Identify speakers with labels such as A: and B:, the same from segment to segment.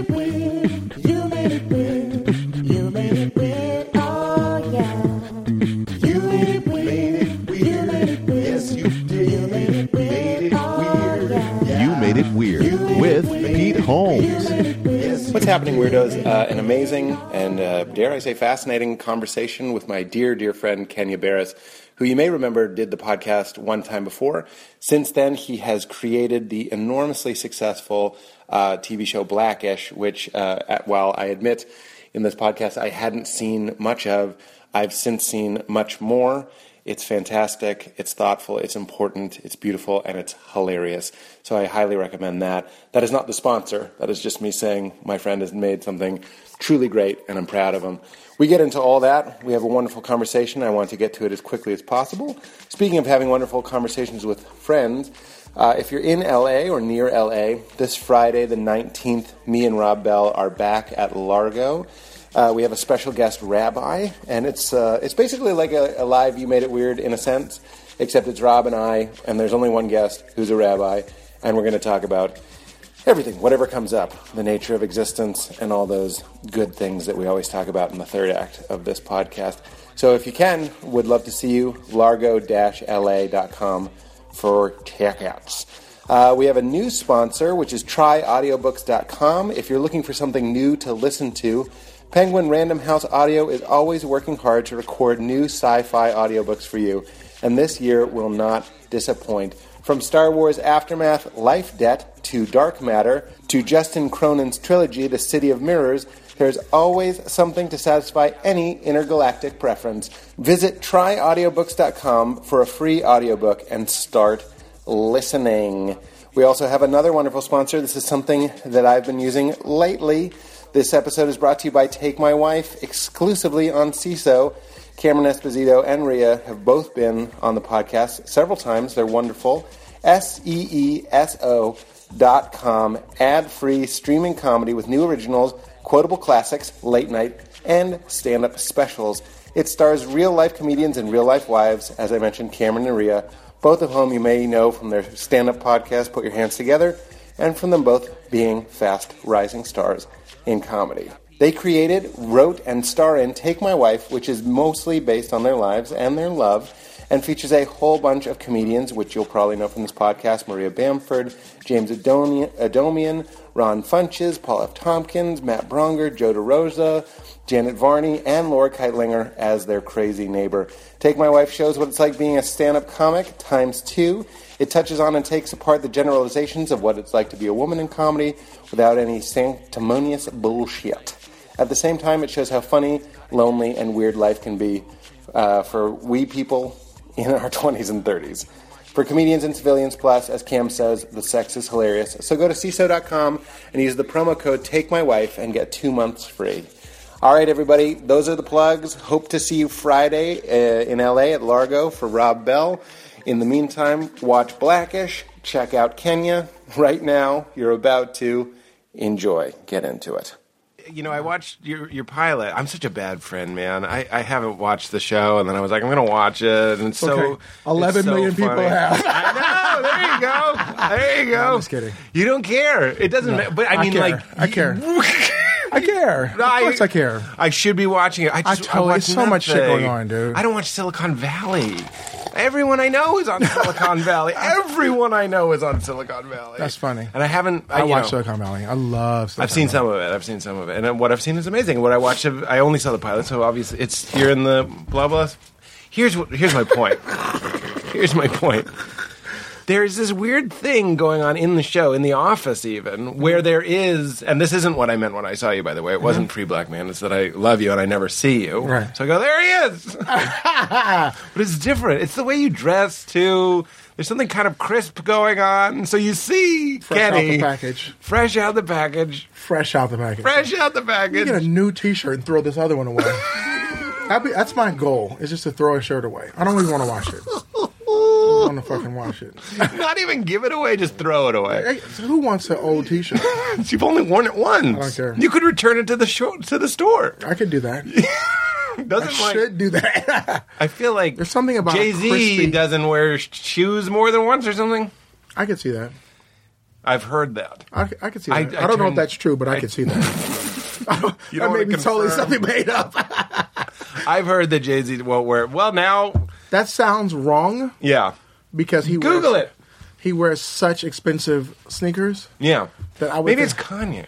A: it weird. You made it weird. You made it weird. Oh yeah. You made it weird. You made it weird. Yes, you did. You made it weird. Oh yeah.
B: You Made It Weird with Pete Holmes.
C: What's happening, weirdos? Uh, an amazing and, uh, dare I say, fascinating conversation with my dear, dear friend Kenya Barris, who you may remember did the podcast one time before. Since then, he has created the enormously successful uh, TV show Blackish, which, uh, at, while I admit in this podcast I hadn't seen much of, I've since seen much more. It's fantastic, it's thoughtful, it's important, it's beautiful, and it's hilarious. So I highly recommend that. That is not the sponsor, that is just me saying my friend has made something truly great and I'm proud of him. We get into all that. We have a wonderful conversation. I want to get to it as quickly as possible. Speaking of having wonderful conversations with friends, uh, if you're in LA or near LA, this Friday, the 19th, me and Rob Bell are back at Largo. Uh, we have a special guest rabbi, and it's uh, it's basically like a, a live "You Made It Weird" in a sense, except it's Rob and I, and there's only one guest who's a rabbi, and we're going to talk about everything, whatever comes up, the nature of existence, and all those good things that we always talk about in the third act of this podcast. So if you can, would love to see you largo-la.com for tickets. Uh, we have a new sponsor, which is tryaudiobooks.com. If you're looking for something new to listen to, Penguin Random House Audio is always working hard to record new sci fi audiobooks for you, and this year will not disappoint. From Star Wars Aftermath Life Debt to Dark Matter to Justin Cronin's trilogy The City of Mirrors, there's always something to satisfy any intergalactic preference. Visit tryaudiobooks.com for a free audiobook and start listening. We also have another wonderful sponsor. This is something that I've been using lately. This episode is brought to you by Take My Wife exclusively on CISO. Cameron Esposito and Rhea have both been on the podcast several times. They're wonderful. S E E S O dot com. Ad free streaming comedy with new originals, quotable classics, late night, and stand up specials. It stars real life comedians and real life wives, as I mentioned, Cameron and Rhea, both of whom you may know from their stand up podcast, Put Your Hands Together, and from them both being fast rising stars in comedy. They created, wrote, and star in Take My Wife, which is mostly based on their lives and their love, and features a whole bunch of comedians, which you'll probably know from this podcast Maria Bamford, James Adoni- Adomian, Ron Funches, Paul F. Tompkins, Matt Bronger, Joe DeRosa, Janet Varney, and Laura Keitlinger as their crazy neighbor. Take My Wife shows what it's like being a stand up comic times two. It touches on and takes apart the generalizations of what it's like to be a woman in comedy without any sanctimonious bullshit. At the same time, it shows how funny, lonely, and weird life can be uh, for we people in our 20s and 30s. For comedians and civilians, plus, as Cam says, the sex is hilarious. So go to CISO.com and use the promo code TakeMyWife and get two months free. All right, everybody, those are the plugs. Hope to see you Friday uh, in LA at Largo for Rob Bell. In the meantime, watch Blackish, check out Kenya. Right now, you're about to enjoy. Get into it.
D: you know, I watched your your pilot. I'm such a bad friend, man. I, I haven't watched the show, and then I was like, I'm gonna watch it, and it's so
E: Okay. 11
D: it's so
E: million people
D: funny.
E: have.
D: I know. There you go. There you go.
E: I'm just kidding.
D: You don't care. It doesn't. matter. But I
E: I
D: mean,
E: care.
D: like,
E: I care. I care.
D: No,
E: of course I, care.
D: I should be watching it. I, just,
E: totally-
D: watch
E: there's so much shit
D: nothing.
E: going on, dude.
D: I don't watch Silicon Valley. Everyone I know is on Silicon Valley. Everyone I know is on Silicon Valley.
E: That's funny.
D: And I haven't. I,
E: I
D: you
E: watch
D: know,
E: Silicon Valley. I love. Silicon
D: I've seen
E: Valley.
D: some of it. I've seen some of it, and uh, what I've seen is amazing. What I watched, of- I only saw the pilot, so obviously it's here in the blah blah. Here's what. Here's my point. here's my point. There's this weird thing going on in the show, in the office, even where there is, and this isn't what I meant when I saw you, by the way. It wasn't pre black man. It's that I love you and I never see you.
E: Mm-hmm. Right.
D: So I go, there he is. But it's different. It's the way you dress too. There's something kind of crisp going on. So you see
E: Fresh out the
D: Kenny
E: package.
D: Fresh out the package.
E: fresh out the package.
D: Fresh out the
E: You
D: package.
E: get a new T-shirt and throw this other one away. That'd be, that's my goal. Is just to throw a shirt away. I don't even want to wash it. I don't want to fucking wash it.
D: Not even give it away, just throw it away.
E: Hey, so who wants an old T-shirt?
D: You've only worn it
E: don't
D: once.
E: care.
D: You could return it to the show, to the store.
E: I could do that. I
D: Doesn't like
E: should do that.
D: I feel like
E: There's something about a
D: Jay Z
E: crispy-
D: doesn't wear sh- shoes more than once or something.
E: I could see that.
C: I've heard that.
E: I, I could see
C: I-
E: that. I,
C: I
E: don't know if
C: turned-
E: that's true, but I, could see that. that
C: You don't
E: may be
C: wanna
E: totally
C: confirm.
E: something made up.
C: I've heard that Jay Z. Well, where? Well, now,
E: that sounds wrong
C: yeah,
E: because he
C: Google
E: wears,
C: it.
E: He wears such expensive sneakers.
C: Yeah,
E: That I would
C: maybe
E: think-
C: it's Kanye.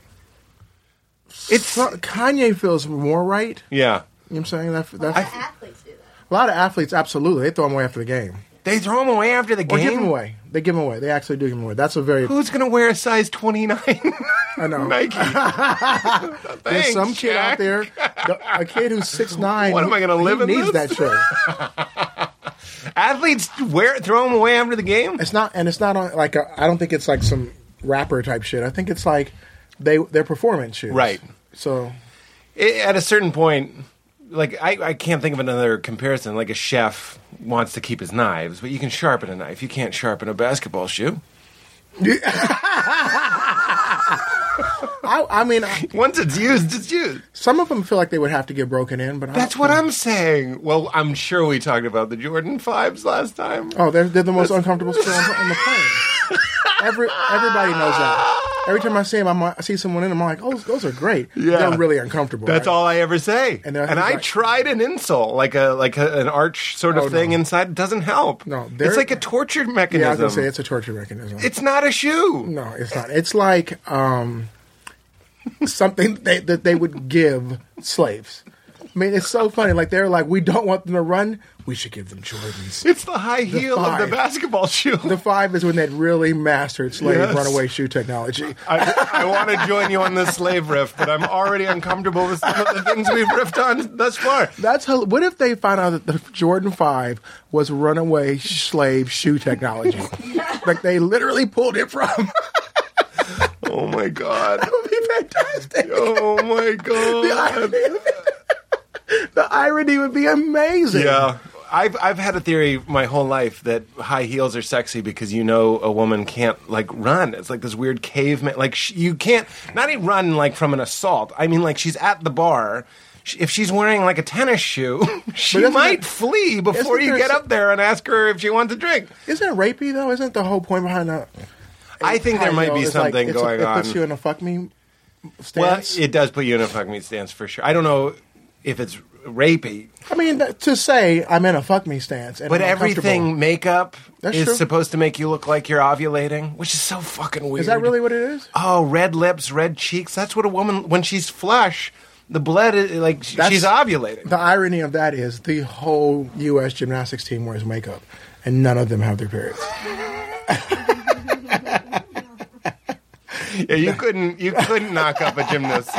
C: It's
E: So- Kanye feels more right.
C: yeah.
E: You know what I'm saying? That, that's,
F: Athletes do that.
E: a lot of athletes, absolutely, they throw them away after the game.
C: They throw him away after the
E: Or
C: game.
E: give them away. They give them away. They actually do give them away. That's a very.
C: Who's gonna wear a size twenty nine
E: I know.
C: Nike?
E: There's
C: Thanks,
E: some kid
C: Jack.
E: out there, a kid who's six nine.
C: What, am I gonna live in
E: Needs that
C: this?
E: shirt.
C: Athletes wear throw them away after the game.
E: It's not, and it's not on like I I don't think it's like some rapper type shit. I think it's like they their performance shoes.
C: Right.
E: So
C: I- at a certain point, like I, I can't think of another comparison. Like a chef wants to keep his knives, but you can sharpen a knife. You can't sharpen a basketball shoe.
E: I, I mean, I,
C: Once it's used, it's used.
E: some of them feel like they would have to get broken in, but I
C: That's
E: don't-
C: what I'm saying. Well, I'm sure we talked about the Jordan fives last time.
E: Oh, they're, they're the most uncomfortable still on, on the plane. Every everybody knows that. Every time I see them, I'm, like- I see someone in them. I'm like, oh, those are great.
C: Yeah.
E: they're really uncomfortable.
C: That's
E: right?
C: all I ever say.
E: And
C: And,
E: they're-
C: I
E: right.
C: tried an insole, like a like a, an arch sort of
E: Oh, no.
C: thing inside. It doesn't help.
E: No, they're-
C: it's like a torture mechanism.
E: Yeah, I was gonna say it's a torture mechanism.
C: It's not a shoe.
E: no, it's not. It's like um, something they, that they would give slaves. I mean, it's so funny. Like they're like, we don't want them to run. We should give them Jordans.
C: It's the high heel
E: five.
C: of the basketball shoe.
E: The five is when they'd really mastered slave
C: Yes.
E: runaway shoe technology.
C: I, I want to join you on this slave riff, but I'm already uncomfortable with some of the things we've riffed on thus far.
E: That's hel- what if they find out that the Jordan Five was runaway slave shoe technology? like they literally pulled it from.
C: Oh my god.
E: It'd be fantastic.
C: Oh my god.
E: The irony would be amazing.
C: Yeah. I've I've had a theory my whole life that high heels are sexy because you know a woman can't like run. It's like this weird caveman. Like sh you can't not even run like from an assault. I mean like she's at the bar. Sh- If she's wearing like a tennis shoe, she
E: isn't
C: might
E: it-
C: flee before
E: isn't
C: you
E: there
C: get
E: some-
C: up there and ask her if she wants a drink.
E: Isn't it rapey though? Isn't the whole point behind that?
C: I think there might be something going
E: it
C: on.
E: puts you in a fuck me
C: Well,
E: stance.
C: it does put you in a fuck me stance for sure. I don't know if it's rapey,
E: I mean, that, to say I'm in a fuck me stance, and
C: but
E: I'm uncomfortable-
C: everything makeup
E: That's
C: is
E: true.
C: supposed to make you look like you're ovulating, which is so fucking weird.
E: is that really what it is?
C: Oh, red lips, red cheeks. That's what a woman when she's flush, the blood is like sh-
E: That's-
C: she's ovulating.
E: The irony of that is the whole U.S. gymnastics team wears makeup, and none of them have their periods.
C: Yeah, you couldn't you couldn't knock up a gymnast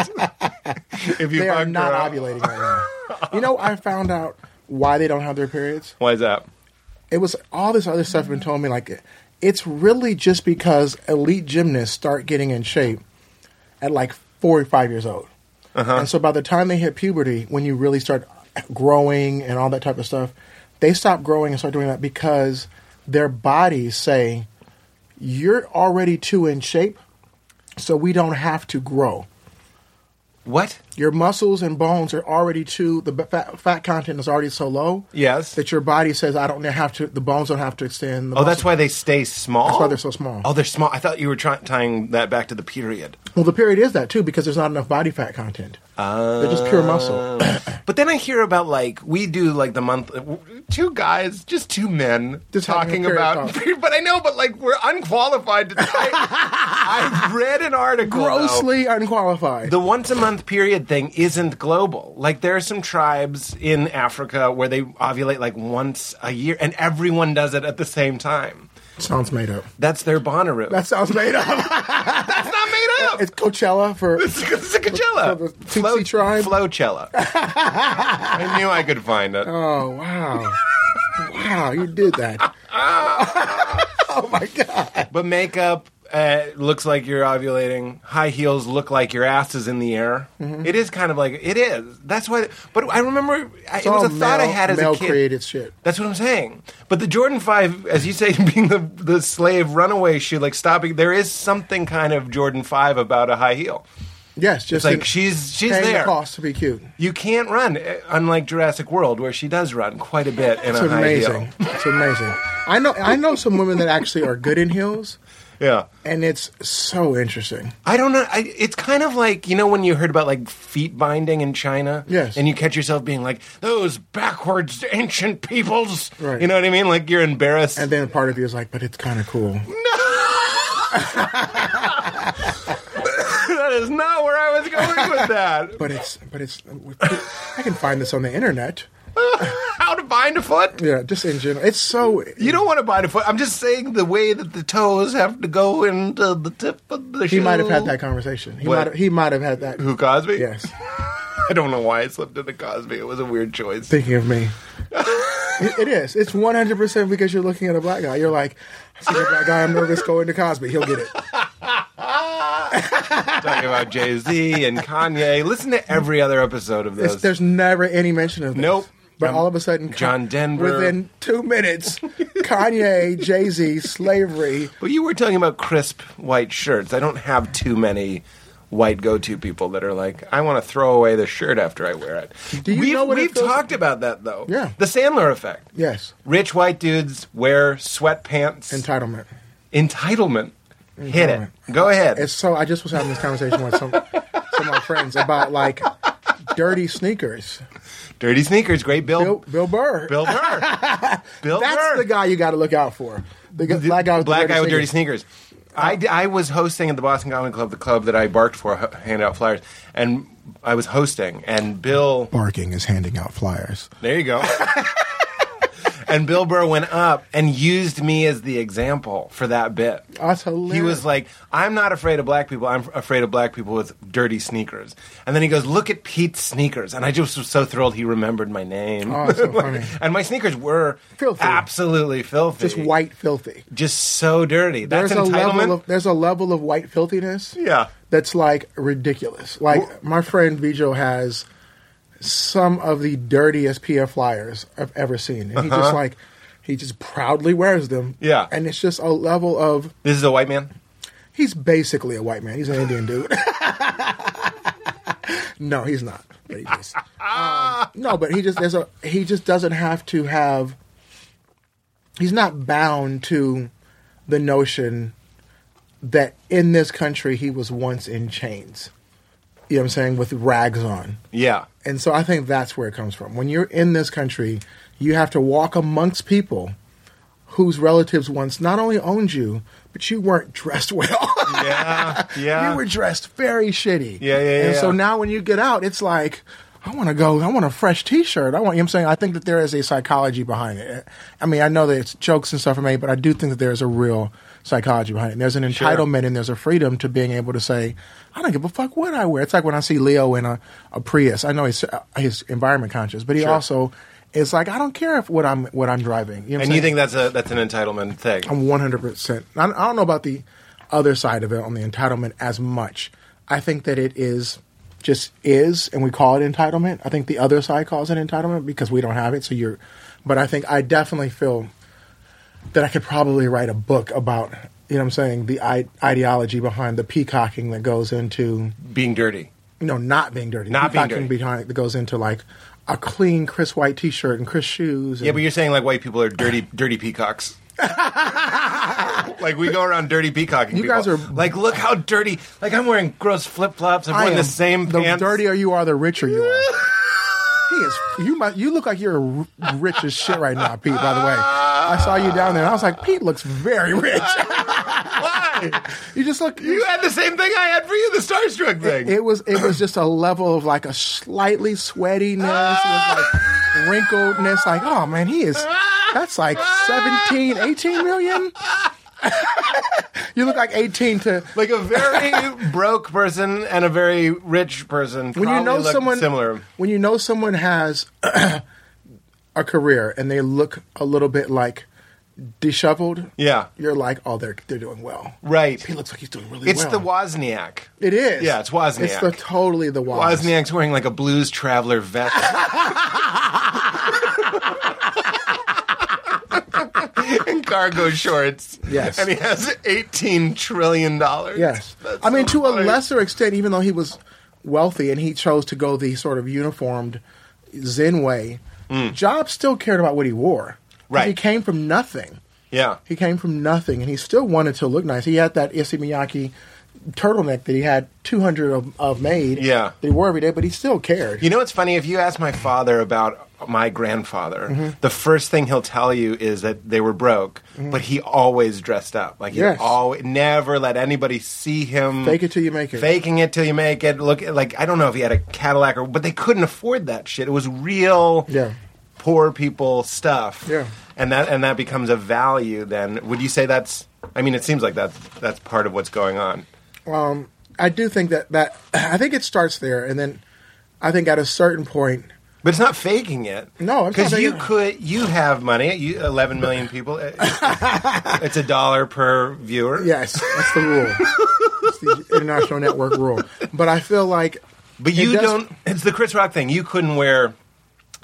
C: if you
E: They are
C: fucked
E: not
C: her up.
E: ovulating right now. You know, I found out why they don't have their periods.
C: Why is that?
E: It was all this other stuff been told me like it- it's really just because elite gymnasts start getting in shape at like four or five years old, and so by the time they hit puberty, when you really start growing and all that type of stuff, they stop growing and start doing that because their bodies say you're already too in shape, so we don't have to grow
C: What?
E: your muscles and bones are already too the b- fat, fat content is already so low
C: Yes.
E: that your body says i don't have to the bones don't have to extend the
C: Oh, that's
E: muscle-
C: why they stay small.
E: That's why they're so small.
C: Oh, they're small. I thought you were try- tying that back to the period.
E: well the period is that too because there's not enough body fat content
C: Ah.
E: they're just pure muscle
C: But then I hear about like we do like the month two guys, just two men
E: Just having
C: talking
E: a period
C: about.
E: talk.
C: But I know, but like we're unqualified. To, I, I read an article. though.
E: grossly unqualified
C: The once a month period thing isn't global. Like there are some tribes in Africa where they ovulate like once a year, and everyone does it at the same time.
E: sounds made up
C: That's their Bonnaroo.
E: that sounds made up
C: That's not made up.
E: it's coachella for
C: It's, it's a Coachella.
E: For the Tutsi tribe?
C: Flowchella. I knew I could find it.
E: oh wow wow you did that oh my god
C: But makeup uh, looks like you're ovulating. High heels look like your ass is in the air.
E: Mm-hmm.
C: It is kind of like it is. That's why. But I remember I, it
E: all
C: was a thought I
E: male-
C: had as a
E: male
C: kid.
E: created shit.
C: That's what I'm saying. But the Jordan Five, as you say, being the the slave runaway shoe, like stopping. There is something kind of Jordan Five about a high heel.
E: yes just
C: It's like
E: in-
C: she's she's
E: paying
C: there.
E: the cost to be cute
C: You can't run, uh, unlike Jurassic World, where she does run quite a bit in
E: It's
C: a high
E: amazing.
C: heel.
E: It's amazing. I know I know some women that actually are good in heels,
C: Yeah.
E: and it's so interesting.
C: I don't know. I, it's kind of like you know when you heard about like feet binding in China,
E: Yes.
C: and you catch yourself being like those backwards ancient peoples.
E: Right.
C: You know what I mean? Like you're embarrassed.
E: And then part of you is like, but it's kind of cool.
C: that is not where I was going with that.
E: But it's but it's I can find this on the internet.
C: How to bind a foot?
E: Yeah, just in general, it's so
C: You don't want to bind a foot. I'm just saying the way that the toes have to go into the tip of the shoe.
E: He might have had that conversation. He
C: What?
E: might have, he might have had that.
C: Who Cosby?
E: Yes,
C: I don't know why I slipped into Cosby. It was a weird choice.
E: thinking of me. It- it is. It's one hundred percent because you're looking at a black guy. You're like, I see a black guy. I'm nervous going to Cosby. He'll get it.
C: Talking about Jay Z and Kanye. Listen to every other episode of
E: It's,
C: this.
E: there's never any mention of this.
C: Nope.
E: But
C: Um,
E: all of a sudden,
C: John Denver.
E: Within two minutes, Kanye, Jay Z, slavery.
C: Well, you were talking about crisp white shirts. I don't have too many white go-to people that are like, I want to throw away the shirt after I wear it.
E: Do you
C: we've
E: know what it
C: we've
E: feels-
C: talked about that though.
E: Yeah.
C: the Sandler effect.
E: Yes,
C: Rich white dudes wear sweatpants.
E: entitlement.
C: Entitlement. Hit it. Go ahead.
E: It's so. I just was having this conversation with some some of my friends about like dirty sneakers.
C: Dirty sneakers. Great Bill.
E: Bill, Bill Burr.
C: Oh. Bill Burr. Bill
E: That's
C: Burr.
E: the guy you got to look out for. The g- black guy with
C: black
E: the
C: guy with dirty
E: sneakers.
C: sneakers. I, d- I was hosting at the Boston Comedy Club, the club that I barked for, h- handed out flyers, and I was hosting, and Bill.
E: Barking is handing out flyers.
C: There you go. and Bill Burr went up and used me as the example for that bit.
E: That's hilarious.
C: He was like, I'm not afraid of black people. I'm afraid of black people with dirty sneakers. And then he goes, Look at Pete's sneakers. And I just was so thrilled he remembered my name.
E: Oh, that's so funny.
C: and my sneakers were
E: Filthy.
C: absolutely filthy.
E: just white filthy.
C: Just so dirty. That's
E: There's a
C: entitlement.
E: level of there's a level of white filthiness.
C: yeah.
E: that's like ridiculous. Like
C: Wh-
E: my friend Vijo has some of the dirtiest PF flyers I've ever seen, and he just like he just proudly wears them.
C: Uh-huh. Yeah.
E: and it's just a level of
C: This is a white man.
E: he's basically a white man. He's an Indian dude. no, he's not. But he is. Um, no, but he just there's a he just doesn't have to have. He's not bound to the notion that in this country he was once in chains. You know what I'm saying? With rags on.
C: Yeah.
E: And so I think that's where it comes from. When you're in this country, you have to walk amongst people whose relatives once not only owned you, but you weren't dressed well.
C: Yeah. Yeah.
E: you were dressed very shitty.
C: Yeah, yeah,
E: And
C: yeah.
E: so now when you get out, it's like, I want to go, I want a fresh t shirt. I want, you know what I'm saying? I think that there is a psychology behind it. I mean, I know that it's jokes and stuff are made, but I do think that there is a real psychology behind it. And there's an entitlement and there's a freedom to being able to say, I don't give a fuck what I wear. It's like when I see Leo in a, a Prius. I know he's, uh, he's environment conscious, but he also is like, I don't care if what I'm, what I'm driving. You know what I'm
C: and you
E: saying? Um,
C: think that's a that's an entitlement thing.
E: I'm 100%. I, I don't know about the other side of it on the entitlement as much. I think that it is just is, and we call it entitlement. I think the other side calls it entitlement because we don't have it. So you're, but I think I definitely feel that I could probably write a book about, you know what I'm saying, the I- ideology behind the peacocking that goes into,
C: Being dirty.
E: you know, not being dirty.
C: Not being
E: Peacocking
C: dirty.
E: behind, that goes into like a clean Chris White t shirt and Chris shoes. And,
C: Yeah, but you're saying like white people are dirty, dirty peacocks. like we go around dirty peacocking.
E: You
C: people.
E: guys are-
C: like, look how dirty. Like I'm wearing gross flip flops. I'm wearing the same
E: the
C: pants.
E: dirtier you are, the richer you are. he is. You might. You look like you're r- rich as shit right now, Pete. By the way, I saw you down there, and I was like, Pete looks very rich.
C: Why?
E: you just look.
C: You had the same thing I had for you, the starstruck thing.
E: it was. It was just a level of like a slightly sweatiness, with like wrinkledness. Like, oh man, he is. That's like 17, 18 million. you look like 18 to
C: like a very broke person and a very rich person.
E: when you
C: probably
E: know
C: look
E: someone
C: similar.
E: when you know someone has a career and they look a little bit like disheveled
C: Yeah.
E: you're like oh they're they're doing well
C: Right.
E: he looks like he's doing really
C: It's
E: well
C: the Wozniak.
E: it is
C: Yeah, it's Wozniak.
E: it's the totally the Woz.
C: Wozniak's wearing like a blues traveler vest. and cargo shorts.
E: Yes.
C: And he has $18 trillion.
E: yes
C: That's
E: i mean
C: so
E: to a
C: funny.
E: lesser extent even though he was wealthy and he chose to go the sort of uniformed zen way Jobs still cared about what he wore 'Cause
C: Mm. Right.
E: he came from nothing
C: Yeah.
E: He came from nothing, and he still wanted to look nice. He had that Issey Miyake turtleneck that he had 200 of, of made.
C: Yeah.
E: That he wore every day, but he still cared.
C: You know what's funny? If you ask my father about my grandfather,
E: Mm-hmm.
C: the first thing he'll tell you is that they were broke, but he always dressed up. Like he
E: Mm-hmm. Yes.
C: always never let anybody see him.
E: Fake it till you make it.
C: Faking it till you make it. Look, like I don't know if he had a Cadillac or, but they couldn't afford that shit. It was real.
E: Yeah.
C: Poor people stuff.
E: Yeah.
C: And that and that becomes a value. Then would you say that's? I mean, it seems like that's that's part of what's going on.
E: I do think that, that I think it starts there, and then I think at a certain point,
C: But it's not faking it.
E: No, it's not
C: because you
E: faking it.
C: could you have money. You eleven million people. It- it's a dollar per viewer.
E: yes, that's the rule. it's the international network rule. But I feel like
C: but
E: it
C: you
E: does-
C: don't. It's the Chris Rock thing. You couldn't wear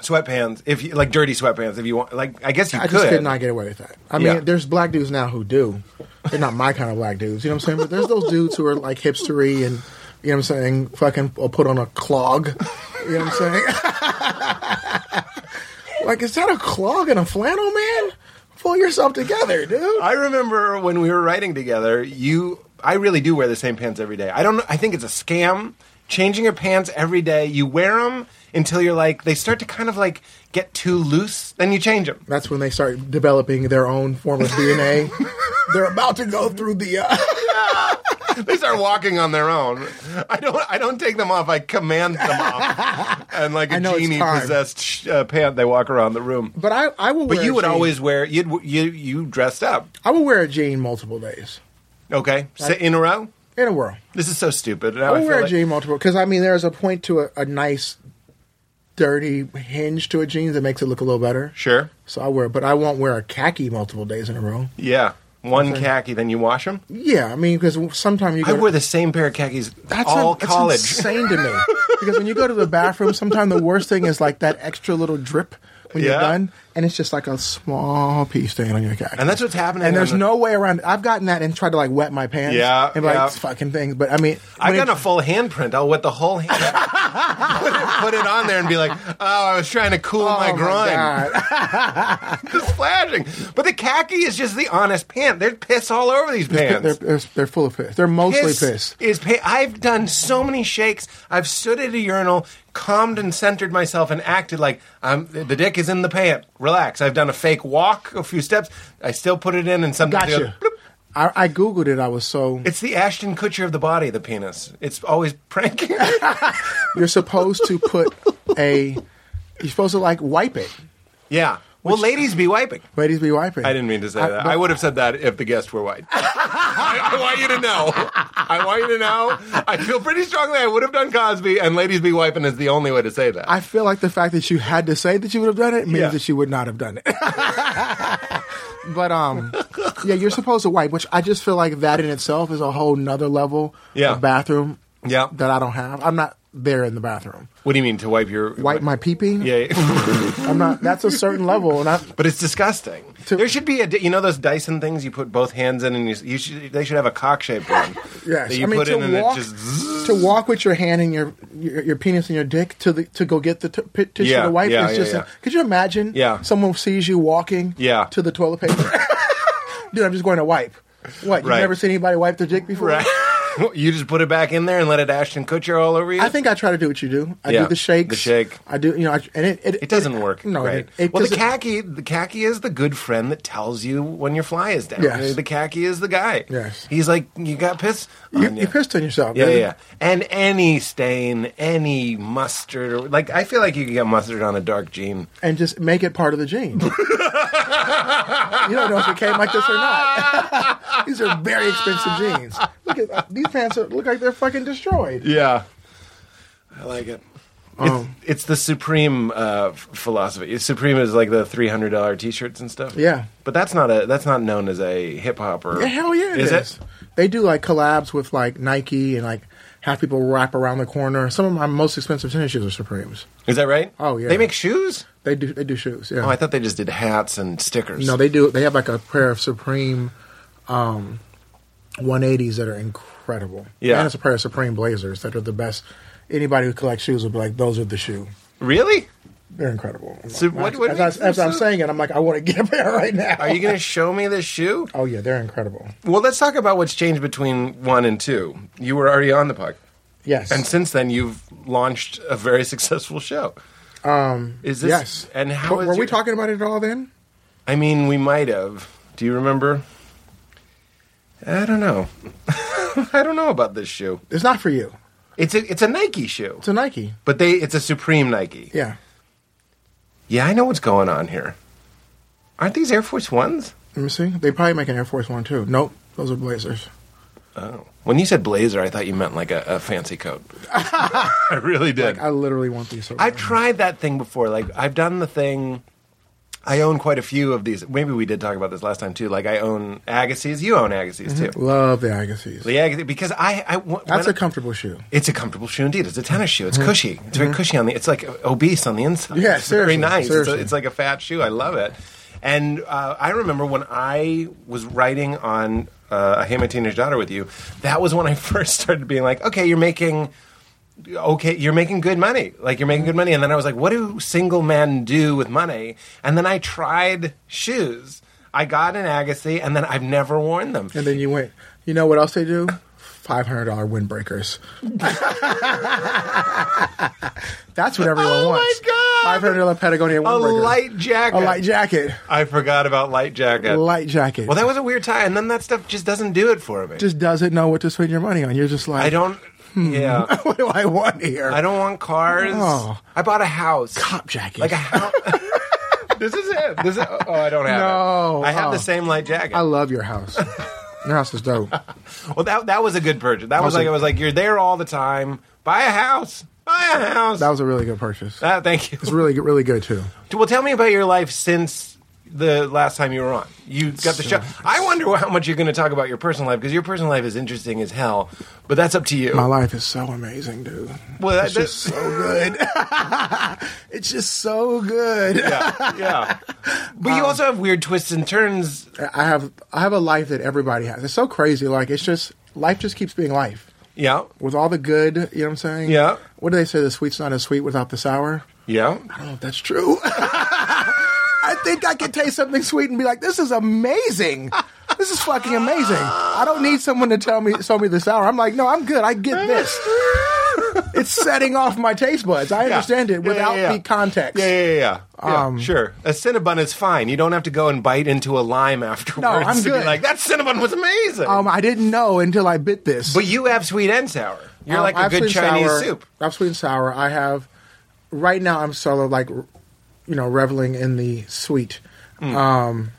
C: sweatpants if you like dirty sweatpants if you want. Like I guess you
E: I
C: could.
E: just could not get away with that. I mean,
C: Yeah.
E: there's black dudes now who do. They're not my kind of black dudes, you know what I'm saying? But there's those dudes who are like hipstery and you know what I'm saying, fucking will put on a clog. You know what I'm saying? like, is that a clog and a flannel, man? Pull yourself together, dude.
C: I remember when we were writing together. You, I really do wear the same pants every day. I don't. know I think it's a scam. Changing your pants every day. You wear them until you're like they start to kind of like get too loose. Then you change them.
E: That's when they start developing their own form of DNA. They're about to go through the. Uh,
C: they start walking on their own. I don't. I don't take them off. I command them off. And like
E: I
C: a
E: know it's
C: genie
E: time.
C: possessed sh- uh, pant, they walk around the room.
E: but I, I will.
C: But
E: wear
C: you
E: a
C: would
E: jean.
C: always wear you'd you you dressed up.
E: I will wear a jean multiple days
C: Okay, sit in a row.
E: in a world.
C: This is so stupid. Now
E: I
C: I
E: would
C: feel
E: wear a
C: like-
E: jean multiple because I mean there's a point to a, a nice, dirty hinge to a jeans that makes it look a little better.
C: Sure.
E: So I wear, but I won't wear a khaki multiple days in a row.
C: Yeah. One khaki, then you wash them.
E: Yeah, I mean because sometimes you
C: I
E: go,
C: wear the same pair of khakis
E: That's
C: all
E: un- that's
C: college.
E: insane to me because when you go to the bathroom, sometimes the worst thing is like that extra little drip when you're
C: Yeah.
E: done, and it's just like a small pea stain on your khaki.
C: And that's what's happening
E: And there's
C: on the-
E: no way around. it. I've gotten that and tried to like wet my pants.
C: Yeah,
E: and be like
C: yeah.
E: "It's fucking things. But I mean,
C: I
E: when
C: got
E: it-
C: a full handprint. I'll wet the whole hand. put, it, put it on there and be like, "Oh, I was trying to cool
E: Oh
C: my groin."
E: God.
C: It's flashing. But the khaki is just the honest pant. There's piss all over these pants.
E: They're, they're, they're full of piss. They're mostly
C: piss
E: piss.
C: is pa- I've done so many shakes. I've stood at a urinal, calmed and centered myself, and acted like I'm the dick is in the pant. Relax. I've done a fake walk, a few steps. I still put it in, and sometimes it goes,
E: Gotcha.
C: bloop.
E: I, I googled it. I was so
C: it's the Ashton Kutcher of the body, the penis. It's always pranking.
E: you're supposed to put a you're supposed to like wipe it.
C: yeah. Well, ladies be wiping.
E: Ladies be wiping.
C: I didn't mean to say
E: I-
C: that.
E: but-
C: I would have said that if the guests were white. I, I want you to know. I want you to know. I feel pretty strongly I would have done Cosby, and ladies be wiping is the only way to say that.
E: I feel like the fact that you had to say that you would have done it means
C: Yeah.
E: that you would not have done it. but um, yeah, you're supposed to wipe, which I just feel like that in itself is a whole nother level
C: Yeah.
E: of bathroom.
C: Yeah.
E: that I don't have. I'm not there in the bathroom.
C: what do you mean to wipe your
E: Wipe my pee pee.
C: Yeah,
E: I'm not. That's a certain level, and I
C: but it's disgusting.
E: To-
C: there should be a di- you know those Dyson things you put both hands in and you, you should they should have a cock shaped one.
E: Yes,
C: that you
E: I mean
C: put
E: to
C: in and
E: walk
C: it just zzz.
E: to walk with your hand and your, your your penis and your dick to the to go get the t- p- tissue
C: Yeah,
E: to wipe.
C: yeah,
E: is
C: yeah,
E: just
C: yeah.
E: could you imagine?
C: Yeah.
E: someone sees you walking.
C: Yeah.
E: to the toilet paper. Dude, I'm just going to wipe. What you've
C: Right.
E: never seen anybody wipe their dick before?
C: right. you just put it back in there and let it Ashton Kutcher all over you.
E: I think I try to do what you do. I
C: Yeah,
E: do the shakes.
C: the shake.
E: I do you know, I, and it it,
C: It doesn't work.
E: No,
C: right.
E: it, it
C: well, the
E: doesn't-
C: khaki, the khaki is the good friend that tells you when your fly is down.
E: Yes.
C: The khaki is the guy.
E: Yes.
C: He's like, you got piss.
E: You,
C: on
E: you pissed on yourself.
C: Yeah, yeah,
E: man.
C: yeah. And any stain, any mustard, or- like I feel like you could get mustard on a dark jean.
E: and just make it part of the gene. you don't know if it came like this or not. these are very expensive jeans. Look at uh, these pants are, look like they're fucking destroyed.
C: Yeah, I like it.
E: Um,
C: it's, it's the supreme uh, f- philosophy. Supreme is like the three hundred dollar t shirts and stuff.
E: Yeah.
C: but that's not a that's not known as a hip hop or
E: Yeah, hell yeah,
C: is
E: it is. They do like collabs with like Nike and like have people wrap around the corner. Some of my most expensive tennis shoes are Supremes.
C: it? Is that right?
E: Oh, yeah.
C: They make shoes.
E: They do they do shoes. Yeah.
C: Oh, I thought they just did hats and stickers.
E: no, they do. They have like a pair of Supreme um, 180s that are incredible.
C: Yeah.
E: and it's a pair of Supreme Blazers that are the best. Anybody who collects shoes will be like, those are the shoe.
C: really.
E: They're incredible. I'm
C: So
E: like-
C: what- what
E: as,
C: makes
E: I, as
C: them
E: I'm
C: so-
E: saying it, I'm like, I want to get a pair right now.
C: Are you going to show me this shoe?
E: Oh yeah, they're incredible.
C: Well, let's talk about what's changed between one and two. You were already on the puck,
E: Yes.
C: and since then you've launched a very successful show. Um, is this
E: yes.
C: And how
E: were
C: is
E: were we
C: your-
E: talking about it at all then?
C: I mean, we might have. Do you remember? I don't know. I don't know about this shoe.
E: It's not for you.
C: It's a it's a Nike shoe,
E: It's a Nike.
C: but they it's a Supreme Nike.
E: Yeah.
C: Yeah, I know what's going on here. Aren't these Air Force Ones?
E: Let me see. They probably make an Air Force One too. Nope. Those are Blazers.
C: Oh, when you said blazer, I thought you meant like a, a fancy coat. I really did.
E: Like I literally want these. So
C: I
E: bad.
C: tried that thing before. Like I've done the thing. I own quite a few of these. Maybe we did talk about this last time too. Like I own Agassiz. You own Agassiz too.
E: love the Agassiz.
C: The Agassiz because I, I when
E: That's
C: I-
E: a comfortable shoe.
C: It's a comfortable shoe indeed. It's a tennis shoe. It's cushy. It's very cushy on the. It's like obese on the inside.
E: Mm-hmm. Yeah,
C: it's very
E: seriously,
C: nice. It's, a-
E: seriously.
C: it's like a fat shoe. I love it. And uh, I remember when I was writing on uh, "I Hate My Teenage Daughter" with you. That was when I first started being like, okay, you're making. Okay, you're making good money. Like you're making good money, and then I was like, "What do single men do with money?" And then I tried shoes. I got an Agassi, and then I've never worn them.
E: And then you went. You know what else they do? Five hundred dollar windbreakers. That's what everyone
C: Oh my
E: wants.
C: God.
E: Five hundred dollar Patagonia
C: A
E: windbreaker.
C: light jacket.
E: A light jacket.
C: I forgot about light jacket.
E: Light jacket.
C: Well, that was a weird tie, and then that stuff just doesn't do it for me.
E: just Hmm. doesn't know what to spend your money on. You're just like,
C: I don't. Yeah,
E: What do I want here?
C: I don't want cars.
E: Oh.
C: I bought a house,
E: Cop jacket.
C: like a house. this is it. This is. Oh, I don't have
E: No.
C: it. I have
E: Oh.
C: the same light jacket.
E: I love your house. your house is dope.
C: well, that that was a good purchase. That was
E: was
C: like
E: a-
C: I was like, you're there all the time. Buy a house. Buy a house.
E: That was a really good purchase.
C: Ah, thank you.
E: It's really, really good too.
C: Well, tell me about your life since the last time you were on. You got the show. I wonder how much you're going to talk about your personal life because your personal life is interesting as hell. But that's up to you.
E: My life is so amazing, dude.
C: Well, that-
E: it's just so good. it's just so good.
C: yeah, yeah. But you also have weird twists and turns.
E: I have, I have a life that everybody has. It's so crazy. Like it's just life just keeps being life
C: Yeah,
E: with all the good. You know what I'm saying?
C: Yeah.
E: What do they say? The sweet's not as sweet without the sour.
C: yeah.
E: I don't know if Oh, that's true. I think I could taste something sweet and be like, "This is amazing. This is fucking amazing." I don't need someone to tell me, show me the sour. I'm like, "No, I'm good. I get this." It's setting off my taste buds. I understand it without the context.
C: Yeah, yeah, yeah. yeah.
E: Um,
C: sure. A Cinnabon is fine. You don't have to go and bite into a lime afterwards.
E: I'm
C: to be
E: good.
C: like, that Cinnabon was amazing.
E: Um, I didn't know until I bit this.
C: but you have sweet and sour. You're
E: Um,
C: like
E: I
C: a
E: have
C: good
E: sweet and
C: Chinese
E: sour-
C: soup.
E: I have sweet and sour. I have right now. I'm solo, like you know, reveling in the sweet.
C: Hmm.
E: Um,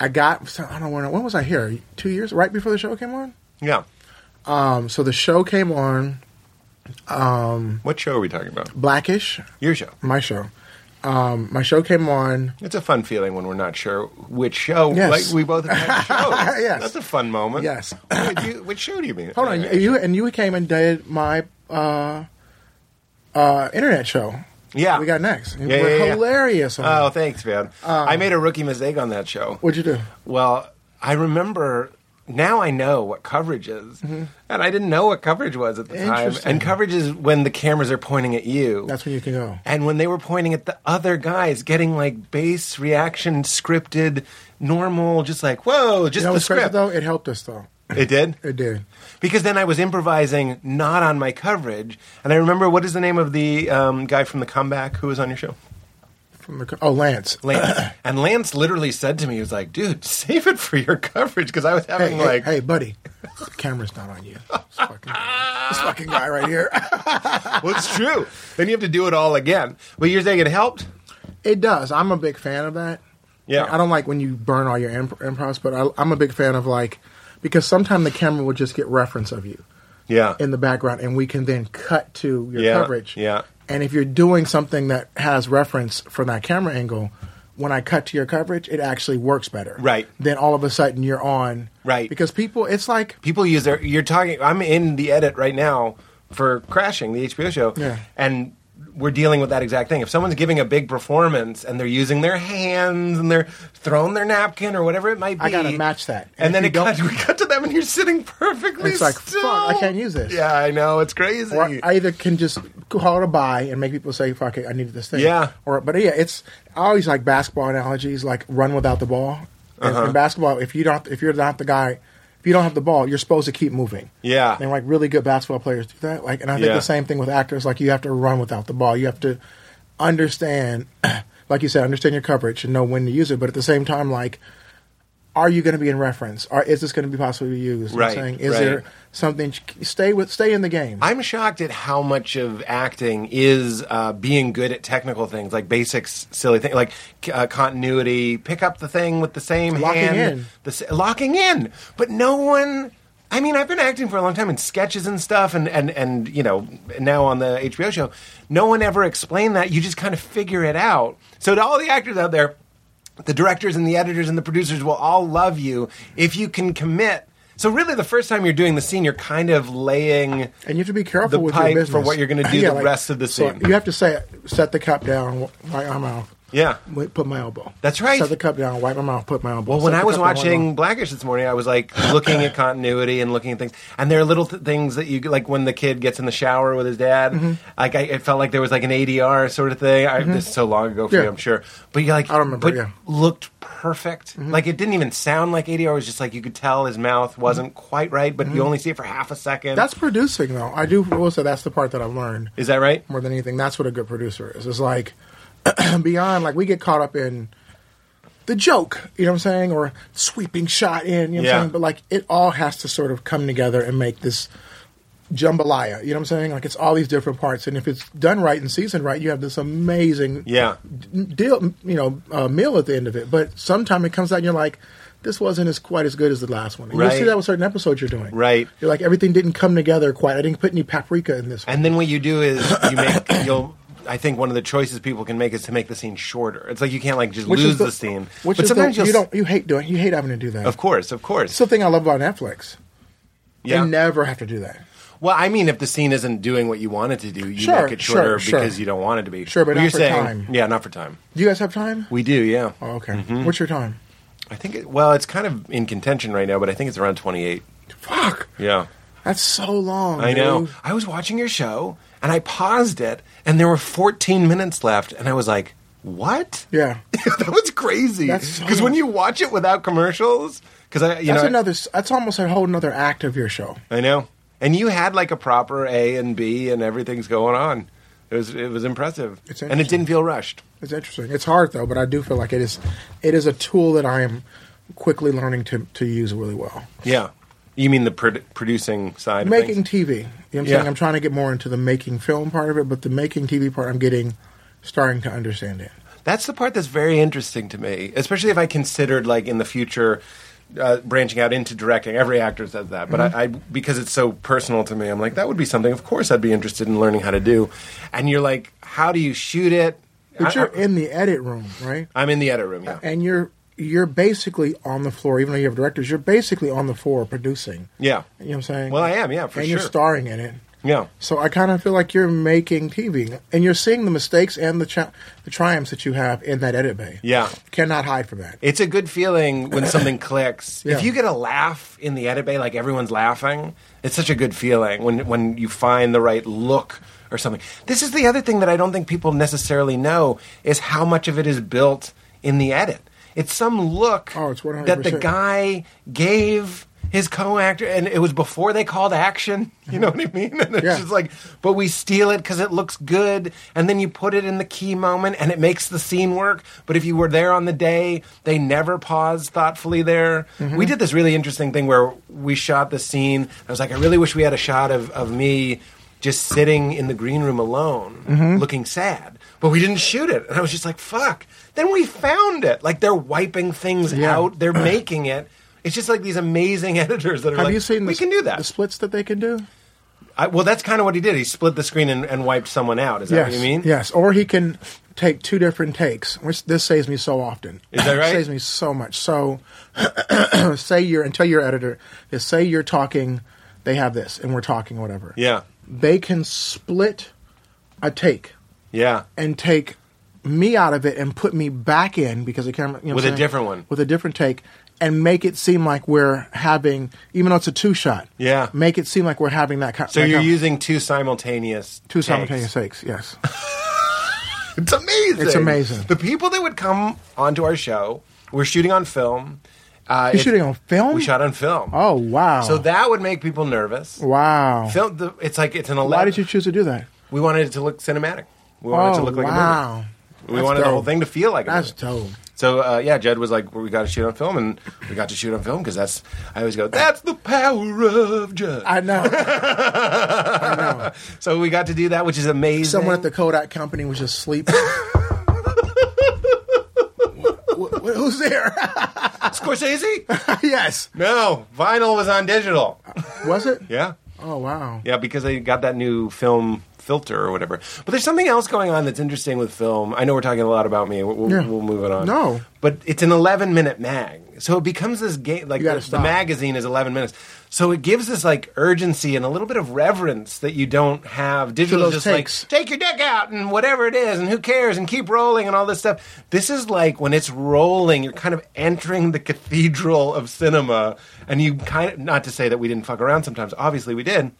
E: I got. so- I don't know when was I here? Two years, right before the show came on.
C: Yeah.
E: Um, so the show came on
C: What show are we talking about?
E: Blackish,
C: Your show.
E: my show. Um, my show came on.
C: It's a fun feeling when we're not sure which show.
E: Yes.
C: Like we both have shows.
E: Yes.
C: That's a fun moment.
E: Yes.
C: What do you- which show do you mean?
E: Hold on, you and you came and did my uh, uh, internet show.
C: Yeah.
E: we got next. Um,
C: Yeah,
E: we're
C: yeah, yeah.
E: hilarious. on
C: Oh,
E: that.
C: thanks, man. I made a rookie mistake on that show.
E: what'd you do?
C: Well, I remember now I know what coverage is, and I didn't know what coverage was at the time.
E: Mm-hmm. Interesting.
C: And coverage is when the cameras are pointing at you.
E: That's when you can go.
C: and when they were pointing at the other guys, getting like base reaction, scripted, normal, just like whoa, just
E: You know
C: the
E: what's crazy
C: script.
E: though? It helped us though.
C: It did
E: It did.
C: because then I was improvising, not on my coverage. And I remember what is the name of the um, guy from the comeback who was on your show?
E: From the co- oh Lance.
C: Lance. and Lance literally said to me, he was like, dude, save it for your coverage. Because I was
E: Hey,
C: having
E: hey,
C: like,
E: hey, buddy, the camera's not on you. This fucking, this fucking guy right here.
C: well, it's true. Then you have to do it all again. But you're saying it helped?
E: it does. I'm a big fan of that.
C: Yeah.
E: I don't like when you burn all your imp- improvs, but I, I'm a big fan of like because sometimes the camera will just get reference of you
C: Yeah.
E: in the background, and we can then cut to your
C: Yeah,
E: coverage.
C: yeah.
E: And if you're doing something that has reference from that camera angle, when I cut to your coverage, it actually works better.
C: Right.
E: Then all of a sudden you're on.
C: Right.
E: Because people, it's like
C: People use their, you're talking, I'm in the edit right now for Crashing, the HBO show.
E: Yeah.
C: And we're dealing with that exact thing. If someone's giving a big performance and they're using their hands and they're throwing their napkin or whatever it might be,
E: I gotta match that.
C: And,
E: And
C: then
E: if
C: it
E: you
C: cut,
E: don't-
C: we cut to them, and you're sitting perfectly.
E: It's like,
C: still.
E: fuck, I can't use this.
C: Yeah, I know it's crazy.
E: Or I either can just call it a buy and make people say, "Fuck it, I needed this thing."
C: Yeah.
E: Or, but yeah, it's I always like basketball analogies, like run without the ball. And
C: Uh-huh.
E: In basketball, if you don't, if you're not the guy, if you don't have the ball, you're supposed to keep moving.
C: Yeah.
E: And like really good basketball players do that. Like, and I think
C: Yeah.
E: the same thing with actors. Like, you have to run without the ball. You have to understand, like you said, understand your coverage and know when to use it. But at the same time, like, are you going to be in reference? Or is this going to be possibly used? You know what I'm
C: Right,
E: saying? Is
C: right.
E: there something? Stay with, stay in the game.
C: I'm shocked at how much of acting is uh, being good at technical things, like basics, silly things, like uh, continuity. Pick up the thing with the same
E: Locking
C: hand,
E: in.
C: the s- locking in. But no one. I mean, I've been acting for a long time in sketches and stuff, and and and you know, now on the HBO show, no one ever explained that. You just kind of figure it out. So to all the actors out there, the directors and the editors and the producers will all love you if you can commit. So really, the first time you're doing the scene, you're kind of laying
E: And you have to be careful
C: the
E: with
C: pipe
E: your business
C: for what you're going to do the rest of the
E: so
C: scene.
E: you have to say, set the cup down, wi- wipe my mouth,
C: yeah.
E: wi- put my elbow.
C: That's right.
E: Set the cup down, wipe my mouth, put my elbow.
C: Well, when
E: Set
C: I
E: the
C: was
E: cup down, wipe my
C: watching
E: mouth.
C: Blackish this morning, I was like looking at continuity and looking at things, and there are little th- things that you like when the kid gets in the shower with his dad.
E: Mm-hmm.
C: Like I, it felt like there was like an ADR sort of thing. I, This is so long ago for
E: Yeah.
C: you, I'm sure, but you like
E: I don't remember,
C: but
E: yeah. Mm-hmm.
C: looked perfect. Like it didn't even sound like ADR. It was just like you could tell his mouth wasn't quite right, but you only see it for half a second.
E: Mm-hmm. That's producing, though. I do will say that's the part that I've learned
C: is that right?
E: more than anything. That's what a good producer is. It's like beyond, like, we get caught up in the joke, you know what I'm saying? Or sweeping shot in, you know what
C: Yeah.
E: I'm saying? But, like, it all has to sort of come together and make this jambalaya, you know what I'm saying? Like, it's all these different parts. And if it's done right and seasoned right, you have this amazing
C: Yeah.
E: deal, you know, uh, meal at the end of it. But sometime it comes out and you're like, this wasn't as quite as good as the last one. And You see
C: Right.
E: that with certain episodes you're doing.
C: Right.
E: You're like, everything didn't come together quite. I didn't put any paprika in this one.
C: And then what you do is you make you'll. I think one of the choices people can make is to make the scene shorter. It's like you can't like just lose
E: is
C: the, scene.
E: Which
C: but
E: is
C: sometimes
E: the,
C: you'll
E: you
C: s-
E: don't, you hate doing, you hate having to do that.
C: Of course, of course.
E: It's the thing I love about Netflix.
C: yeah.
E: They never have to do that.
C: well, I mean, if the scene isn't doing what you want it to do, you
E: Sure,
C: make it
E: sure,
C: shorter
E: sure.
C: because you don't want it to be.
E: Sure, but not
C: you're
E: for
C: saying,
E: time.
C: Yeah, not for time.
E: Do you guys have time?
C: We do, yeah.
E: Oh, okay.
C: Mm-hmm.
E: What's your time?
C: I think. It, well, it's kind of in contention right now, but I think it's around twenty-eight.
E: Fuck.
C: Yeah.
E: That's so long.
C: I know.
E: dude.
C: I was watching your show and I paused it, and there were 14 minutes left, and I was like, "What?
E: Yeah.
C: that was crazy."
E: That's so-
C: Because when you watch it without commercials, because I, you
E: That's
C: know,
E: another, s- that's almost a whole another act of your show.
C: I know, and you had like a proper A and B, and everything's going on. It was it was impressive,
E: It's
C: and it didn't feel rushed.
E: It's interesting. It's hard though, but I do feel like it is. It is a tool that I am quickly learning to to use really well.
C: Yeah, you mean the pro- producing side?
E: Making
C: of things?
E: TV. You know what I'm
C: Yeah.
E: saying? I'm trying to get more into the making film part of it, but the making TV part, I'm getting starting to understand it.
C: That's the part that's very interesting to me, especially if I considered like in the future uh, branching out into directing. Every actor says that, but
E: Mm-hmm.
C: I, I because it's so personal to me, I'm like that would be something. Of course, I'd be interested in learning how to do. And you're like, how do you shoot it?
E: But
C: I,
E: you're
C: I,
E: in the edit room, right?
C: I'm in the edit room. Yeah,
E: And you're you're basically on the floor, even though you have directors. You're basically on the floor producing.
C: yeah,
E: You know what I'm saying?
C: Well, I am, yeah, for
E: and you're
C: sure.
E: starring in it.
C: yeah.
E: So I kind of feel like you're making TV, and you're seeing the mistakes and the tri- the triumphs that you have in that edit bay.
C: Yeah.
E: cannot hide from that.
C: It's a good feeling when something clicks.
E: Yeah.
C: If you get a laugh in the edit bay, like everyone's laughing, it's such a good feeling when when you find the right look or something. This is the other thing that I don't think people necessarily know is how much of it is built in the edit. It's some look
E: Oh, it's 100%.
C: that the guy gave his co-actor, and it was before they called action. You know what I mean? And it's
E: Yeah.
C: just like, but we steal it because it looks good, and then you put it in the key moment, and it makes the scene work. But if you were there on the day, they never pause thoughtfully. There, we did this really interesting thing where we shot the scene. I was like, I really wish we had a shot of of me just sitting in the green room alone, looking sad. But we didn't shoot it, and I was just like, fuck. Then we found it. Like they're wiping things
E: Yeah.
C: out. They're making it. It's just like these amazing editors that are
E: Have
C: like,
E: you seen
C: we
E: the,
C: can do that.
E: the splits that they can do?
C: I, well, that's kind of what he did. He split the screen and, and wiped someone out. Is that
E: yes,
C: what you mean?
E: yes. Or he can take two different takes, which this saves me so often.
C: Is that right?
E: saves me so much. So, say you're and tell your editor is say you're talking, they have this, and we're talking whatever.
C: Yeah.
E: they can split a take
C: Yeah.
E: and take me out of it and put me back in because the camera you know
C: With
E: what
C: a
E: I'm saying?
C: different one.
E: with a different take and make it seem like we're having, even though it's a two shot.
C: Yeah.
E: Make it seem like we're having that. Co-
C: So
E: that
C: you're
E: co-
C: using two simultaneous
E: two
C: takes. Uh,
E: simultaneous takes. Yes.
C: It's amazing.
E: It's amazing.
C: The people that would come onto our show, we're shooting on film. Uh,
E: You're
C: it-
E: shooting on film.
C: We shot on film.
E: Oh wow.
C: So that would make people nervous.
E: wow.
C: Film, the, it's like it's an 11.
E: Why did you choose to do that?
C: We wanted it to look cinematic. We wanted it to
E: Oh,
C: look like a
E: wow.
C: movie. We
E: That's
C: wanted the
E: dope.
C: whole thing to feel like a
E: That's
C: movie.
E: dope.
C: So uh, yeah, Jed was like, "We got to shoot on film," and we got to shoot on film because that's I always go, "That's the power of Jed."
E: I know.
C: so we got to do that, which is amazing.
E: Someone at the Kodak company was just sleeping. Wh- wh- Who's there?
C: Scorsese?
E: yes.
C: no, vinyl was on digital.
E: Was it?
C: Yeah,
E: Oh wow.
C: yeah, because they got that new film filter or whatever. But there's something else going on that's interesting with film. I know we're talking a lot about me. We'll, we'll,
E: Yeah.
C: we'll move it on.
E: No.
C: but it's an 11 minute mag, so it becomes this game. Like
E: You gotta
C: the, the
E: stop.
C: magazine is 11 minutes, so it gives this like urgency and a little bit of reverence that you don't have. Digital is
E: those
C: just like
E: takes.
C: take your dick out and whatever it is, and who cares, and keep rolling and all this stuff. This is like when it's rolling, you're kind of entering the cathedral of cinema, and you kind of not to say that we didn't fuck around sometimes. Obviously, we did.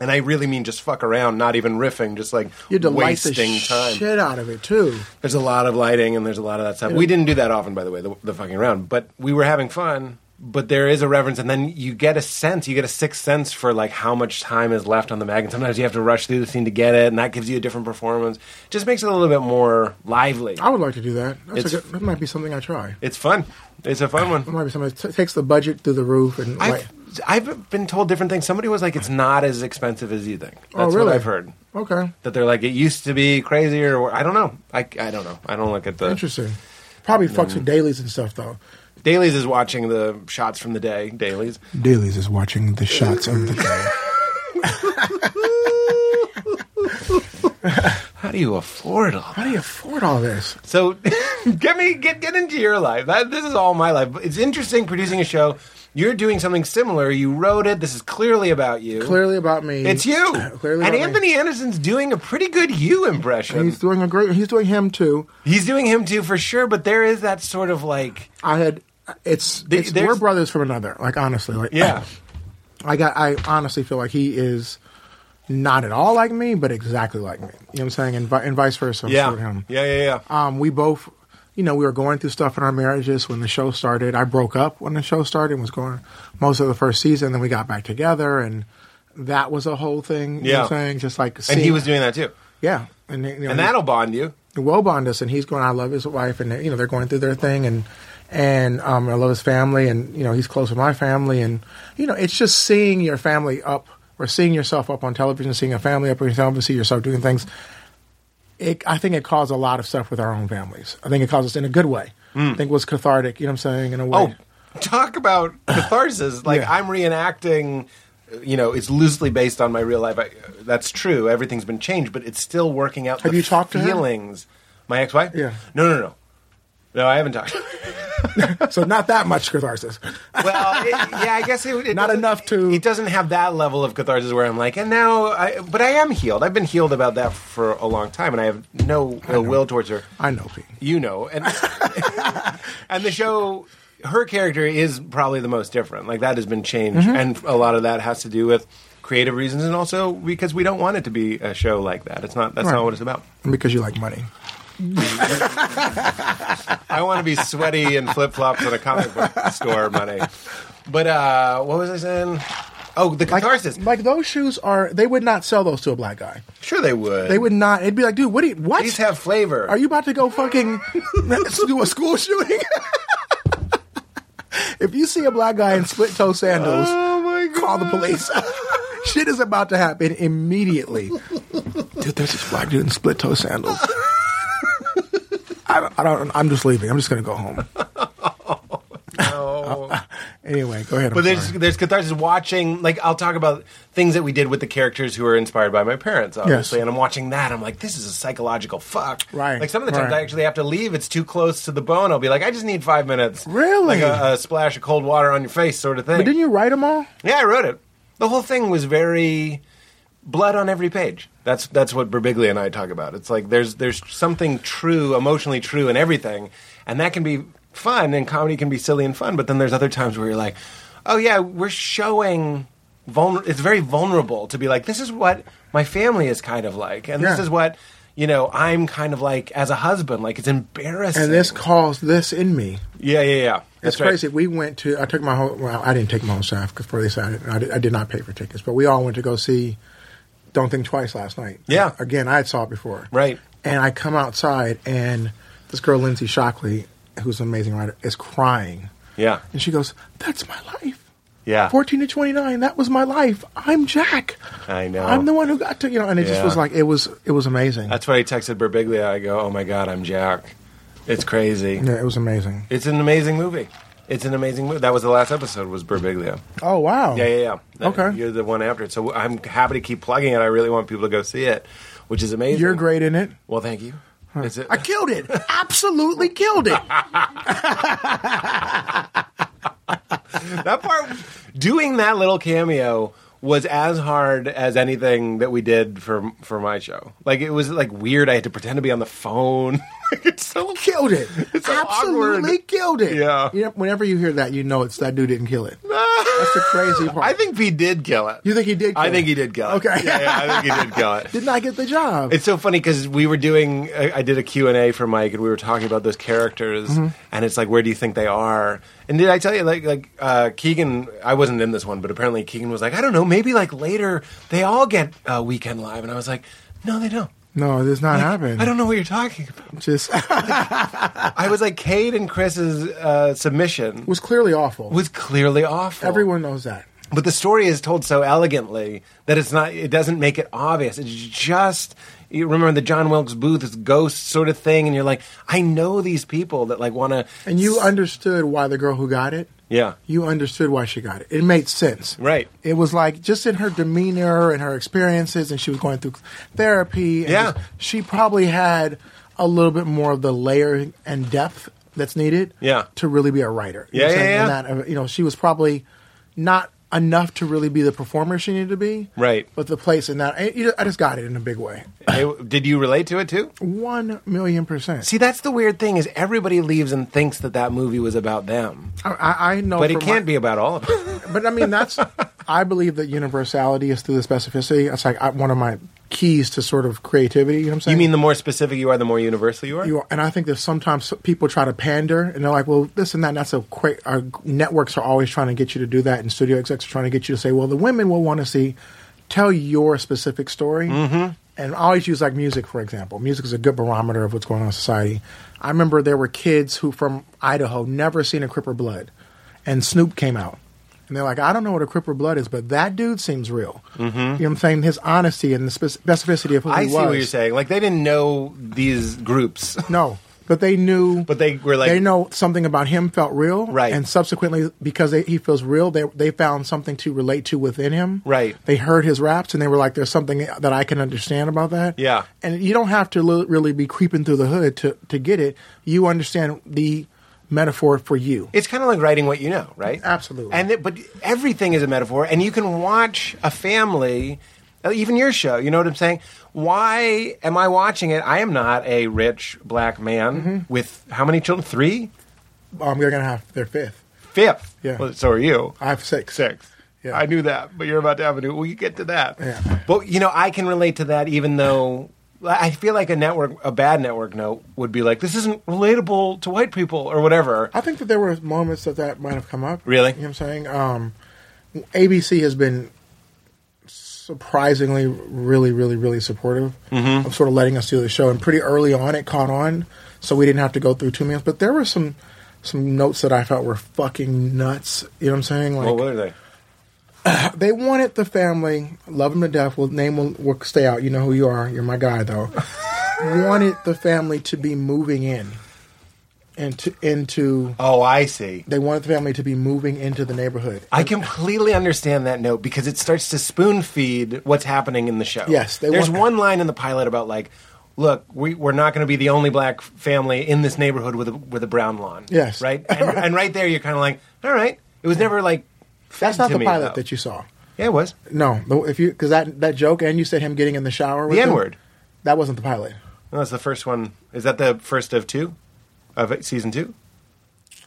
C: And I really mean just fuck around, not even riffing, just like
E: You had to light the
C: wasting time.
E: shit out of it too.
C: There's a lot of lighting and there's a lot of that stuff. We didn't do that often, by the way, the, the fucking round, but we were having fun. But there is a reverence, and then you get a sense, you get a sixth sense for like how much time is left on the mag, and sometimes you have to rush through the scene to get it, and that gives you a different performance. Just makes it a little bit more lively.
E: I would like to do that. That's a
C: It's-
E: good, that might be something I try.
C: It's fun. It's a fun
E: That
C: one.
E: might be something that t- takes the budget through the roof and like,
C: I've, I've been told different things. Somebody was like, "It's not as expensive as you think." That's
E: oh really?
C: what I've heard.
E: Okay,
C: That they're like, "It used to be crazier," or I don't know. I, I don't know. I don't look at the
E: interesting. Probably fucks with dailies and stuff though.
C: dailies. Is watching the shots from the day dailies.
E: Dailies is watching the shots of the day.
C: How do you afford all
E: How do you afford all this?
C: So get me get get into your life. That, this is all my life. But It's interesting producing a show. You're doing something similar. You wrote it. This is clearly about you.
E: Clearly about me.
C: It's you.
E: Clearly
C: and
E: about me.
C: Anthony Anderson's doing a pretty good you impression.
E: He's
C: He's,
E: doing a great. He's doing him too.
C: doing him too for sure, but there is that sort of like
E: I had. It's,
C: There-
E: it's we're
C: there's-
E: brothers from another. Like honestly, like
C: yeah.
E: I got. I honestly feel like he is not at all like me, but exactly like me. You know what I'm saying? And, vi- and vice versa. I'm
C: Yeah.
E: sure him.
C: yeah, yeah, yeah.
E: Um, we both, you know, we were going through stuff in our marriages when the show started. I broke up when the show started and was going most of the first season. Then we got back together, and that was a whole thing. You know what I'm
C: Yeah.
E: saying? Just like
C: And he
E: seeing-
C: was doing that too.
E: yeah, and you know,
C: And that'll bond you.
E: the well bond us, and he's going. I love his wife, and you know they're going through their thing, and and um, I love his family, and you know he's close with my family, and you know it's just seeing your family up or seeing yourself up on television, seeing a family up on television, see yourself doing things. It, I think it caused a lot of stuff with our own families. I think it caused us in a good way.
C: Mm.
E: I think it was cathartic. You know what I'm saying? In a way.
C: Oh, talk about catharsis! Like
E: Yeah.
C: I'm reenacting. You know, it's loosely based on my real life. I, that's true. Everything's been changed, but it's still working out.
E: Have
C: the
E: you talked to her?
C: feelings? My ex-wife?
E: Yeah.
C: No, no, no, no. I haven't talked. Oh.
E: So not that much catharsis.
C: well, it, yeah, I guess it, it
E: Not
C: doesn't-
E: enough to-
C: It doesn't have that level of catharsis where I'm like, and now, I, but I am healed. I've been healed about that for a long time, and I have no ill will towards her.
E: I know, Pete.
C: you know and and the show her character is probably the most different like that has been changed
E: Mm-hmm.
C: and a lot of that has to do with creative reasons and also because we don't want it to be a show like that it's not that's
E: Right.
C: not what it's about
E: because you like money.
C: i want to be sweaty and flip-flops in a comic book store money but uh what was i saying oh the catharsis
E: Like those shoes are. They would not sell those to a black guy.
C: sure they would
E: They would not. It'd be like, dude, what? Do you, what?
C: these have flavor
E: Are you about to go fucking do a school shooting? if you see a black guy in split toe sandals,
C: Oh my
E: call the police. Shit is about to happen immediately. Dude, there's this black dude in split toe sandals. I, don't- I don't. I'm just leaving. I'm just gonna go home. anyway, go ahead. I'm
C: But there's
E: sorry.
C: there's catharsis watching. Like I'll talk about things that we did with the characters who are inspired by my parents, obviously.
E: Yes.
C: And I'm watching that. I'm like, this is a psychological fuck.
E: Right,
C: Like some of the times
E: right.
C: I actually have to leave. It's too close to the bone. I'll be like, I just need five minutes.
E: Really?
C: Like a, a splash of cold water on your face, sort of thing.
E: But didn't you write them all?
C: Yeah, I wrote it. The whole thing was very blood on every page. That's that's what Berbiglia and I talk about. It's like there's there's something true, emotionally true in everything, and that can be fun, and comedy can be silly and fun. But then there's other times where you're like, oh yeah, we're showing. Vulner- it's very vulnerable to be like, this is what my family is kind of like, and this
E: Yeah.
C: is what you know I'm kind of like as a husband. Like it's embarrassing.
E: And this caused this in me.
C: yeah, yeah, yeah.
E: It's
C: That's right.
E: crazy. We went to. I took my whole. Well, I didn't take my own staff because for this I did, I did. I did not pay for tickets, but we all went to go see. Don't think twice last night.
C: Yeah.
E: Again, I had saw it before.
C: Right.
E: And I come outside, and this girl Lindsay Shockley, who's an amazing writer, is crying,
C: Yeah,
E: and she goes, "That's my life."
C: yeah.
E: 14 to 29 that was my life i'm jack
C: I know.
E: i'm the one who got to you know and it just
C: Yeah.
E: was like it was it was amazing
C: That's why I texted Berbiglia. I go, oh my god, I'm Jack. It's crazy.
E: yeah it was amazing
C: It's an amazing movie. It's an amazing movie. That was the last episode. Was Berbiglia?
E: oh wow
C: Yeah, yeah, yeah. That-
E: Okay.
C: You're the one after it. So I'm happy to keep plugging it. I really want people to go see it, which is amazing.
E: you're great in it
C: Well, thank you. Is it?
E: i killed it absolutely killed it
C: that part, doing that little cameo was as hard as anything that we did for for my show. Like it was like weird. I had to pretend to be on the phone. it's so
E: killed it
C: It's so
E: absolutely
C: awkward.
E: killed it
C: Yeah.
E: You know, whenever you hear that you know it's that dude didn't kill it that's the crazy part
C: I think he did kill it.
E: you think he did kill
C: I
E: it?
C: think he did kill it.
E: Okay.
C: Yeah, yeah, I think he did kill it.
E: did not get the job
C: It's so funny because we were doing. I I did a Q and A for Mike, and we were talking about those characters,
E: Mm-hmm.
C: and it's like, where do you think they are? And did I tell you, like, like uh, Keegan? I wasn't in this one, but apparently Keegan was like, I don't know, maybe like later they all get uh, Weekend Live, and I was like, no, they don't.
E: no it does not happen
C: I don't know what you're talking about.
E: just it
C: I was like, Cade and Chris's uh, submission
E: was clearly awful
C: was clearly awful.
E: everyone knows that
C: but the story is told so elegantly that it's not it doesn't make it obvious it's just you remember the john wilkes booth this ghost sort of thing and you're like i know these people that like want to
E: and you understood why the girl who got it
C: yeah
E: you understood why she got it. It made sense.
C: Right.
E: It was like just in her demeanor and her experiences, and she was going through therapy. And
C: Yeah.
E: just- she probably had a little bit more of the layer and depth that's needed
C: Yeah.
E: to really be a writer. You know
C: Yeah,
E: what I'm
C: yeah,
E: saying?
C: yeah.
E: And not, uh, you know, she was probably not enough to really be the performer she needed to be.
C: Right.
E: But the place in that, I, you know, I just got it in a big way.
C: Hey, did you relate to it too
E: One million percent.
C: see that's the weird thing is everybody leaves and thinks that that movie was about them
E: I- I, I know,
C: but it
E: from
C: can't
E: Oh, my-
C: be about all of us
E: But I mean, that's I believe that universality is through the specificity. That's like I, one of my keys to sort of creativity. You know what I'm saying?
C: you mean the more specific you are the more universal you are
E: You are- and I think that sometimes people try to pander, and they're like, "Well, this and that." And that's a quick. Our networks are always trying to get you to do that, and studio execs are trying to get you to say, "Well, the women will want to see tell your specific story." Mm-hmm. And I always use like music, for example. Music is a good barometer of what's going on in society. I remember there were kids who from Idaho never seen a Cripper Blood, and Snoop came out. And they're like, I don't know what a Cripper Blood is, but that dude seems real. Mm-hmm. You know what I'm saying? His honesty and the spec- specificity of who
C: i
E: he
C: see
E: was.
C: what you're saying like they didn't know these groups
E: No, but they knew.
C: But they were like-
E: they know something about him felt real,
C: Right.
E: And subsequently, because they, he feels real, they they found something to relate to within him,
C: Right.
E: They heard his raps and they were like, "There's something that I can understand about that."
C: Yeah.
E: and you don't have to li- really be creeping through the hood to to get it. You understand the metaphor for you.
C: It's kind of like writing what you know, right?
E: Absolutely.
C: And it, but everything is a metaphor, and you can watch a family, uh, even your show. You know what I'm saying? Why am I watching it? I am not a rich black man
E: Mm-hmm.
C: with how many children? Three,
E: Um, they're gonna have their fifth.
C: fifth.
E: Yeah.
C: Well, so are you?
E: I have six.
C: Six.
E: Yeah.
C: I knew that, but you're about to have a new. We get to that.
E: Yeah.
C: But you know, I can relate to that, even though. I feel like a network, a bad network note would be like, this isn't relatable to white people or whatever.
E: I think that there were moments that that might have come up.
C: Really?
E: You know what I'm saying? Um, ABC has been surprisingly, really, really, really supportive of sort of letting us do the show. And pretty early on, it caught on, so we didn't have to go through two meals. But there were some some notes that I felt were fucking nuts. You know what I'm saying? Like
C: Well, what are they?
E: they wanted the family, love them to death. Well, name will, will stay out. You know who you are. You're my guy, though. wanted the family to be moving in. Into into
C: Oh, I see.
E: they wanted the family to be moving into the neighborhood.
C: I completely understand that note because it starts to spoon feed what's happening in the show.
E: Yes, they
C: there's
E: want-
C: one line in the pilot about like, look, we, we're not going to be the only black family in this neighborhood with a, with a brown lawn.
E: Yes.
C: right. And, and right there, you're kind of like, all right. It was never like fed
E: That's not
C: to
E: the
C: me,
E: pilot
C: though.
E: that you saw.
C: Yeah, it was.
E: No, the- if you because that that joke and you said him getting in the shower. With
C: The
E: them,
C: N-word.
E: That wasn't the pilot.
C: No, that's the first one. Is that the first of two of season two?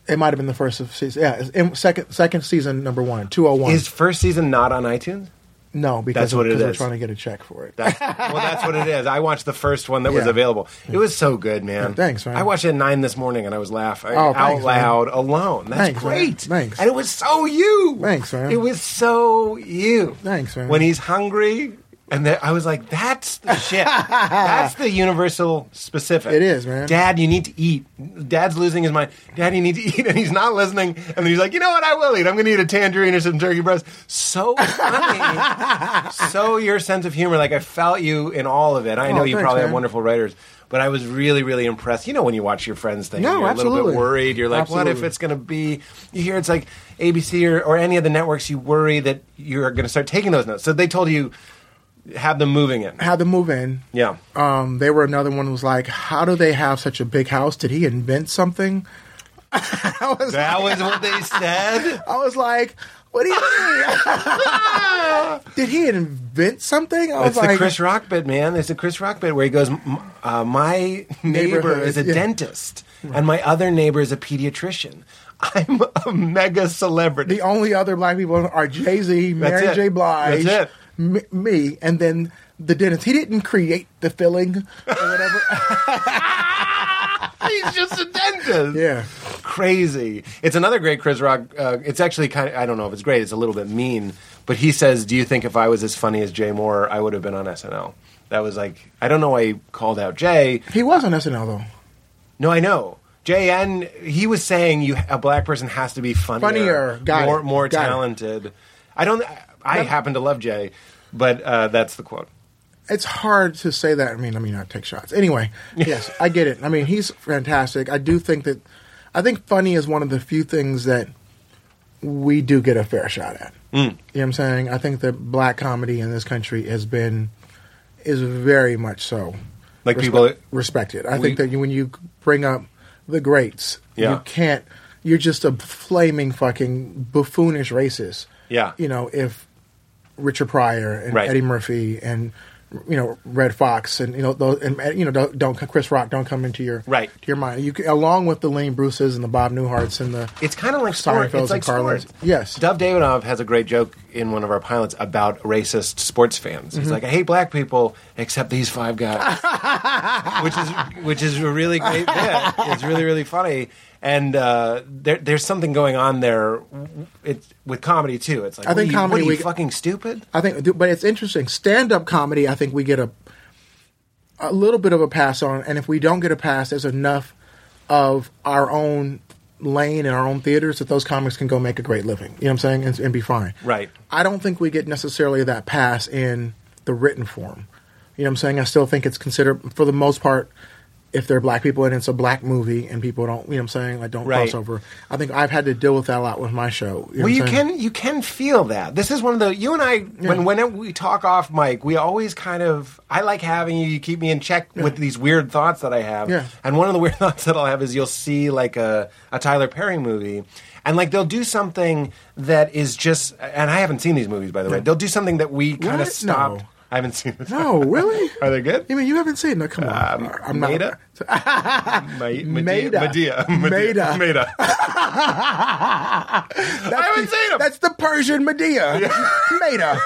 E: It might have been the first of season. Yeah, it's in second second season number one, two hundred one.
C: Is first season not on iTunes?
E: no, because
C: that's what it
E: because we're
C: is.
E: trying to get a check for it.
C: That's, well, that's what it is. I watched the first one that was
E: Yeah.
C: available. It was so good, man.
E: Yeah, thanks, man.
C: I watched it at nine this morning, and I was laughing
E: Oh,
C: out
E: thanks, man.
C: loud alone. That's
E: Thanks, man.
C: great.
E: Thanks.
C: And it was so you.
E: Thanks, man.
C: It was so you.
E: Thanks, man.
C: When he's hungry, and then I was like, "That's the shit. that's the universal specific.
E: It is, man.
C: Dad, you need to eat. Dad's losing his mind. Dad, you need to eat, and he's not listening. And then he's like, "You know what? I will eat. I'm going to eat a tangerine or some turkey breast." So funny. so your sense of humor. Like I felt you in all of it. I know
E: Oh,
C: you
E: thanks,
C: probably have
E: man.
C: wonderful writers, but I was really, really impressed. You know when you watch your friends thing,
E: No,
C: you're a little
E: absolutely.
C: bit worried. You're like, what if
E: Absolutely.
C: it's going to be? You hear it's like ABC or, or any of the networks. You worry that you're going to start taking those notes. So they told you have them moving it.
E: Had to move in.
C: Yeah.
E: Um, they were another one who was like, how do they have such a big house? Did he invent something? I was,
C: That was what they said.
E: I was like, what do you mean? Did he invent something? I was
C: It's
E: like,
C: the Chris Rock bit, man. It's the Chris Rock bit where he goes, "M- uh, "My neighbor
E: Neighborhood,
C: is a
E: yeah.
C: dentist, and my other neighbor is a pediatrician. I'm a mega celebrity."
E: the only other black people are Jay Z, Mary
C: it.
E: J. Blige,
C: That's it.
E: m- me, and then the dentist. He didn't create the filling or whatever.
C: He's just a dentist.
E: yeah.
C: Crazy. It's another great Chris Rock. Uh, it's actually kind of, I don't know if it's great, it's a little bit mean, but he says, Do you think if I was as funny as Jay Moore, I would have been on SNL? That was like, I don't know why he called out Jay.
E: He was on SNL, though.
C: No, I know. Jay and he was saying you a black person has to be funnier,
E: Funnier. Got
C: more
E: it.
C: more
E: Got it.
C: talented. I don't. I happen to love Jay, but uh, that's the quote.
E: it's hard to say that. I mean, I mean, I take shots anyway. Yes, I get it. I mean, he's fantastic. I do think that. I think funny is one of the few things that we do get a fair shot at. Mm. You know what I'm saying? I think that black comedy in this country has been is very much so
C: Like
E: respe-
C: people-
E: respected. I
C: We-
E: think that you, when you bring up the greats,
C: Yeah.
E: you can't. You're just a flaming fucking buffoonish racist.
C: Yeah.
E: you know if Richard Pryor and
C: Right.
E: Eddie Murphy and you know Red Fox and you know those, and uh, you know don't, don't Chris Rock don't come into your
C: Right.
E: to your mind. You can, along with the Lane Bruces and the Bob Newharts and the
C: It's kind of like sport.
E: Seinfelds
C: It's like
E: and Carlins.
C: sport.
E: Yes.
C: Dov Davidoff has a great joke in one of our pilots about racist sports fans.
E: Mm-hmm.
C: He's like, I hate black people except these five guys, which is which is a really great bit. It's really really funny, and uh, there, there's something going on there. It's with comedy too. It's like,
E: I
C: what
E: think
C: are you,
E: comedy
C: What are you
E: we-
C: fucking stupid?
E: I think, but it's interesting. Stand up comedy, I think we get a a little bit of a pass on, and if we don't get a pass, there's enough of our own lane and our own theaters that those comics can go make a great living. You know what I'm saying, and, and be fine.
C: Right.
E: I don't think we get necessarily that pass in the written form. You know what I'm saying? I still think it's considered for the most part. If they're black people and it's a black movie and people don't, you know what I'm saying, like don't
C: Right.
E: cross over. I think I've had to deal with that a lot with my show. know
C: well,
E: what
C: you
E: I'm saying?
C: can you can feel that. This is one of the you and I when when we talk off mic, we always kind of I like having you. You keep me in check with these weird thoughts that I have.
E: Yeah.
C: And one of the weird thoughts that I'll have is you'll see like a a Tyler Perry movie, and like they'll do something that is just. And I haven't seen these movies by the way. They'll do something that we kind of
E: What?
C: stopped.
E: No.
C: I haven't seen. This.
E: No, Oh, really?
C: Are they good?
E: I mean, you haven't seen it. Come on.
C: Um,
E: I'm not.
C: Maida? Ma- Medea.
E: Maida.
C: Medea.
E: Maida.
C: Maida. I haven't seen them.
E: That's the Persian Medea. Maida.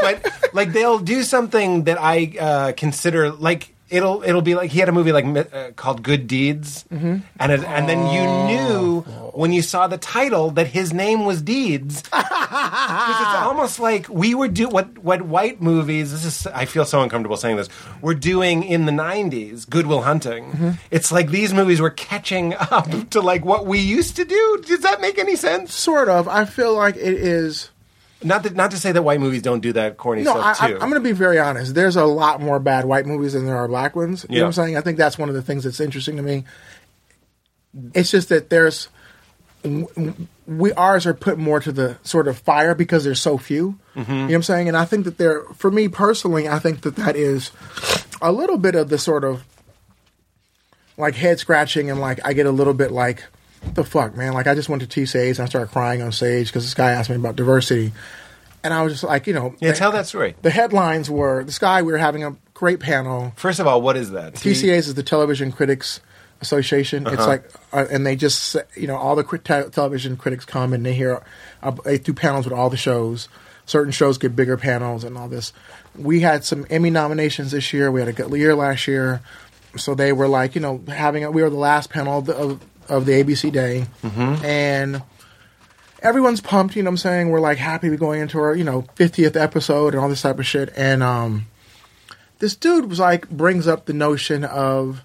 C: but like they'll do something that I uh, consider like it'll it'll be like he had a movie like uh, called Good Deeds,
E: Mm-hmm.
C: and it, and then
E: Oh.
C: you knew when you saw the title that his name was Deeds. 'Cause it's almost like we were do what what white movies. This is I feel so uncomfortable saying this. We're doing in the '90s Goodwill Hunting.
E: Mm-hmm.
C: It's like these movies were catching up to like what we used to do. Does that make any sense?
E: Sort of. I feel like it is.
C: Not that, not to say that white movies don't do that corny
E: No, I,
C: stuff
E: I,
C: too.
E: I'm going to be very honest. There's a lot more bad white movies than there are black ones. You know what
C: Yeah.
E: I'm saying? I think that's one of the things that's interesting to me. It's just that there's. We ours are put more to the sort of fire because there's so few.
C: Mm-hmm.
E: You know what I'm saying? And I think that there, for me personally, I think that that is a little bit of the sort of like head scratching and like I get a little bit like what the fuck man like I just went to T Sage and I started crying on stage because this guy asked me about diversity and I was just like you know
C: yeah, tell that story.
E: the headlines were this guy we were having a great panel
C: First of all, what is that?
E: TCAs is the television critics Association. It's like, uh, and they just s- you know all the crit- te- television critics come and they hear uh, they do panels with all the shows. Certain shows get bigger panels and all this. We had some Emmy nominations this year. We had a good year last year, so they were like you know having a, we were the last panel of the, of, of the ABC day, and everyone's pumped, you know what I'm saying? We're like happy we're going into our, you know, 50th episode and all this type of shit. And um, this dude was like, brings up the notion of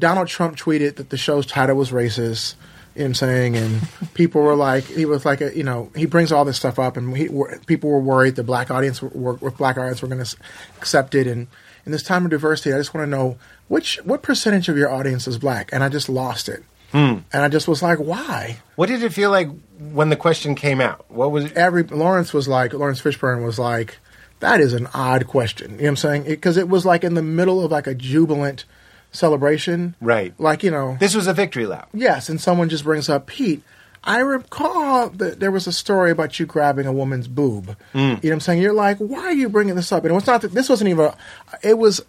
E: Donald Trump tweeted that the show's title was racist. You know what I'm saying? And people were like, he was like, a, you know, he brings all this stuff up, and he, were, people were worried the black audience were, were, were black audience were going to accept it. And in this time of diversity, I just want to know which what percentage of your audience is black? And I just lost it. And I just was like, why?
C: What did it feel like when the question came out? What was it?
E: every Lawrence was like Lawrence Fishburne was like that is an odd question. You know what I'm saying? Because it, was like in the middle of like a jubilant celebration,
C: Right.
E: Like you know,
C: This was a victory lap.
E: yes. And someone just brings up Pete. I recall that there was a story about you grabbing a woman's boob. You know what I'm saying? You're like, why are you bringing this up? And it was not that this wasn't even. It was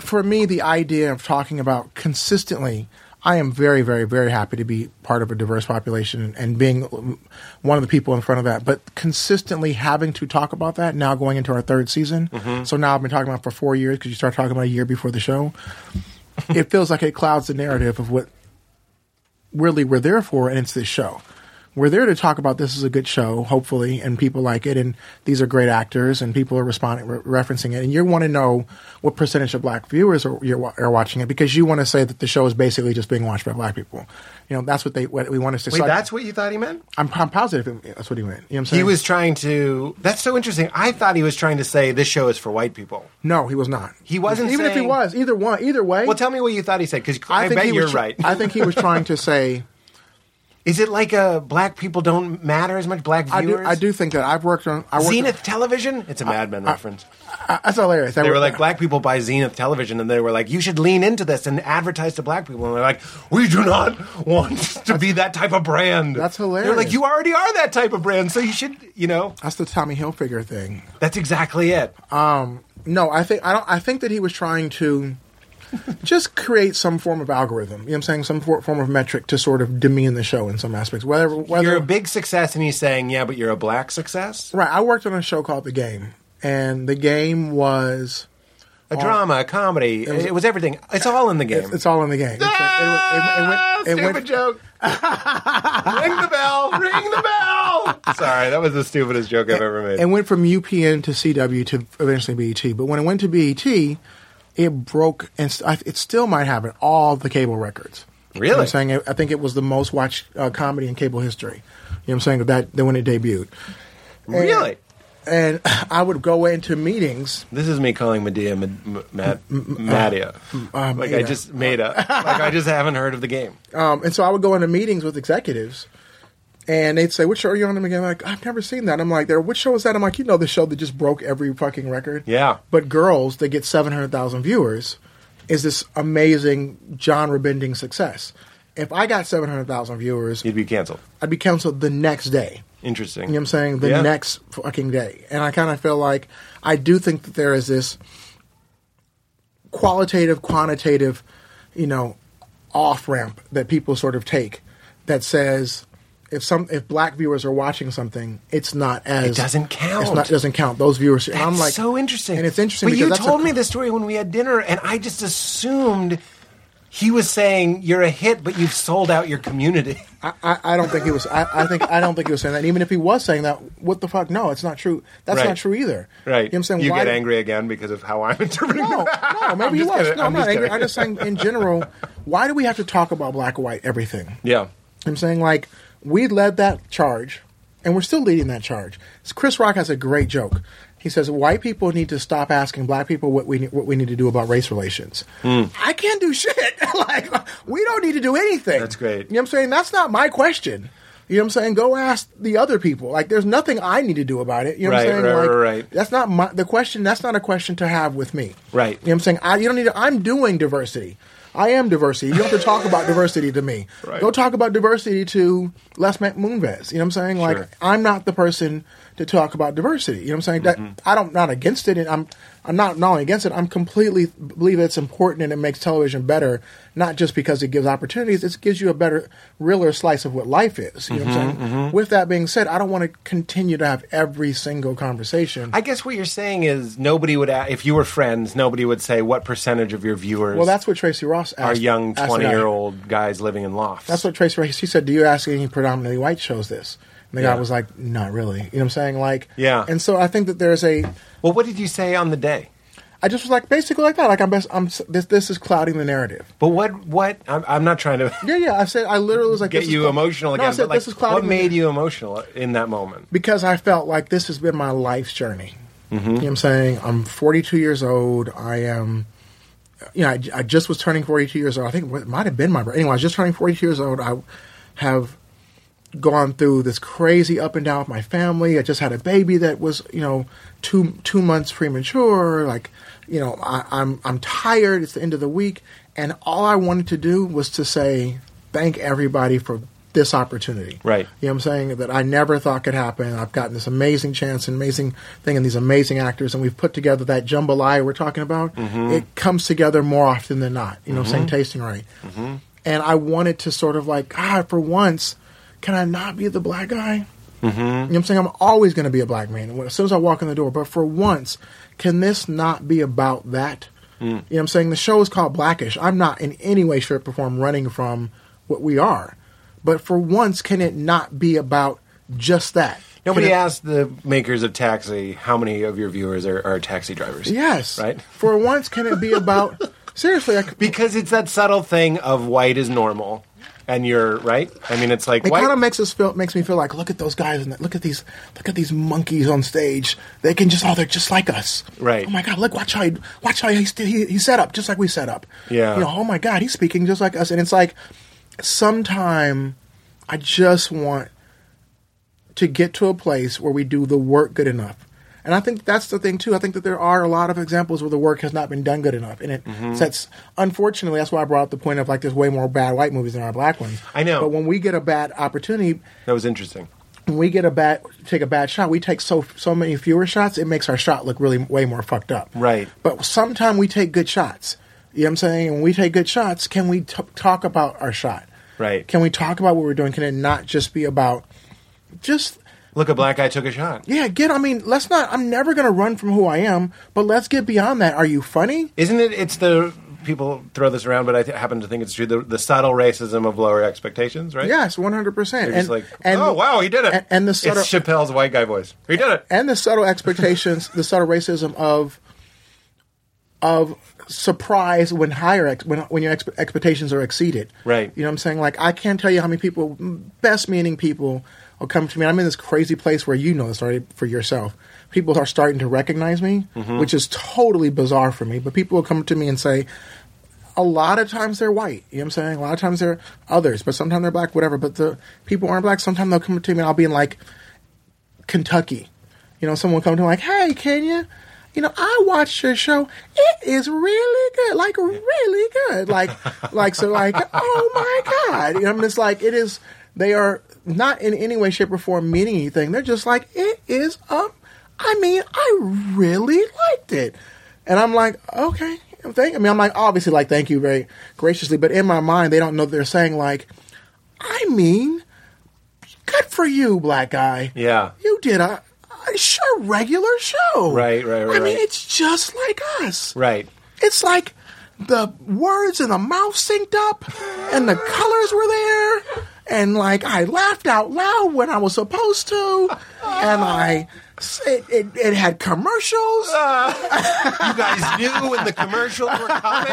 E: for me the idea of talking about consistently. I am very, very, very happy to be part of a diverse population and, and being one of the people in front of that. But consistently having to talk about that now going into our third season. So now I've been talking about it for four years because you start talking about a year before the show. it feels like it clouds the narrative of what really we're there for, and it's this show. We're there to talk about this is a good show, hopefully, and people like it, and these are great actors, and people are responding, re- referencing it, and you want to know what percentage of black viewers are, you're, wa- are watching it because you want to say that the show is basically just being watched by black people. You know, that's what they what we want us to.
C: Wait,
E: so I-
C: that's what you thought he meant?
E: I'm, I'm positive that's what he meant. You know what I'm saying?
C: He was trying to. That's so interesting. I thought he was trying to say this show is for white people.
E: no, he was not.
C: He wasn't
E: Even if he
C: saying-
E: was, either one, either way.
C: Well, tell me what you thought he said because I,
E: think
C: bet
E: he
C: you're
E: was tr-
C: right.
E: I think he was trying to say.
C: Is it like uh black people don't matter as much? Black
E: I do.
C: viewers.
E: I do think that I've worked on. I worked
C: Zenith Television. It's a Mad Men reference.
E: I, that's hilarious. I
C: They were
E: worked-
C: like, black people buy Zenith television, and they were like, you should lean into this and advertise to black people. And they're like, we do not want to be that type of brand.
E: That's
C: They're like,
E: hilarious.
C: you already are that type of brand, so you should, you know,
E: That's the Tommy Hilfiger thing.
C: that's exactly it.
E: No, I think I don't. I think that he was trying to just create some form of algorithm. You know what I'm saying? Some for, form of metric to sort of demean the show in some aspects. Whether whether
C: you're a big success, and he's saying, yeah, but you're a black success?
E: right, I worked on a show called The Game, and the game was
C: A drama, a comedy. It was, everything. It's all in the game.
E: it's all in the game. It's like-
C: Ah,
E: it, went- it went- it
C: stupid
E: went-
C: joke. ring the bell. Ring the bell. Sorry, that was the stupidest joke I've ever made.
E: it went from UPN to CW to eventually BET. But when it went to BET, it broke, and st- I- it still might have it all the cable records. You know
C: Really?
E: what I'm saying I think it was the most watched uh, comedy in cable history. You know what I'm saying? That, that when it debuted.
C: really?
E: and I would go into meetings.
C: This is me calling Medea Mad, Mad, Madia.
E: um,
C: like I
E: yeah.
C: just made up. Like I just haven't heard of the game.
E: Um, and so I would go into meetings with executives, and they'd say, "What show are you on?" And again, like I've never seen that. I'm like, "There, which show is that?" I'm like, "You know, the show that just broke every fucking record."
C: Yeah.
E: But girls that get seven hundred thousand viewers is this amazing genre bending success. If I got seven hundred thousand viewers,
C: You'd be canceled.
E: I'd be canceled the next day.
C: Interesting.
E: You know what I'm saying? The
C: Yeah.
E: next fucking day. And I kind of feel like I do think that there is this qualitative, quantitative, you know, off ramp that people sort of take that says if some if black viewers are watching something, it's not as
C: It doesn't count.
E: It's not doesn't count. Those viewers. and I'm
C: That's
E: like
C: so interesting.
E: and it's interesting.
C: But
E: because
C: you
E: that's a-
C: told me this story when we had dinner, and I just assumed he was saying you're a hit, but you've sold out your community.
E: I, I, I don't think he was. I, I think I don't think he was saying that. And even if he was saying that, what the fuck? No, it's not true. That's
C: Right.
E: not true either. You know what I'm saying? Why did-
C: again because of how I'm interpreting.
E: No, no, maybe he
C: just
E: was.
C: kidding.
E: No, I'm,
C: I'm
E: not
C: just
E: angry.
C: kidding.
E: I'm just saying, in general, why do we have to talk about black or white everything?
C: Yeah.
E: I'm saying, like, we led that charge, and we're still leading that charge. Chris Rock has a great joke. He says, white people need to stop asking black people what we, what we need to do about race relations.
C: Hmm.
E: I can't do shit. like, we don't need to do anything.
C: That's great.
E: You know what I'm saying? That's not my question. You know what I'm saying? Go ask the other people. Like, there's nothing I need to do about it. You know what I'm
C: Right,
E: saying?
C: right,
E: like,
C: right, right.
E: That's not my, the question. That's not a question to have with me.
C: Right.
E: You know what I'm saying? I, you don't need to, I'm doing diversity. I am diversity. You don't have to talk about diversity to me.
C: Right.
E: Go talk about diversity to Les Mac Moonves. You know what I'm saying? Like
C: Sure. Mm-hmm.
E: I'm not the person to talk about diversity. You know what I'm saying? That, I don't not against it, and I'm I'm not not only against it. I'm completely believe it's important and it makes television better. Not just because it gives opportunities, it gives you a better, realer slice of what life is. You know what
C: Mm-hmm,
E: I'm saying? With that being said, I don't want to continue to have every single conversation.
C: I guess what you're saying is nobody would, a- if you were friends, nobody would say what percentage of your viewers
E: well, that's what Tracy Ross asked.
C: are young
E: asked about.
C: 20 year old guys living in lofts.
E: That's what Tracy Race. She said, "Do you ask any predominantly white shows this?" And the
C: Yeah.
E: guy was like, "Not really." You know what I'm saying? Like,
C: Yeah.
E: And so I think that there's a.
C: Well, what did you say on the day?
E: I just was like basically like that. Like I'm best. I'm s- this. This is clouding the narrative.
C: But what, what, I'm, I'm not trying to
E: Yeah, yeah. I said I literally was like,
C: get
E: this is
C: you
E: clou-
C: emotional
E: No,
C: again,
E: I said
C: but like,
E: this is clouding.
C: what
E: the
C: made
E: narrative."
C: you emotional in that moment?
E: because I felt like this has been my life's journey. You know what I'm saying? I'm 42 years old. I am, you know, I, I just was turning 42 years old. I think it might have been my birthday. Anyway, I was just turning 42 years old. I have gone through this crazy up and down with my family. I just had a baby that was, you know, two two months premature. Like, you know, I, I'm I'm tired. It's the end of the week, and all I wanted to do was to say thank everybody for this opportunity.
C: Right.
E: You know what I'm saying? That I never thought could happen. I've gotten this amazing chance, an amazing thing, and these amazing actors, and we've put together that jambalaya we're talking about. It comes together more often than not. You know what I'm saying? Tasting right. And I wanted to sort of like, God, for once, can I not be the black guy? You know what I'm saying? I'm always going to be a black man as soon as I walk in the door. But for once, can this not be about that?
C: Hmm.
E: You know what I'm saying? The show is called Blackish. I'm not in any way, shape, or form running from what we are. But for once, can it not be about just that?
C: Nobody
E: Can it-
C: asked the makers of Taxi how many of your viewers are, are taxi drivers.
E: Yes.
C: Right?
E: For once, can it be about. seriously, I,
C: Because it's that subtle thing of white is normal and you're right. I mean, it's like
E: It
C: white.
E: kind of makes us feel makes me feel like look at those guys and look at these look at these monkeys on stage. They can just oh they're just like us.
C: Right.
E: Oh my god, look watch how he, watch how he, st- he he set up just like we set up.
C: Yeah.
E: You know, oh my god, he's speaking just like us, and it's like sometime I just want to get to a place where we do the work good enough. And I think that's the thing too. I think that there are a lot of examples where the work has not been done good enough, and it
C: Mm-hmm.
E: that's unfortunately that's why I brought up the point of like there's way more bad white movies than our black ones.
C: I know.
E: but when we get a bad opportunity,
C: that was interesting.
E: when we get a bad take a bad shot, we take so so many fewer shots. It makes our shot look really way more fucked up.
C: Right.
E: But sometimes we take good shots. You know what I'm saying? When we take good shots, can we t- talk about our shot?
C: Right.
E: Can we talk about what we're doing? Can it not just be about just
C: Look, a black guy took a shot.
E: yeah? Get I mean, let's not. I'm never gonna run from who I am, but let's get beyond that. Are you funny?
C: Isn't it? It's the people throw this around, but I th- happen to think it's true. The, the subtle racism of lower expectations, right?
E: Yes, one hundred percent.
C: It's like, oh wow, he did it.
E: And, and the subtle,
C: it's Chappelle's white guy voice. He did it.
E: and the subtle expectations, the subtle racism of of surprise when higher ex- when when your ex- expectations are exceeded.
C: Right.
E: You know what I'm saying? Like I can't tell you how many people, best meaning people, will come to me. I'm in this crazy place where you know this already for yourself. People are starting to recognize me, which is totally bizarre for me. But people will come to me and say, a lot of times they're white. You know what I'm saying? A lot of times they're others, but sometimes they're black, whatever. But the people aren't black. Sometimes they'll come to me and I'll be in like Kentucky. You know, someone will come to me like, hey, Kenya, you know, I watched your show. It is really good. Like, really good. Like, like, so like, oh my God. You know, I'm just like, it is, they are not in any way, shape, or form meaning anything. They're just like, it is up. I mean, I really liked it. And I'm like, okay, thank. I mean, I'm like, obviously, like, thank you very graciously, but in my mind, they don't know they're saying like, I mean, good for you, black guy.
C: Yeah.
E: you did a, a sh- a regular show.
C: Right, right, right,
E: I mean,
C: right.
E: it's just like us.
C: Right.
E: It's like the words and the mouth synced up, and the colors were there, and like I laughed out loud when I was supposed to, and I it it, it had commercials.
C: Uh. You guys knew when the commercials were coming.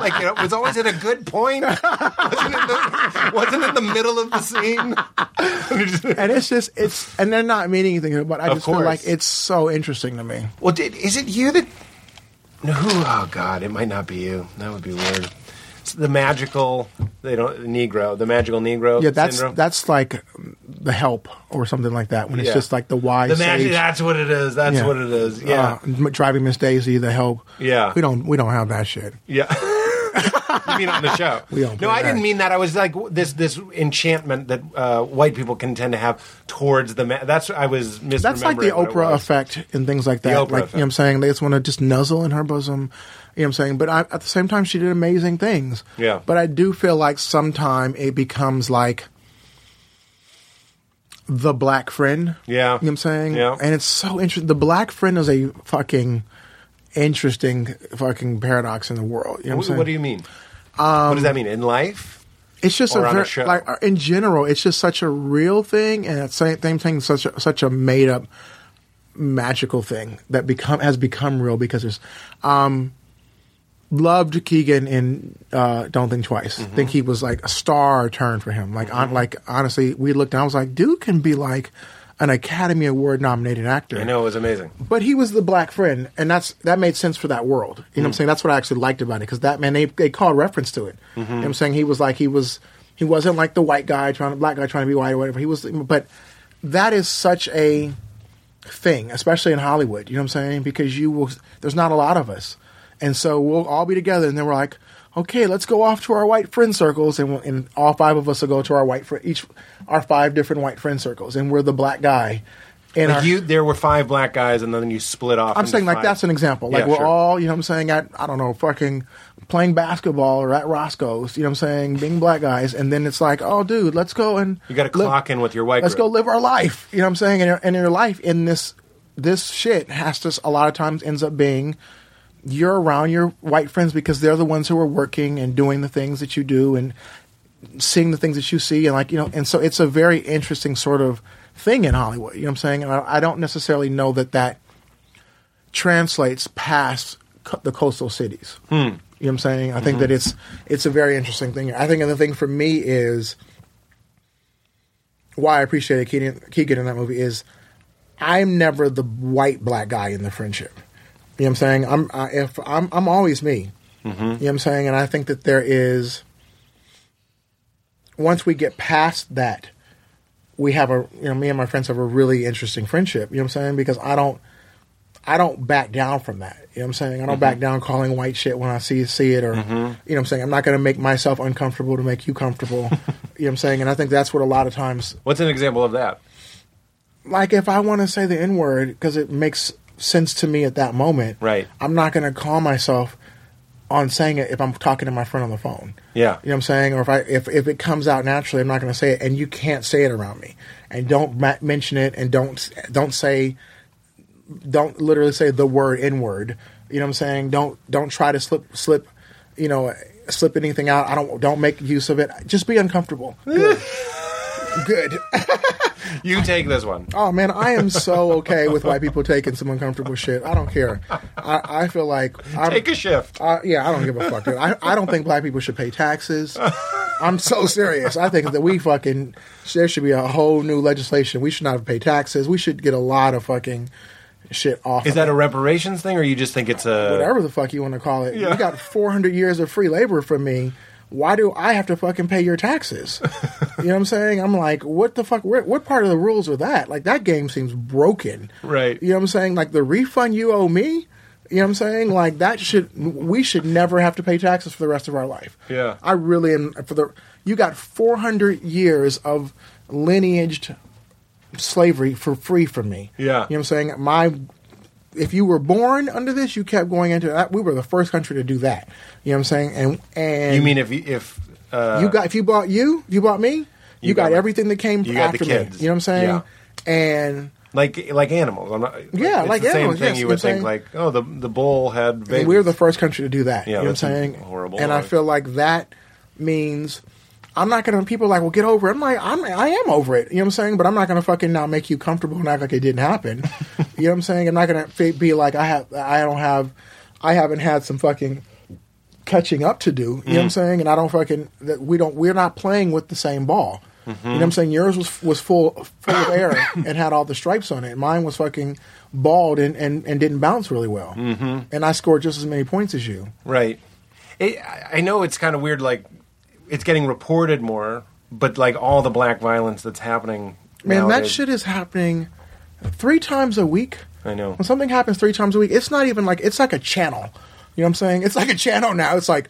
C: Like it was always at a good point. Wasn't in the, wasn't in the middle of the scene.
E: and it's just it's and they're not meaning anything, but I
C: Of
E: just feel like
C: course.
E: it's so interesting to me.
C: Well, did, is it you that? No. who- Oh God, it might not be you. That would be weird. It's the magical. They don't Negro. The magical Negro.
E: Yeah, that's
C: syndrome.
E: that's like the help or something like that. When it's
C: Yeah.
E: just like the wise
C: The magic.
E: sage, uh,
C: That's what it is. That's
E: Yeah.
C: what it is. Yeah.
E: uh, driving Miss Daisy, the help.
C: Yeah.
E: we don't we don't have that shit.
C: yeah. you mean on the show?
E: We don't
C: no,
E: play
C: I didn't
E: that.
C: mean that. I was like w- this this enchantment that uh, white people can tend to have towards the man. That's I was misremembering.
E: That's like the
C: what it
E: Oprah
C: was.
E: effect and things like that. like
C: Oprah
E: you know what I'm
C: effect.
E: saying? They just want to just nuzzle in her bosom. You know what I'm saying? But I, at the same time she did amazing things.
C: Yeah.
E: But I do feel like sometime it becomes like the black friend.
C: Yeah.
E: You know what I'm saying?
C: Yeah.
E: And it's so interesting. The black friend is a fucking interesting fucking paradox in the world. You know what I'm saying?
C: What,
E: Um,
C: what do you mean? what does that mean in life?
E: It's just a
C: or on a
E: very,
C: show.
E: like uh, in general, it's just such a real thing, and at same same thing, such a, such a made up magical thing that become has become real because there's um loved Keegan in uh Don't Think Twice.
C: Mm-hmm.
E: Think he was like a star turn for him. Like on like honestly, we looked and I was like, dude can be like an Academy Award nominated actor.
C: I know it was amazing.
E: But he was the black friend, and that's that made sense for that world. You know what I'm saying? That's what I actually liked about it because that man they they called reference to it. You know what I'm saying? He was like he was he wasn't like the white guy trying to black guy trying to be white or whatever. He was, but that is such a thing, especially in Hollywood. You know what I'm saying? Because you will, there's not a lot of us, and so we'll all be together, and then we're like, okay, let's go off to our white friend circles, and, we'll, and all five of us will go to our white friend each our five different white friend circles, and we're the black guy. in
C: Like
E: our-
C: you, there were five black guys, and then you split off.
E: I'm
C: into
E: saying like
C: five.
E: that's an example. Like
C: Yeah,
E: we're
C: sure.
E: all, you know what I'm saying, at I don't know, fucking playing basketball or at Roscoe's, you know what I'm saying, being black guys, and then it's like, oh dude, let's go and
C: You got to
E: live-
C: clock in with your white.
E: Let's
C: group.
E: go live our life. You know what I'm saying? And, your- and your life in this this shit has to a lot of times ends up being you're around your white friends because they're the ones who are working and doing the things that you do and seeing the things that you see and like you know and so it's a very interesting sort of thing in Hollywood. You know what I'm saying? And I, I don't necessarily know that that translates past co- the coastal cities. You know what I'm saying? I think that it's it's a very interesting thing. I think the thing for me is why I appreciated Keegan, Keegan in that movie is I'm never the white black guy in the friendship. You know what I'm saying? I'm I, if I'm I'm always me. You know what I'm saying? And I think that there is once we get past that, we have a you know me and my friends have a really interesting friendship. You know what I'm saying? Because I don't I don't back down from that. You know what I'm saying? I don't back down calling white shit when I see see it or you know what I'm saying? I'm not going to make myself uncomfortable to make you comfortable. you know what I'm saying? And I think that's what a lot of times
C: What's an example of that?
E: like if I want to say the N word because it makes sense to me at that moment,
C: Right.
E: I'm not going to call myself on saying it if I'm talking to my friend on the phone.
C: Yeah.
E: you know what I'm saying. Or if I if if it comes out naturally, I'm not going to say it, and you can't say it around me, and don't ma- mention it, and don't don't say don't literally say the word N word. You know what I'm saying? Don't don't try to slip slip, you know, slip anything out. I don't don't make use of it. Just be uncomfortable. Good. Good.
C: You take this one.
E: Oh man, I am so okay with white people taking some uncomfortable shit. I don't care. I, I feel like I'm,
C: Take a shift.
E: I- yeah, I don't give a fuck. dude. I, I don't think black people should pay taxes. I'm so serious. I think that we fucking there should be a whole new legislation. We should not pay taxes. We should get a lot of fucking shit off.
C: Is
E: of
C: that
E: it.
C: a reparations thing, or you just think it's a
E: whatever the fuck you want to call it?
C: Yeah.
E: You got 400 years of free labor from me. Why do I have to fucking pay your taxes? you know what I'm saying? I'm like, what the fuck? Where, what part of the rules are that? Like that game seems broken.
C: Right.
E: You know what I'm saying? Like the refund you owe me. You know what I'm saying? Like that should we should never have to pay taxes for the rest of our life.
C: Yeah.
E: I really am for the you got 400 years of lineaged slavery for free from me.
C: Yeah.
E: You know what I'm saying? My if you were born under this, you kept going into that. We were the first country to do that. You know what I'm saying? And and
C: You mean if you- if uh,
E: you got if you bought you, if you bought me, you, got,
C: got-
E: everything that came
C: you got the
E: after
C: kids.
E: me. You know what I'm saying?
C: Yeah.
E: And
C: like like animals? I'm not.
E: Yeah,
C: it's
E: like
C: the
E: animals,
C: Same thing
E: yes,
C: you
E: I'm
C: would think
E: saying-
C: like oh the the bull had babies.
E: we're the first country to do that. you know
C: Yeah,
E: what I'm
C: that's
E: saying?
C: horrible.
E: And I feel like that means I'm not gonna. People are like, well, get over it. I'm like, I'm, I am over it. You know what I'm saying? But I'm not gonna fucking now make you comfortable and act like it didn't happen. you know what I'm saying? I'm not gonna fe- be like, I have, I don't have, I haven't had some fucking catching up to do. You know what
C: Mm.
E: I'm saying? And I don't fucking that we don't we're not playing with the same ball.
C: Mm-hmm.
E: You know what I'm saying? Yours was was full full of air and had all the stripes on it. Mine was fucking bald and and, and didn't bounce really well. Mm-hmm. And I scored just as many points as you.
C: right. It, I I know it's kind of weird. Like it's getting reported more, but like all the black violence that's happening.
E: Man, that
C: nowadays-
E: shit is happening three times a week.
C: I know.
E: When something happens three times a week, it's not even like it's like a channel. You know what I'm saying? It's like a channel now. It's like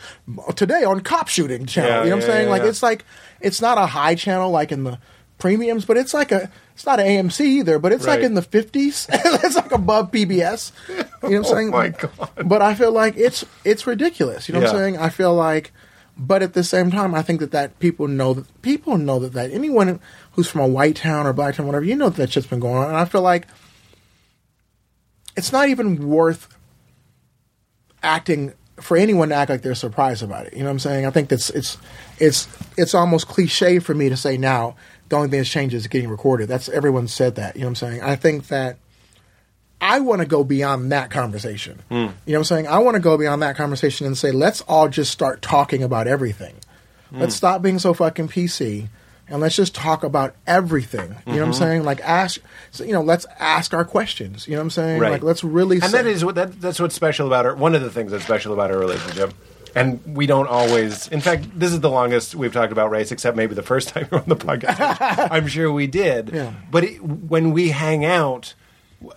E: today on cop shooting channel.
C: Yeah,
E: you know what
C: yeah,
E: I'm saying?
C: yeah,
E: like
C: yeah.
E: it's like it's not a high channel like in the premiums, but it's like a it's not an AMC either, but it's
C: Right.
E: like in the 50s. it's like above PBS. You know what I'm saying?
C: Oh my God.
E: But I feel like it's it's ridiculous. You know what I'm
C: Yeah.
E: saying? I feel like but at the same time, I think that that people know that people know that that anyone who's from a white town or black town, whatever, you know that, that shit's been going on. And I feel like it's not even worth acting for anyone to act like they're surprised about it. You know what I'm saying? I think that's it's it's it's almost cliche for me to say now. The only thing that's changed is getting recorded. That's everyone said that. You know what I'm saying? I think that I want to go beyond that conversation.
C: Hmm.
E: You know what I'm saying? I want to go beyond that conversation and say let's all just start talking about everything.
C: Hmm.
E: Let's stop being so fucking PC and let's just talk about everything. You know what
C: Mm-hmm.
E: I'm saying? Like ask so, you know, let's ask our questions. You know what I'm saying?
C: Right.
E: Like let's really
C: and
E: say-
C: that is what that, that's what's special about our one of the things that's special about our relationship and we don't always in fact this is the longest we've talked about race except maybe the first time you're on the podcast which i'm sure we did
E: Yeah.
C: but it, when we hang out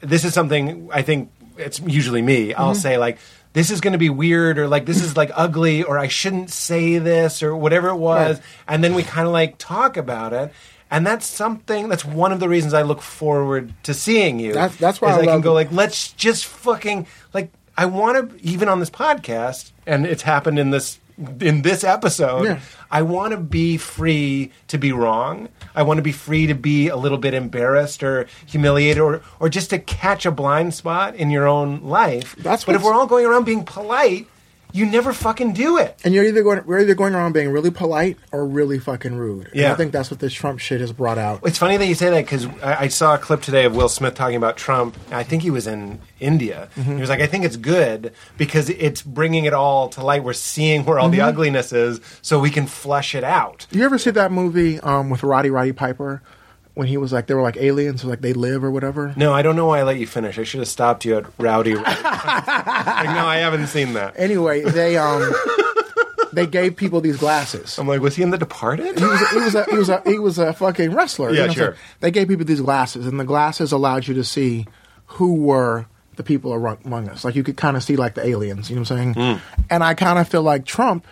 C: this is something i think it's usually me i'll
E: Mm-hmm.
C: say like this is going to be weird or like this is like ugly or i shouldn't say this or whatever it was
E: Right.
C: and then we kind of like talk about it and that's something that's one of the reasons i look forward to seeing you
E: That's- that's why
C: is
E: I
C: I, can
E: love-
C: go like let's just fucking like I want to even on this podcast and it's happened in this in this episode
E: Yeah.
C: I want to be free to be wrong I want to be free to be a little bit embarrassed or humiliated or or just to catch a blind spot in your own life
E: That's
C: but if
E: what's-
C: we're all going around being polite you never fucking do it
E: And you're either going we're either going around being really polite or really fucking rude. And
C: Yeah.
E: I think that's what this Trump shit has brought out.
C: It's funny that you say that because I, I saw a clip today of Will Smith talking about Trump. I think he was in India.
E: Mm-hmm.
C: He was like, "I think it's good because it's bringing it all to light. We're seeing where all
E: Mm-hmm.
C: the ugliness is, so we can flush it out."
E: You ever see that movie um, with Roddy Roddy Piper when he was like they were like aliens, so like they live or whatever?
C: No, I don't know why I let you finish. I should have stopped you at Rowdy. Roddy. like, no, I haven't seen that.
E: Anyway, they um they gave people these glasses.
C: I'm like, was he in The Departed?
E: He was, he was a he was a he was a fucking wrestler.
C: Yeah,
E: what I'm
C: sure.
E: saying? They gave people these glasses, and the glasses allowed you to see who were the people ar- among us. Like you could kind of see like the aliens. You know what I'm
C: Mm.
E: saying? And I kind of feel like Trump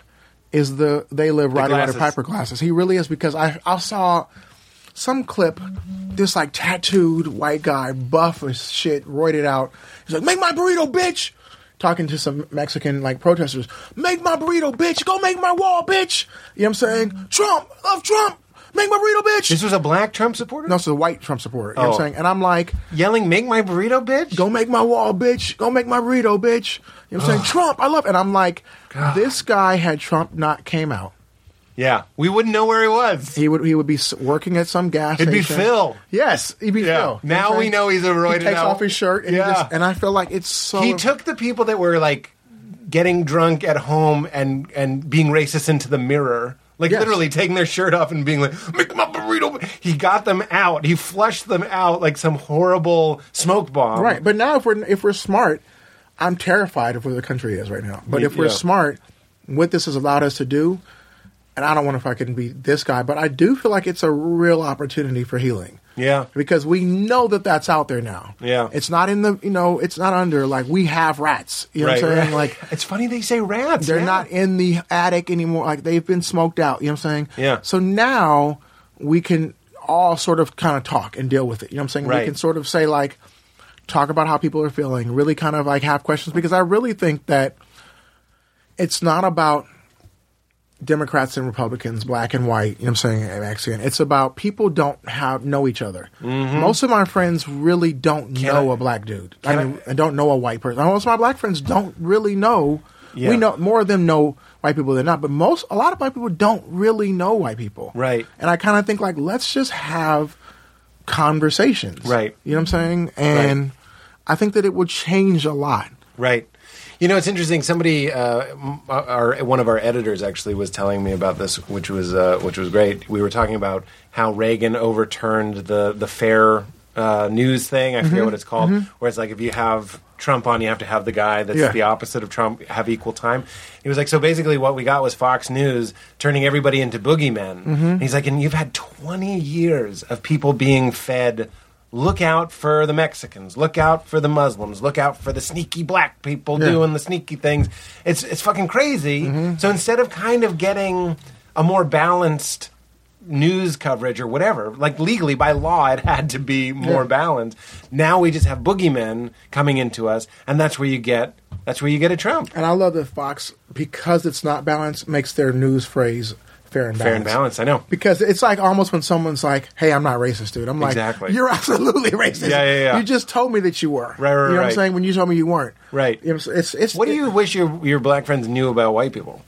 E: is the they live Roddy Roddy
C: glasses.
E: Piper glasses. He really is because I I saw some clip. This like tattooed white guy, buff as shit, roided out. He's like, "Make my burrito, bitch." Talking to some Mexican like protesters, "Make my burrito, bitch. Go make my wall, bitch." You know what I'm saying? Trump, love Trump. Make my burrito, bitch.
C: this was a black Trump supporter.
E: no, it's a white Trump supporter. You know what I'm
C: Oh.
E: saying? And I'm like,
C: yelling, "Make my burrito, bitch!"
E: go make my wall, bitch. Go make my burrito, bitch. You know what I'm saying? Trump, I love. And I'm like, this guy had Trump not came out.
C: Yeah, we wouldn't know where he was.
E: He would he would be s- working at some gas
C: It'd be
E: station.
C: Phil.
E: Yes, he'd be
C: Yeah.
E: Phil. You
C: Now
E: what I'm
C: we
E: saying?
C: know he's a
E: He
C: roided
E: takes
C: out-
E: off his shirt, and, he
C: Yeah.
E: just, and I feel like it's so.
C: he took the people that were like getting drunk at home and and being racist into the mirror like
E: Yes.
C: literally taking their shirt off and being like make my burrito he got them out he flushed them out like some horrible smoke bomb
E: right, but now if we're if we're smart, I'm terrified of where the country is right now. But
C: Me-
E: if we're
C: yeah.
E: smart, what this has allowed us to do, and I don't want to fucking be this guy, but I do feel like it's a real opportunity for healing.
C: yeah
E: because we know that that's out there now.
C: Yeah.
E: it's not in the you know it's not under like we have rats. You know
C: right,
E: what I'm
C: right.
E: saying? Like
C: it's funny they say rats
E: they're
C: yeah.
E: not in the attic anymore. Like they've been smoked out. You know what I'm saying?
C: Yeah.
E: So now we can all sort of kind of talk and deal with it. You know what I'm saying?
C: Right.
E: We can sort of say like talk about how people are feeling. Really kind of like have questions because I really think that it's not about Democrats and Republicans, black and white, you know what I'm saying, and Mexican. It's about people don't have know each other. Most of my friends really don't know
C: Mm-hmm. I-
E: a black dude. I mean, I, don't know a white person. Most of my black friends don't really know.
C: Yeah.
E: We know more of them know white people than not, but most a lot of black people don't really know white people.
C: Right.
E: And I kind of think like let's just have conversations.
C: Right.
E: You know what I'm saying? And I think that it will change a lot.
C: Right. You know, it's interesting. Somebody, uh, m- our one of our editors actually was telling me about this, which was uh, which was great. We were talking about how Reagan overturned the the fair uh, news thing. I forget what it's called, where it's like if you have Trump on, you have to have the guy that's
E: Yeah.
C: the opposite of Trump have equal time. He was like, so basically, what we got was Fox News turning everybody into boogeymen. And he's like, and you've had twenty years of people being fed look out for the Mexicans, look out for the Muslims, look out for the sneaky black people doing the sneaky things. It's it's fucking crazy. So instead of kind of getting a more balanced news coverage or whatever, like legally by law it had to be more balanced. Now we just have boogeymen coming into us and that's where you get that's where you get a Trump.
E: And I love that Fox, because it's not balanced, makes their news phrase fair and balanced.
C: Fair and balanced, I know.
E: Because it's like almost when someone's like, "Hey, I'm not racist, dude." I'm like,
C: Exactly.
E: "You're absolutely racist."
C: Yeah, yeah, yeah.
E: You just told me that you were.
C: Right, right,
E: You know what I'm
C: right.
E: saying? When you told me you weren't.
C: Right.
E: You know, what I'm saying? it's it's
C: What do you wish your your black friends knew about white people?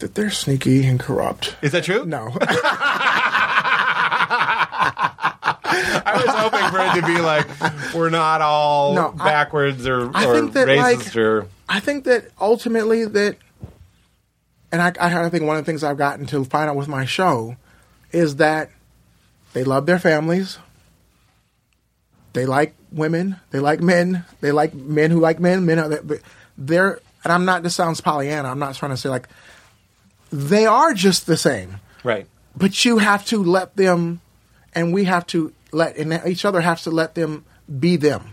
E: That they're sneaky and corrupt.
C: Is that true?
E: No,
C: I was hoping for it to be like we're not all
E: No, I-
C: backwards or,
E: I
C: or
E: think that,
C: racist
E: like-
C: or
E: I think that ultimately that, and I, I think one of the things I've gotten to find out with my show is that they love their families. They like women. They like men. They like men who like men. Men are they're and I'm not. This sounds Pollyanna. I'm not trying to say like they are just the same.
C: right.
E: But you have to let them, and we have to let, and each other has to let them be them.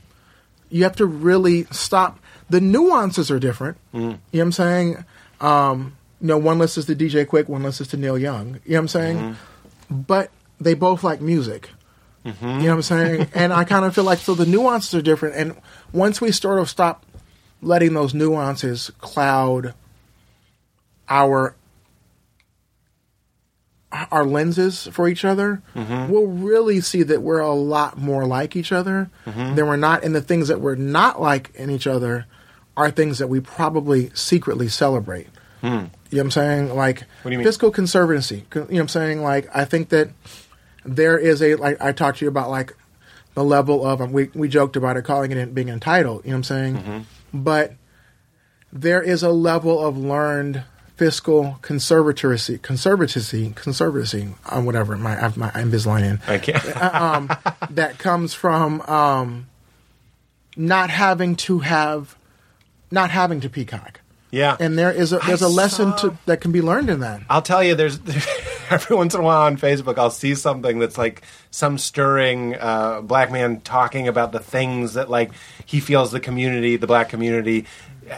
E: You have to really stop. The nuances are different. You know what I'm saying? Um, you know, one listens to DJ Quick, one listens to Neil Young. You know what I'm saying? But they both like music. You know what I'm saying? and I kind of feel like so the nuances are different. And once we sort of stop letting those nuances cloud our our lenses for each other,
C: Mm-hmm.
E: we'll really see that we're a lot more like each other
C: Mm-hmm.
E: than we're not. And the things that we're not like in each other are things that we probably secretly celebrate. You know what I'm saying? Like
C: Hmm. What do you mean?
E: fiscal conservancy. You know what I'm saying? Like I think that there is a like I talked to you about like the level of um, we we joked about it calling it being entitled. You know what I'm saying?
C: Mm-hmm.
E: But there is a level of learned fiscal conservatorcy, conservatism, conservatism, um, whatever my I have my Invisalign in uh, um,
C: I can't.
E: that comes from um, not having to have, not having to peacock.
C: yeah.
E: And there is a there's a
C: I
E: lesson
C: saw-
E: to, that can be learned in that.
C: I'll tell you, there's every once in a while on Facebook, I'll see something that's like some stirring uh, black man talking about the things that like he feels the community, the black community,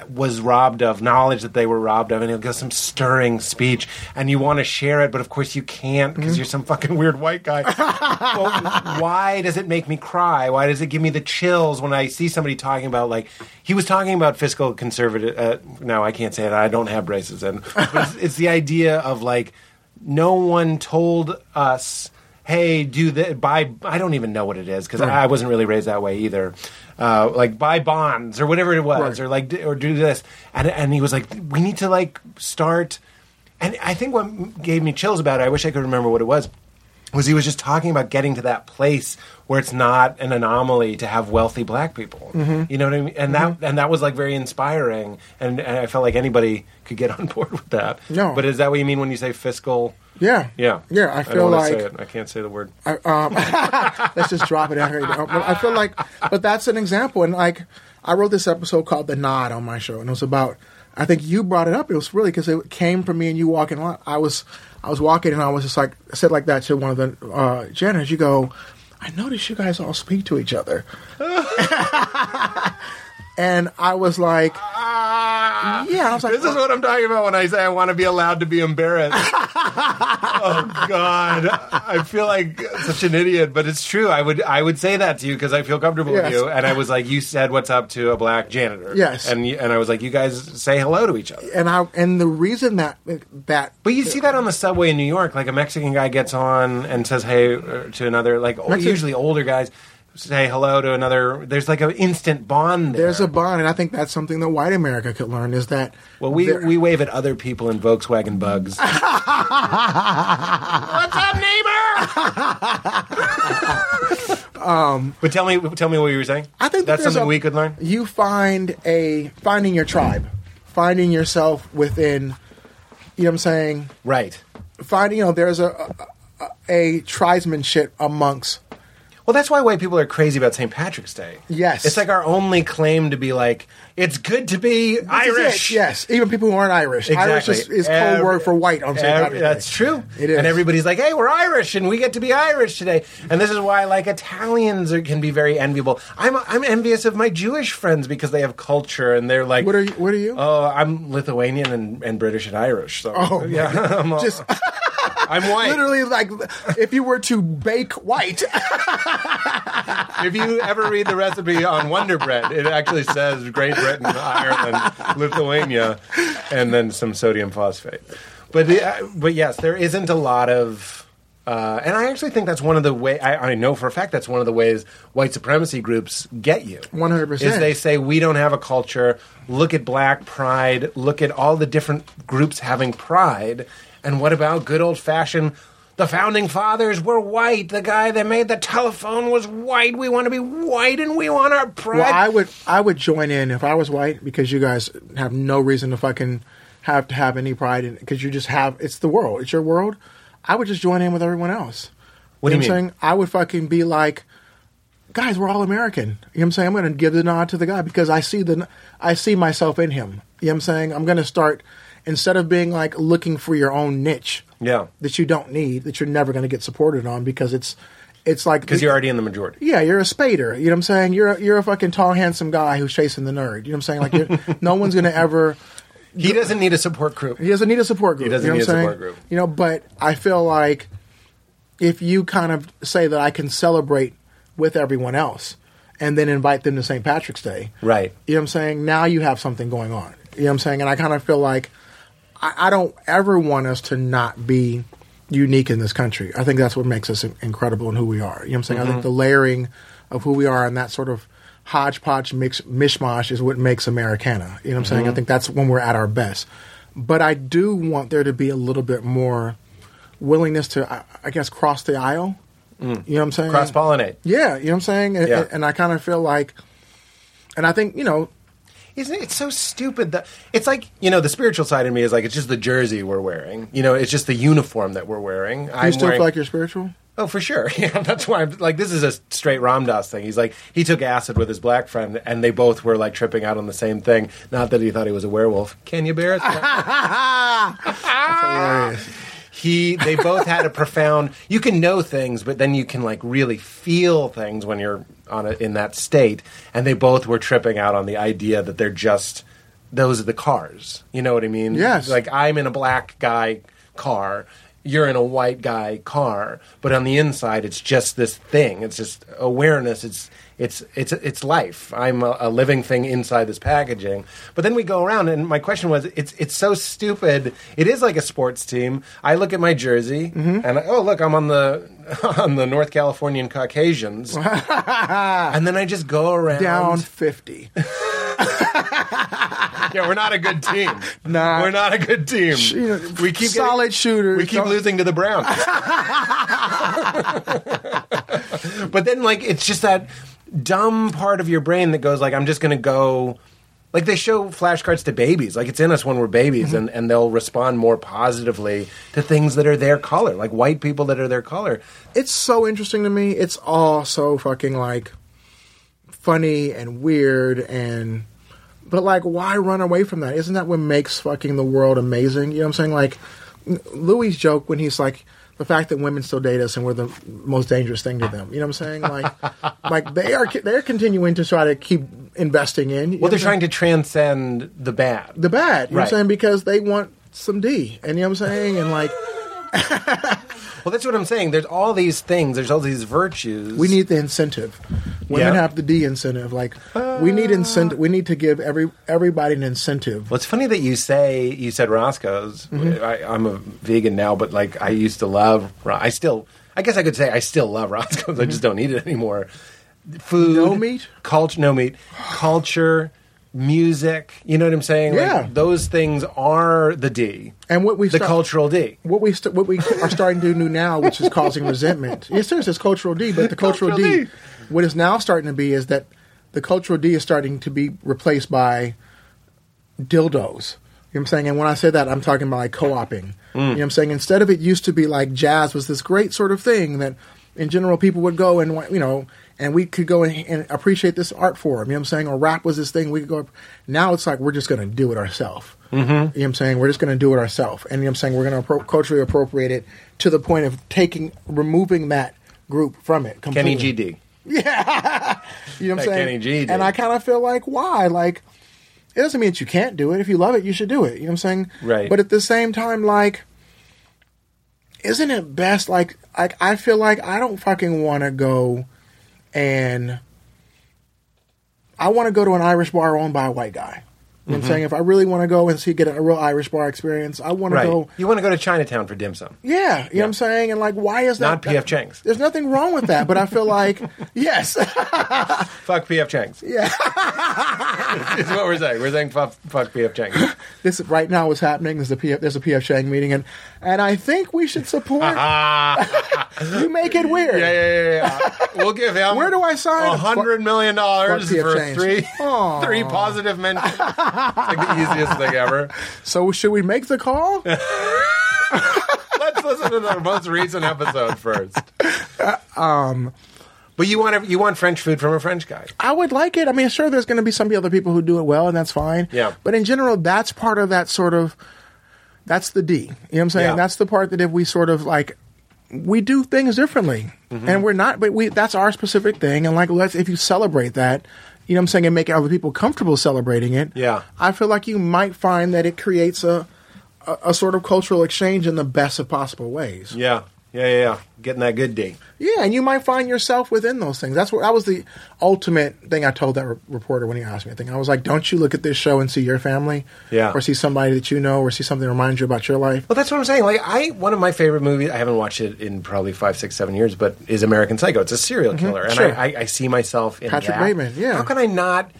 C: was robbed of, knowledge that they were robbed of, and he'll give some stirring speech, and you want to share it, but of course you can't because you're some fucking weird white guy. well, why does it make me cry? Why does it give me the chills when I see somebody talking about like he was talking about fiscal conservative? Uh, no, I can't say that. I don't have racism. But it's, it's the idea of like no one told us. Hey, do that. Buy. I don't even know what it is because I, I wasn't really raised that way either. Uh, like buy bonds or whatever it was,
E: Right.
C: or like d- or do this. And and he was like, we need to like start. And I think what gave me chills about it, I wish I could remember what it was was he was just talking about getting to that place where it's not an anomaly to have wealthy black people.
E: Mm-hmm.
C: You know what I mean? And that and that was like very inspiring, and, and I felt like anybody could get on board with that.
E: No.
C: but is that what you mean when you say fiscal?
E: Yeah,
C: Yeah,
E: yeah. I
C: I don't
E: feel
C: wanna
E: like
C: say it. I can't say the word.
E: Uh, um, let's just drop it. out here. But I feel like, but that's an example. And like, I wrote this episode called "The Nod" on my show, and it was about. I think you brought it up. It was really because it came from me and you walking. a lot. I was, I was walking, and I was just like I said like that to one of the uh, janitors. You go, I notice you guys all speak to each other, and I was like, yeah, I was like,
C: Ah. This is what I'm talking about when I say I want to be allowed to be embarrassed. oh God, I feel like such an idiot, but it's true. I would I would say that to you because I feel comfortable
E: Yes.
C: with you. And I was like, you said what's up to a black janitor.
E: Yes.
C: and you- and I was like, you guys say hello to each other.
E: and I and the reason that that
C: But you see that on the subway in New York, like a Mexican guy gets on and says hey uh, to another, like o-
E: Mexican-
C: usually older guys say hello to another. There's like an instant bond. There.
E: there's a bond, and I think that's something that white America could learn is that
C: well, we
E: there-
C: we wave at other people in Volkswagen bugs. What's up, neighbor? but tell me, tell me what you were saying.
E: Um, I think that
C: that's
E: there's
C: something
E: a-
C: we could learn.
E: You find a finding your tribe, finding yourself within. You know what I'm saying?
C: Right.
E: Finding you know there's a a, a, a tribesmanship amongst
C: Well, that's why white people are crazy about St. Patrick's Day.
E: Yes.
C: It's like our only claim to be like, it's good to be
E: This is it,
C: Irish.
E: Yes, even people who aren't Irish. Irish is,
C: Exactly.
E: is code
C: Every-
E: word for white on St.
C: Every-
E: Patrick's Day.
C: That's true.
E: It is.
C: And everybody's like, "Hey, we're Irish, and we get to be Irish today." And this is why, like, Italians are, can be very enviable. I'm I'm envious of my Jewish friends because they have culture and they're like,
E: What are you? What are you?
C: Oh, I'm Lithuanian and, and British and Irish. So
E: Oh,
C: yeah, I'm, all-
E: Just
C: I'm white.
E: literally like if you were to bake white.
C: If you ever read the recipe on Wonder Bread, it actually says Great Britain, Ireland, Lithuania, and then some sodium phosphate. But uh, but yes, there isn't a lot of. Uh, and I actually think that's one of the way I, I know for a fact that's one of the ways white supremacy groups get you.
E: 100%.
C: is they say we don't have a culture. Look at Black Pride. Look at all the different groups having pride. And what about good old fashioned? The founding fathers were white. The guy that made the telephone was white. We want to be white, and we want our pride.
E: Well, I would I would join in if I was white because you guys have no reason to fucking have to have any pride in because you just have it's the world it's your world. I would just join in with everyone else.
C: What do you
E: know
C: mean?
E: I'm saying? I would fucking be like, guys, we're all American. You know what I'm saying? I'm going to give the nod to the guy because I see the I see myself in him. You know what I'm saying? I'm going to start instead of being like looking for your own niche
C: yeah,
E: that you don't need that you're never going to get supported on because it's it's like
C: because you're already in the majority.
E: yeah, you're a spader. You know what I'm saying? You're a, you're a fucking tall, handsome guy who's chasing the nerd. You know what I'm saying? Like, you're, no one's gonna ever.
C: He doesn't need a support group.
E: He doesn't need a support group.
C: He doesn't
E: you know
C: need
E: what I'm
C: a
E: saying?
C: support group.
E: You know, but I feel like if you kind of say that I can celebrate with everyone else, and then invite them to St. Patrick's Day,
C: Right.
E: You know what I'm saying? Now you have something going on. You know what I'm saying? And I kind of feel like I, I don't ever want us to not be unique in this country. I think that's what makes us in- incredible in who we are. You know what I'm saying? I think the layering of who we are and that sort of hodgepodge mix, mishmash is what makes Americana. You know what I'm saying? I think that's when we're at our best. But I do want there to be a little bit more willingness to, I, I guess, cross the aisle. You know what I'm saying?
C: Cross pollinate.
E: Yeah, you know what I'm saying? And,
C: Yeah.
E: and I kind of feel like, and I think, you know,
C: Isn't it? It's so stupid that it's like you know the spiritual side of me is like it's just the jersey we're wearing. You know, it's just the uniform that we're wearing.
E: do you still
C: wearing,
E: feel like you're spiritual?
C: Oh, for sure. Yeah, that's why I'm like, this is a straight Ramdas thing. He's like, he took acid with his black friend, and they both were like tripping out on the same thing. Not that he thought he was a werewolf. Can you bear it? he, they both had a profound. You can know things, but then you can like really feel things when you're on a, in that state. And they both were tripping out on the idea that they're just those are the cars. You know what I mean?
E: Yes.
C: Like I'm in a black guy car, you're in a white guy car, but on the inside it's just this thing. It's just awareness. It's it's it's it's life. I'm a, a living thing inside this packaging. But then we go around and my question was it's it's so stupid. It is like a sports team. I look at my jersey
E: Mm-hmm.
C: and I, oh look, I'm on the on the North Californian Caucasians. and then I just go around
E: Down 50.
C: yeah, we're not a good team.
E: Nah.
C: We're not a good team.
E: you know,
C: we keep
E: solid
C: getting,
E: shooters.
C: We keep
E: Don't-
C: losing to the Browns. but then, like, it's just that dumb part of your brain that goes like, "I'm just going to go." Like they show flashcards to babies, like it's in us when we're babies, and, and they'll respond more positively to things that are their color, like white people that are their color.
E: It's so interesting to me. It's all so fucking like funny and weird and. But like, why run away from that? Isn't that what makes fucking the world amazing? You know what I'm saying? Like, Louis' joke when he's like, the fact that women still date us and we're the most dangerous thing to them. You know what I'm saying? Like, like they are they're continuing to try to keep investing in. you know
C: Well,
E: what
C: they're
E: I'm saying?
C: trying to transcend the bad.
E: the bad. You know what I'm
C: Right.
E: saying? Because they want some D. And you know what I'm saying? And like
C: well, that's what I'm saying. There's all these things. There's all these virtues.
E: we need the incentive. Women
C: Yeah.
E: have the D incentive. Like we need incentive we need to give every everybody an incentive.
C: Well, it's funny that you say you said Roscoe's.
E: Mm-hmm.
C: I, I'm a vegan now, but like I used to love. Ro- I still, I guess I could say I still love Roscoe's. I just don't eat it anymore. Food,
E: Mm-hmm. No meat?
C: culture, no meat, culture, music. You know what I'm saying?
E: Yeah.
C: like, those things are the D,
E: And what we
C: the
E: start-
C: cultural D.
E: what we st- what we are starting to do now, which is causing resentment. Yeah, seriously, it's cultural D, but the cultural,
C: Cultural
E: D,
C: D.
E: what is now starting to be is that the cultural D is starting to be replaced by dildos. You know what I'm saying? And when I say that, I'm talking about like co oping. You know what I'm saying? Instead of it used to be like jazz was this great sort of thing that in general, people would go and you know, and we could go and, and appreciate this art form. You know what I'm saying? Or rap was this thing we could go. Now it's like we're just going to do it ourselves. Mm-hmm. You know what I'm saying? We're just going to do it ourselves, and you know what I'm saying we're going to appro- culturally appropriate it to the point of taking removing that group from it. Completely.
C: Kenny GD.
E: You know what I'm
C: That
E: saying?
C: Kenny G did.
E: And I kind of feel like why? Like it doesn't mean that you can't do it. If you love it, you should do it. You know what I'm saying?
C: Right.
E: But at the same time, like, isn't it best? Like, like I feel like I don't fucking want to go and I want to go to an Irish bar owned by a white guy. You know
C: Mm-hmm.
E: what I'm saying? If I really want to go and see, get a real Irish bar experience, I want
C: Right.
E: to go.
C: You want to go to Chinatown for dim sum.
E: Yeah, you know what I'm saying? And like, why is
C: Not
E: that?
C: P.F. Chang's.
E: There's nothing wrong with that, but I feel like, yes.
C: Fuck P.F. Chang's.
E: Yeah.
C: is what we're saying. We're saying fuck, fuck P.F. Chang's.
E: this right now is happening. There's a PF, there's a PF Chang meeting, and and I think we should support. you make it weird.
C: Uh-huh. Yeah, yeah, yeah. yeah. We'll give him.
E: Where do I sign?
C: A hundred million dollars
E: Fuck P.F.
C: for
E: Chang's.
C: three,
E: Aw.
C: three positive mentions. It's like the easiest thing ever.
E: So should we make the call?
C: Let's listen to the most recent episode first. Um, but you want you want French food from a French guy.
E: I would like it. I mean, sure, there's going to be some other people who do it well, and that's fine.
C: Yeah.
E: But in general, that's part of that sort of. That's the D. You know what I'm saying?
C: Yeah.
E: That's the part that if we sort of like, we do things differently,
C: Mm-hmm.
E: and we're not. But we that's our specific thing, and like let's if you celebrate that, you know what I'm saying, and make other people comfortable celebrating it.
C: Yeah.
E: I feel like you might find that it creates a. a- A sort of cultural exchange in the best of possible ways.
C: Yeah, yeah, yeah. yeah. Getting that good D.
E: Yeah, and you might find yourself within those things. That's what that was the ultimate thing I told that re- reporter when he asked me. I think I was like, "Don't you look at this show and see your family,
C: Yeah.
E: or see somebody that you know, or see something that reminds you about your life."
C: Well, that's what I'm saying. Like, I one of my favorite movies. I haven't watched it in probably five, six, seven years, but is American Psycho. It's a serial killer, and
E: Mm-hmm. Sure.
C: I, I, I see myself in
E: Patrick
C: that.
E: Bateman, yeah.
C: How can I not?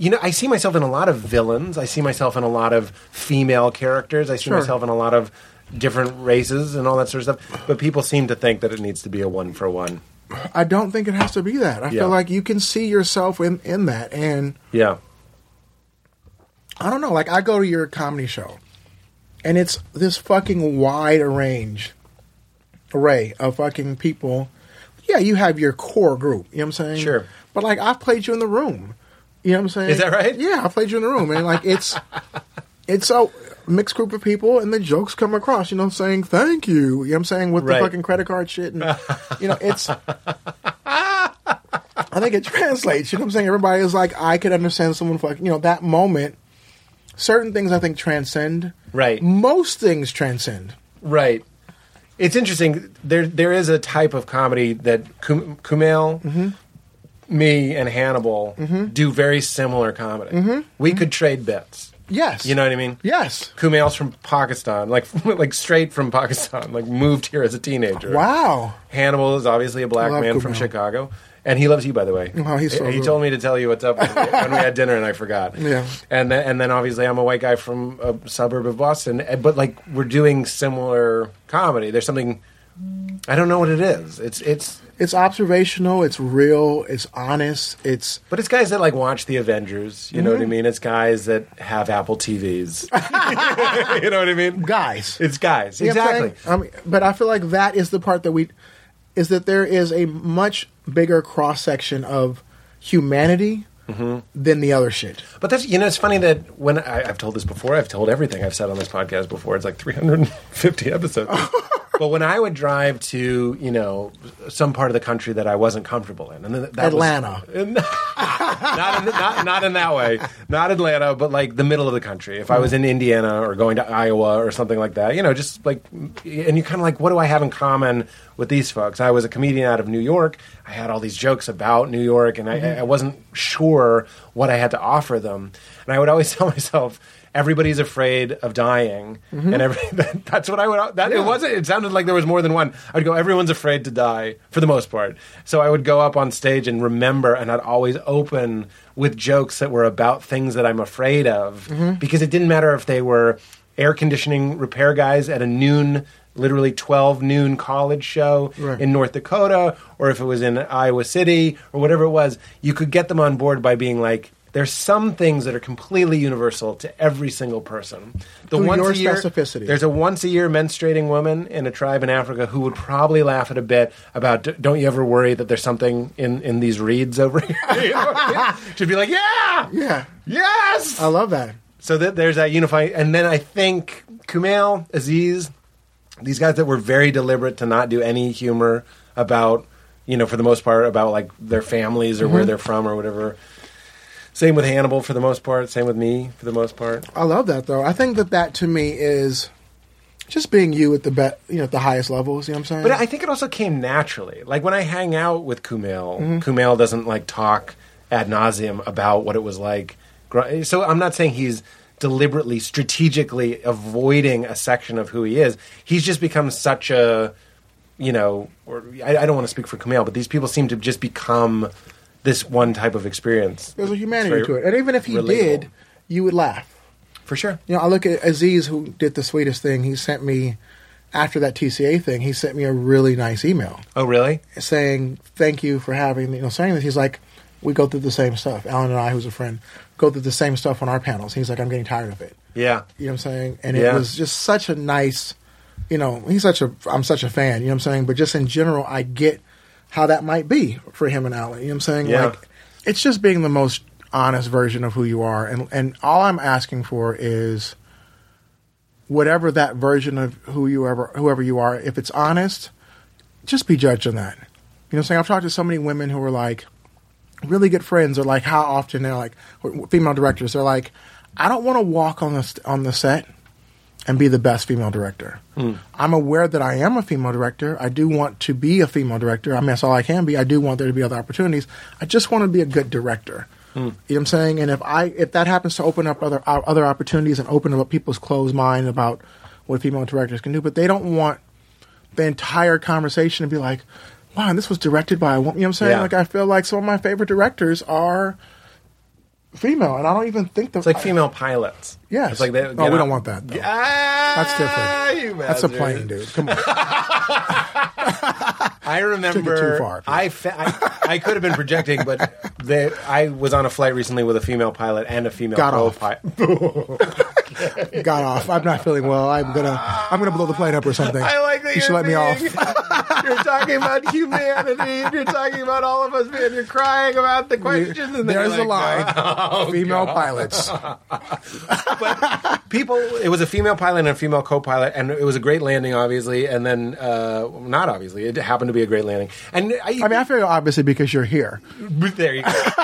C: You know, I see myself in a lot of villains. I see myself in a lot of female characters. I see
E: Sure.
C: myself in a lot of different races and all that sort of stuff. But people seem to think that it needs to be a one for one.
E: I don't think it has to be that. I
C: Yeah.
E: feel like you can see yourself in in that, and
C: Yeah.
E: I don't know. Like I go to your comedy show, and it's this fucking wide range array of fucking people. Yeah, you have your core group. You know what I'm saying?
C: Sure.
E: But like I've played you in the room. You know what I'm saying?
C: Is that right?
E: Yeah, I played you in the room, and like it's it's a mixed group of people, and the jokes come across. You know what I'm saying? Thank you. You know what I'm saying with
C: Right.
E: the fucking credit card shit, and you know it's. I think it translates. You know what I'm saying? Everybody is like, I could understand someone fucking, you know, that moment. Certain things I think transcend.
C: Right.
E: Most things transcend.
C: Right. It's interesting. There, there is a type of comedy that Kum- Kumail, me, and Hannibal do very similar comedy. We could trade bits.
E: Yes.
C: You know what I mean?
E: Yes.
C: Kumail's from Pakistan, like like straight from Pakistan, like moved here as a teenager.
E: Wow.
C: Hannibal is obviously a black
E: Love
C: man from
E: Kumail.
C: Chicago, and he loves you, by the way.
E: Oh, he's so
C: he
E: good.
C: told me to tell you what's up when we- when we had dinner, and I forgot.
E: Yeah.
C: and then, and then obviously I'm a white guy from a suburb of Boston, eh, but like we're doing similar comedy. There's something I don't know what it is. It's it's
E: It's observational. It's real. It's honest. It's
C: but it's guys that like watch the Avengers. You know
E: Mm-hmm.
C: what I mean? It's guys that have Apple TVs. you know what I mean?
E: guys.
C: It's guys
E: You know what I'm
C: exactly.
E: saying? I mean, but I feel like that is the part that we is that there is a much bigger cross section of humanity
C: Mm-hmm.
E: than the other shit.
C: But that's you know it's funny that when I, I've told this before, I've told everything I've said on this podcast before. It's like 350 episodes. but when I would drive to you know some part of the country that I wasn't comfortable in, and then that was-
E: Atlanta.
C: not, in, not not in that way, not Atlanta, but like the middle of the country. If I was in Indiana or going to Iowa or something like that, you know, just like, and you're kind of like, what do I have in common with these folks? I was a comedian out of New York. I had all these jokes about New York, and I, I wasn't sure what I had to offer them. And I would always tell myself. Everybody's afraid of dying, and every, that, that's what I would. That it wasn't. It sounded like there was more than one. I'd go. Everyone's afraid to die for the most part. So I would go up on stage and remember, and I'd always open with jokes that were about things that I'm afraid of because it didn't matter if they were air conditioning repair guys at a noon, literally 12 noon college show
E: Right.
C: in North Dakota or if it was in Iowa City or whatever it was. You could get them on board by being like, There's some things that are completely universal to every single person. The
E: Through
C: once
E: your
C: a year,
E: specificity.
C: There's a once a year menstruating woman in a tribe in Africa who would probably laugh at a bit about, "D- don't you ever worry that there's something in, in these reeds over here? She'd be like, yeah,
E: Yeah.
C: yes.
E: I love that.
C: So that there's that unifying, and then I think Kumail, Aziz, these guys that were very deliberate to not do any humor about, you know, for the most part about like their families or where they're from or whatever. Same with Hannibal for the most part. Same with me for the most part.
E: I love that though. I think that that to me is just being you at the bet, you know, at the highest levels. You know what I'm saying?
C: But I think it also came naturally. Like when I hang out with Kumail, Kumail doesn't like talk ad nauseum about what it was like. gr- So I'm not saying he's deliberately, strategically avoiding a section of who he is. He's just become such a, you know, or I, I don't want to speak for Kumail, but these people seem to just become this one type of experience.
E: there's a
C: It's
E: humanity
C: very
E: to it, and even if he
C: relatable.
E: did, you would laugh.
C: for sure.
E: You know, I look at Aziz, who did the sweetest thing. He sent me after that TCA thing. He sent me a really nice email
C: Oh, really?
E: saying thank you for having you know saying this. He's like, we go through the same stuff. Alan and I, who's a friend, go through the same stuff on our panels. He's like, I'm getting tired of it.
C: Yeah.
E: You know what I'm saying? And
C: Yeah.
E: it was just such a nice, you know, he's such a, I'm such a fan, you know what I'm saying? But just in general, I get how that might be for him and Allen, you know what I'm saying?
C: Yeah.
E: Like, it's just being the most honest version of who you are. And, and all I'm asking for is whatever that version of who you ever, whoever you are, if it's honest, just be judged on that. You know what I'm saying? I've talked to so many women who are like, really good friends are like how often they're like or female directors they're like i don't want to walk on the st- on the set and be the best female director
C: Hmm.
E: i'm aware that i am a female director i do want to be a female director i mean that's all i can be i do want there to be other opportunities i just want to be a good director
C: Hmm.
E: you know what i'm saying and if i if that happens to open up other o- other opportunities and open up people's closed mind about what female directors can do but they don't want the entire conversation and be like, wow, this was directed by a woman. You know what I'm saying?
C: Yeah.
E: Like, I feel like some of my favorite directors are female, and I don't even think the
C: It's like female pilots.
E: Yes.
C: It's like they,
E: No, we don't want that, though.
C: That's Ah,
E: different. That's a plane, dude. Come on.
C: I remember.
E: far.
C: I, fa- I, I could have been projecting, but they, I was on a flight recently with a female pilot and a female
E: Got off.
C: pilot.
E: Got off. I'm not feeling well. I'm gonna I'm gonna blow the plane up or something.
C: I like that
E: you should
C: you're
E: let me off.
C: being- you're talking about humanity. and You're talking about all of us, man. You're crying about the questions. and then
E: There's
C: you're
E: a
C: like, "Oh,
E: line. female pilots.
C: people it was a female pilot and a female co-pilot and it was a great landing obviously and then uh, not obviously it happened to be a great landing and i,
E: I mean, I feel obviously because you're here.
C: there you go that's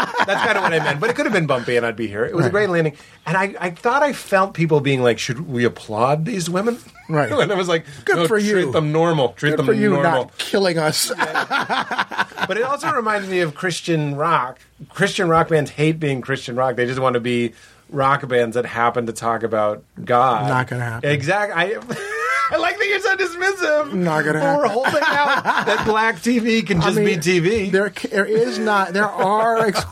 C: kind of what i meant but it could have been bumpy and i'd be here it was a
E: Right.
C: great landing and I, I thought i felt people being like should we applaud these women
E: Right.
C: and i was like
E: Good
C: "No,
E: for you."
C: treat them normal treat
E: Good
C: them
E: for you
C: normal
E: not killing us.
C: but it also reminds me of Christian rock. Christian rock bands hate being Christian rock. They just want to be rock bands that happen to talk about God.
E: Not gonna happen.
C: Exactly. I, I like that you're so dismissive.
E: Not gonna
C: But We're
E: happen.
C: holding out that black TV can just be TV.
E: There, there is not. There are, ex-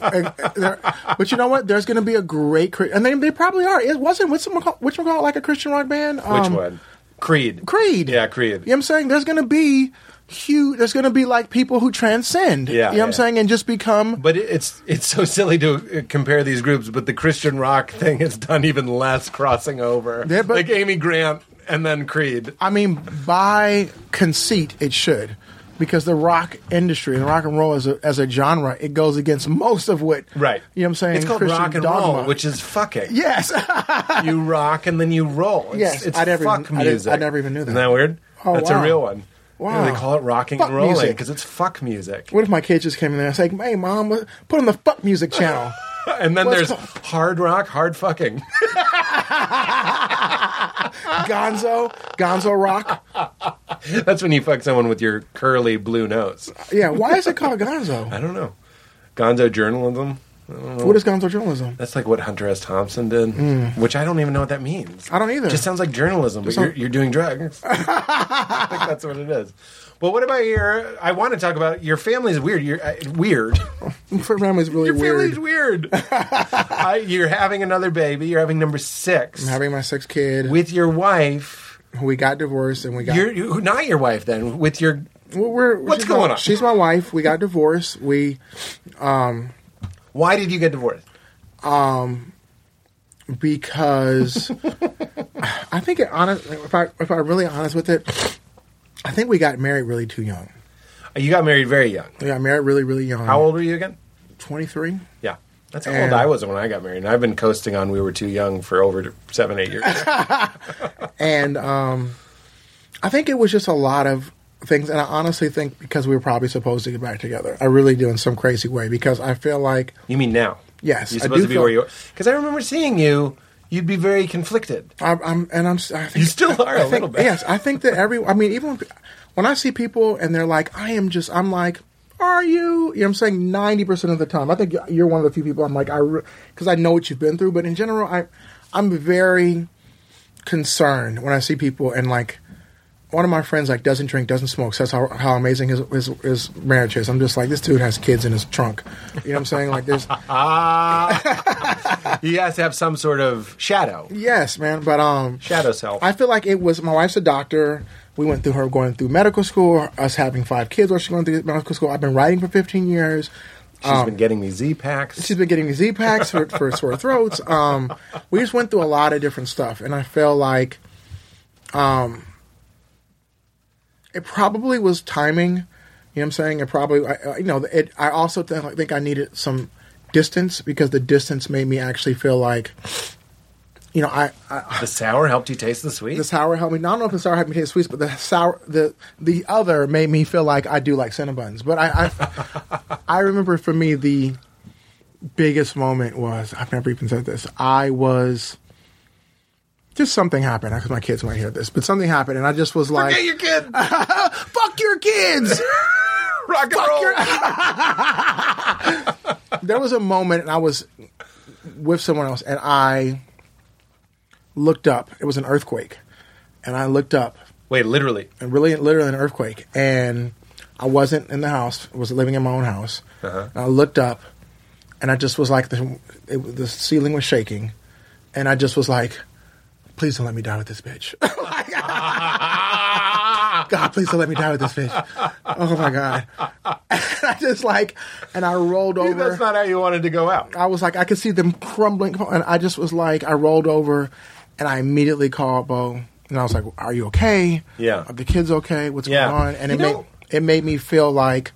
E: there, but you know what? There's going to be a great, Chri- and they, they probably are. It wasn't what's someone call, which one called like a Christian rock band.
C: Which
E: Um,
C: one? Creed.
E: Creed.
C: Yeah, Creed.
E: You know what I'm saying? There's going to be huge. There's going to be like people who transcend.
C: Yeah,
E: You know what I'm
C: yeah.
E: saying? And just become.
C: But it- it's it's so silly to uh, compare these groups. But the Christian rock thing has done even less crossing over.
E: Yeah, but-
C: like Amy Grant and then Creed.
E: I mean, by conceit, it should. Because the rock industry and rock and roll as a, as a genre, it goes against most of what.
C: Right.
E: You know what I'm saying?
C: It's called
E: Christian
C: rock and roll,
E: dogma.
C: which is fucking.
E: Yes.
C: you rock and then you roll. It's,
E: Yes,
C: it's
E: I never
C: fuck
E: even- I didn't-
C: music.
E: I never even knew that.
C: Isn't that weird?
E: Oh,
C: That's a
E: wow.
C: real one.
E: Wow.
C: Yeah, they call it rocking
E: Fuck
C: and rolling
E: music.
C: because it's fuck music.
E: What if my kid just came in there and said, "Hey, mom, what- put on the fuck music channel"?
C: And then
E: What's
C: there's
E: the-
C: hard rock, hard fucking.
E: Gonzo, Gonzo rock.
C: That's when you fuck someone with your curly blue nose.
E: Yeah, why is it called
C: I
E: Gonzo?
C: don't know. Gonzo journalism.
E: What is Gonzo journalism?
C: That's like what Hunter S. Thompson did, which I don't even know what that means.
E: Hmm. I don't either.
C: Just sounds like journalism, but
E: Just
C: you're,
E: sound-
C: you're doing drugs. I think that's what it is. Well, what about your? I want to talk about your family's weird. Your uh, weird.
E: For family's really
C: Your
E: weird.
C: family's weird. I, you're having another baby. You're having number 6
E: I'm having my sixth kid.
C: with your wife.
E: we got divorced and we got.
C: You're you, not your wife then. With your
E: we're, we're-
C: What's
E: she's
C: going
E: my,
C: on?
E: She's my wife. We got divorced. We
C: why did you get divorced?
E: because I think it honest if I if I'm really honest with it, I think we got married really too young.
C: You got married very young.
E: We got married really really young.
C: How old were you again?
E: Twenty three.
C: Yeah. That's how old
E: And-
C: I was when I got married. And I've been coasting on we were too young for over seven, eight years.
E: and um, I think it was just a lot of things. And I honestly think because we were probably supposed to get back together, I really do in some crazy way because I feel like
C: you mean now?
E: Yes, I
C: You're supposed
E: do
C: to be
E: feel-
C: where you are. Because I remember seeing you, you'd be very conflicted.
E: I, I'm and I'm. I think,
C: You still are
E: I
C: a
E: think,
C: little bit.
E: Yes, I think that every. I mean, even when I see people and they're like, "I am just," I'm like. Are you? You know what I'm saying? 90% of the time. I think you're one of the few people I'm like, I, because I know what you've been through, but in general, I, I'm very concerned when I see people and like, one of my friends like doesn't drink, doesn't smoke. Says how, how amazing his, his his marriage is. I'm just like this dude has kids in his trunk. You know what I'm saying? Like there's
C: You guys have some sort of shadow.
E: yes, man. But um,
C: Shadow self.
E: I feel like it was my wife's a doctor. We went through her going through medical school, us having five kids while she's going through medical school. I've been writing for 15 years.
C: She's been getting these Z packs.
E: She's been getting these Z packs for, for sore throats. Um, we just went through a lot of different stuff, and I feel like um, it probably was timing. You know what I'm saying? It probably, I, I- you know, it. I also think, I think I needed some distance because the distance made me actually feel like, you know, I, I
C: The sour helped you taste the sweet.
E: the sour helped me. I don't know if the sour helped me taste sweets, but the sour the the other made me feel like I do like Cinnabons. But I I, I remember for me the biggest moment was I've never even said this. I was just something happened because my kids might hear this, but something happened, and I just was like,
C: Forget your kid.
E: "Fuck your kids."
C: Rock and roll.
E: there was a moment and I was with someone else and I looked up. It was an earthquake. And I looked up
C: Wait, literally.
E: and really literally an earthquake and I wasn't in the house. I was living in my own house. And I looked up and I just was like the it, was- the ceiling was shaking and I just was like please don't let me die with this bitch. God, please don't let me die with this bitch. Oh my god. and I just like and I rolled over.
C: That's not how you wanted to go out.
E: I was like, I could see them crumbling, and I just was like, I rolled over, and I immediately called Bo, and I was like, "Are you okay?
C: Yeah.
E: are the kids okay? What's
C: Yeah.
E: going on?" And it
C: You
E: made
C: know-
E: it made me feel like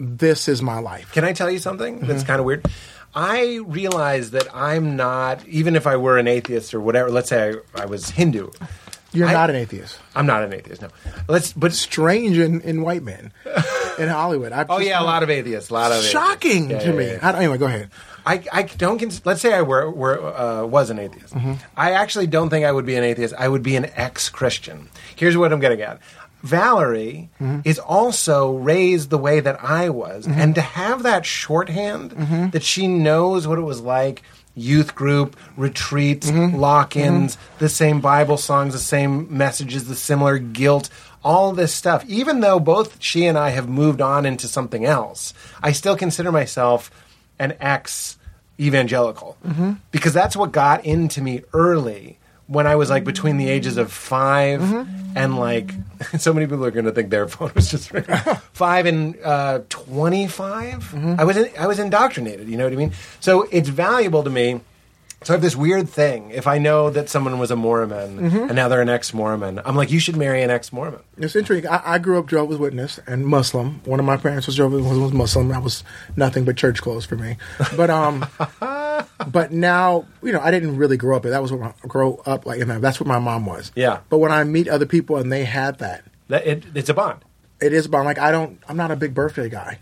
E: this is my life.
C: Can I tell you something that's kind of weird? I realize that I'm not, even if I were an atheist or whatever, let's say I, I was Hindu.
E: You're
C: I-
E: not an atheist.
C: I'm not an atheist, no. Let's, but,
E: Strange in, in white men in Hollywood. I
C: oh yeah, a lot of atheists, a lot of atheists.
E: shocking
C: Yeah,
E: to
C: yeah,
E: me.
C: yeah.
E: I don't- anyway, go ahead.
C: I, I don't cons- let's say I were, were uh, was an atheist. I actually don't think I would be an atheist. I would be an ex-Christian. Here's what I'm getting at. Valerie is also raised the way that I was, and to have that shorthand that she knows what it was like youth group, retreats, lock ins, the same Bible songs, the same messages, the similar guilt, all this stuff. Even though both she and I have moved on into something else, I still consider myself an ex evangelical because that's what got into me early when I was like between the ages of 5 and like so many people are going to think their phone was just five and uh, 25. I was in, I was indoctrinated. You know what I mean? So it's valuable to me. So I have this weird thing. If I know that someone was a Mormon and now they're an ex-Mormon, I'm like, you should marry an ex-Mormon.
E: It's intriguing. I, I grew up Jehovah's Witness and Muslim. One of my parents was Jehovah's Witness, was Muslim. That was nothing but church clothes for me. But um, but now you know I didn't really grow up. That was what my, grow up like. And that's what my mom was.
C: Yeah.
E: But when I meet other people and they had that,
C: That it, it's a bond.
E: it is. But I'm like I don't. I'm not a big birthday guy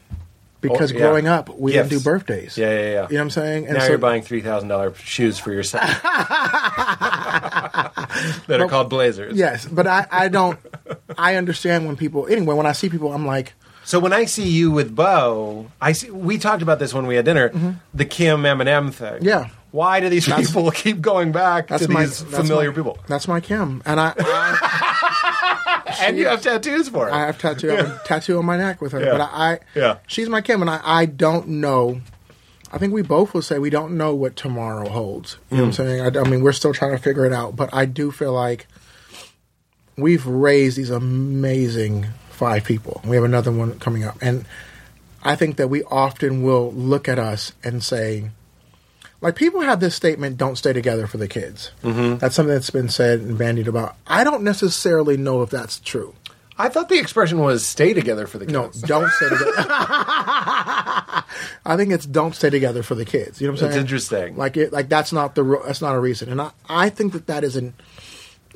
E: because
C: Oh, yeah.
E: growing up we didn't
C: Gifts.
E: do birthdays.
C: Yeah, yeah, yeah.
E: You know what I'm saying?
C: now you're buying three thousand dollars shoes for yourself that are called blazers.
E: Yes, but I I don't. I understand when people anyway. When I see people, I'm like.
C: So when I see you with Bo, I see we talked about this when we had dinner, the Kim Eminem thing.
E: Mm-hmm. Yeah.
C: Why do these people keep going back to these
E: that's
C: familiar
E: my-
C: people?
E: That's my Kim, and I, I
C: And you have tattoos for it.
E: I have tattoo I have tattoo on my neck with her.
C: Yeah.
E: But I, I
C: Yeah.
E: she's my Kim, and I, I don't know. I think we both will say we don't know what tomorrow holds. You know what I'm
C: Hmm.
E: saying? I, I mean, we're still trying to figure it out, but I do feel like we've raised these amazing five people. We have another one coming up, and I think that we often will look at us and say, like people have this statement, "Don't stay together for the kids." Mm-hmm. That's something that's been said and bandied about. I don't necessarily know if that's true.
C: I thought the expression was "stay together for the
E: No,
C: kids."
E: don't stay together. I think it's don't stay together for the kids. You know what I'm
C: That's
E: saying?
C: interesting.
E: Like it, like that's not the ro- that's not a reason. And I, I think that that isn't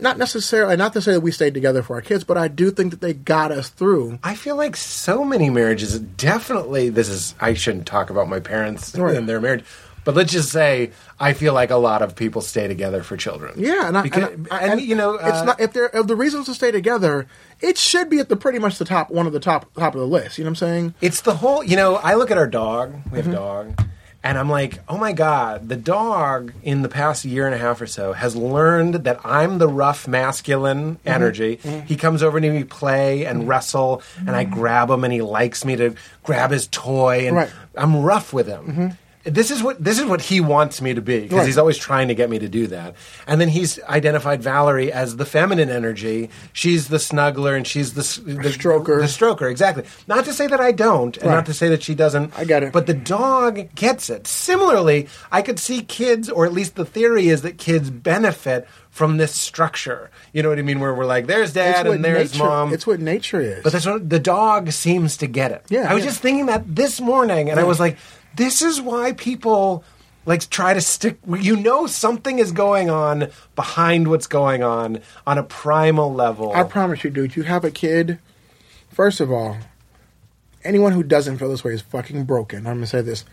E: not necessarily not to say that we stayed together for our kids, but I do think that they got us through.
C: I feel like so many marriages definitely this is I shouldn't talk about my parents
E: Right.
C: and their marriage. But let's just say I feel like a lot of people stay together for children.
E: Yeah, and I,
C: Because-
E: and, I-
C: and, you know uh,
E: it's not if there of the reasons to stay together, it should be at the pretty much the top one of the top top of the list. You know what I'm saying?
C: It's the whole, you know, I look at our dog, we
E: Mm-hmm.
C: have a dog, and I'm like, oh my God, the dog in the past year and a half or so has learned that I'm the rough masculine
E: Mm-hmm.
C: energy. He comes over to me, play and wrestle, and I grab him, and he likes me to grab his toy,
E: Mm-hmm.
C: and
E: Right. Mm-hmm.
C: I'm rough with him. This is what this is what he wants me to be because
E: Right.
C: he's always trying to get me to do that. And then he's identified Valerie as the feminine energy. She's the snuggler and she's the, s- the
E: Stroker.
C: The stroker, exactly. Not to say that I don't, and
E: Right.
C: not to say that she doesn't.
E: I get it.
C: But the dog gets it. Similarly, I could see kids, or at least the theory is that kids benefit from this structure. You know what I mean? Where we're like, there's dad and there's
E: nature,
C: mom.
E: It's what nature is.
C: But that's what the dog seems to get it.
E: Yeah,
C: I was
E: yeah.
C: just thinking that this morning, and I was like, this is why people like try to stick. You know, something is going on behind what's going on on a primal level.
E: I promise you, dude, you have a kid. First of all, anyone who doesn't feel this way is fucking broken. I'm gonna say this.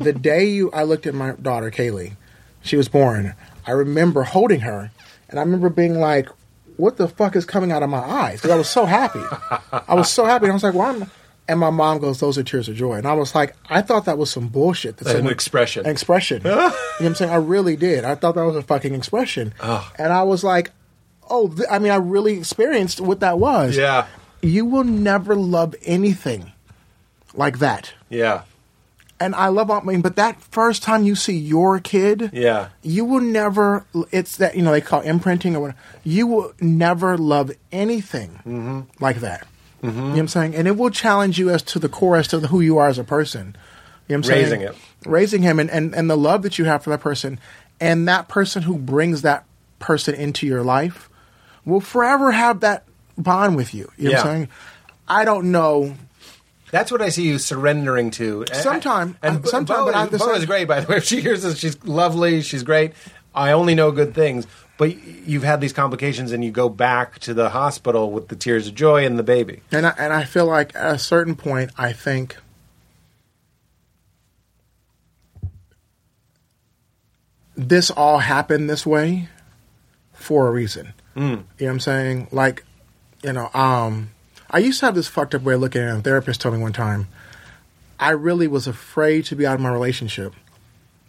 E: the day you I looked at my daughter, Kaylee, she was born, I remember holding her and I remember being like, What the fuck is coming out of my eyes? Because I was so happy. I was so happy and I was like, Well I'm and my mom goes, Those are tears of joy. And I was like, I thought that was some bullshit. That's
C: An
E: some-
C: expression.
E: an expression. you know what I'm saying? I really did. I thought that was a fucking expression. And I was like, oh, th- I mean, I really experienced what that was.
C: yeah,
E: You will never love anything like that.
C: yeah,
E: And I love, I mean, but that first time you see your kid,
C: yeah.
E: you will never, it's that, you know, they call imprinting or whatever. You will never love anything
C: Mm-hmm.
E: like that. You know what I'm saying? And it will challenge you as to the core as to who you are as a person. You know what I'm
C: Raising
E: saying?
C: it.
E: Raising him and, and, and the love that you have for that person and that person who brings that person into your life will forever have that bond with you. You know what
C: Yeah.
E: I'm saying? I don't know.
C: That's what I see you surrendering to. And-
E: Sometime.
C: and
E: Uh, sometime,
C: Bo,
E: but
C: is-
E: I'm the
C: Bo
E: same-
C: is great. By the way, if she hears this, she's lovely. She's great. I only know good things. But y- you've had these complications, and you go back to the hospital with the tears of joy and the baby.
E: And I, and I feel like at a certain point, I think this all happened this way for a reason. Mm. You know what I'm saying? Like, you know, um, I used to have this fucked up way of looking at it. A therapist told me one time, I really was afraid to be out of my relationship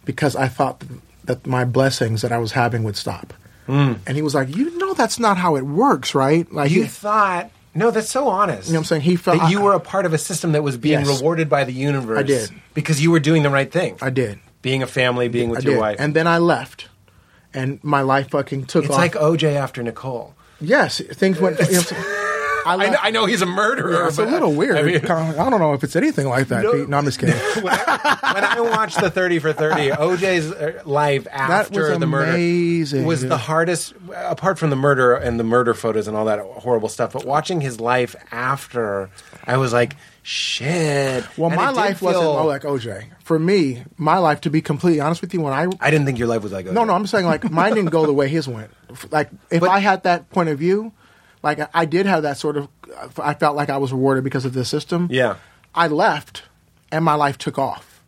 E: because I thought th- that my blessings that I was having would stop. Mm. And he was like, "You know, that's not how it works, right? Like,
C: You thought. No, that's so honest.
E: You know what I'm saying? He felt-
C: that you were a part of a system that was being
E: Yes.
C: rewarded by the universe.
E: I did.
C: because you were doing the right thing.
E: I did.
C: being a family, being with
E: I
C: your
E: did.
C: wife.
E: And then I left, and my life fucking took
C: it's
E: off.
C: like OJ after Nicole.
E: yes, things went. you know what I'm saying? I,
C: I
E: left.
C: know, I know he's a murderer.
E: It's a
C: but-
E: little weird.
C: I
E: I,
C: mean-
E: don't know if it's anything like that.
C: No.
E: No, Pete. no I'm just kidding.
C: when I, when I watched the 30 for 30, OJ's uh, life after
E: was
C: the murder
E: amazing,
C: was the
E: dude.
C: hardest, apart from the murder and the murder photos and all that horrible stuff. But watching his life after, I was like, shit.
E: Well,
C: And it
E: my
C: did
E: life wasn't
C: feel-
E: like OJ. For me, my life, to be completely honest with you, when I
C: I didn't think your life was like OJ.
E: no, no, I'm saying like mine didn't go the way his went. F- Like if
C: But-
E: I had that point of view, like I- I did have that sort of. I felt like I was rewarded because of this system.
C: Yeah.
E: I left, and my life took off.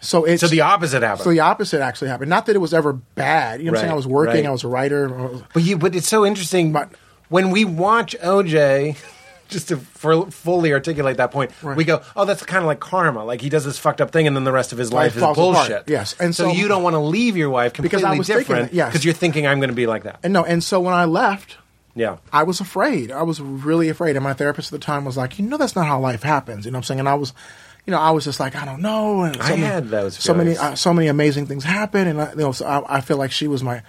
E: So it's
C: Hmm. So the opposite happened.
E: So the opposite actually happened. Not that it was ever bad. You know what I'm saying?
C: Right,
E: I was working.
C: right.
E: I was a writer. I was-
C: But you, but it's so interesting.
E: But-
C: when we watch OJ, just to fu- fully articulate that point, we go, "Oh, that's kind of like karma. Like he does this fucked up thing, and then the rest of his
E: Life
C: life, is
E: falls apart.
C: bullshit."
E: Yes, and
C: so,
E: so-
C: you don't want to leave your wife completely
E: Because I was thinking
C: different
E: that, yes.
C: you're thinking I'm going to be like that.
E: And no. And so when I left,
C: Yeah,
E: I was afraid. I was really afraid. And my therapist at the time was like, you know, that's not how life happens. You know what I'm saying? And I was, you know, I was just like, I don't know. And so
C: I had those
E: So many,
C: feelings.
E: uh, so many amazing things happen. And I, you know, so I, I feel like she was my,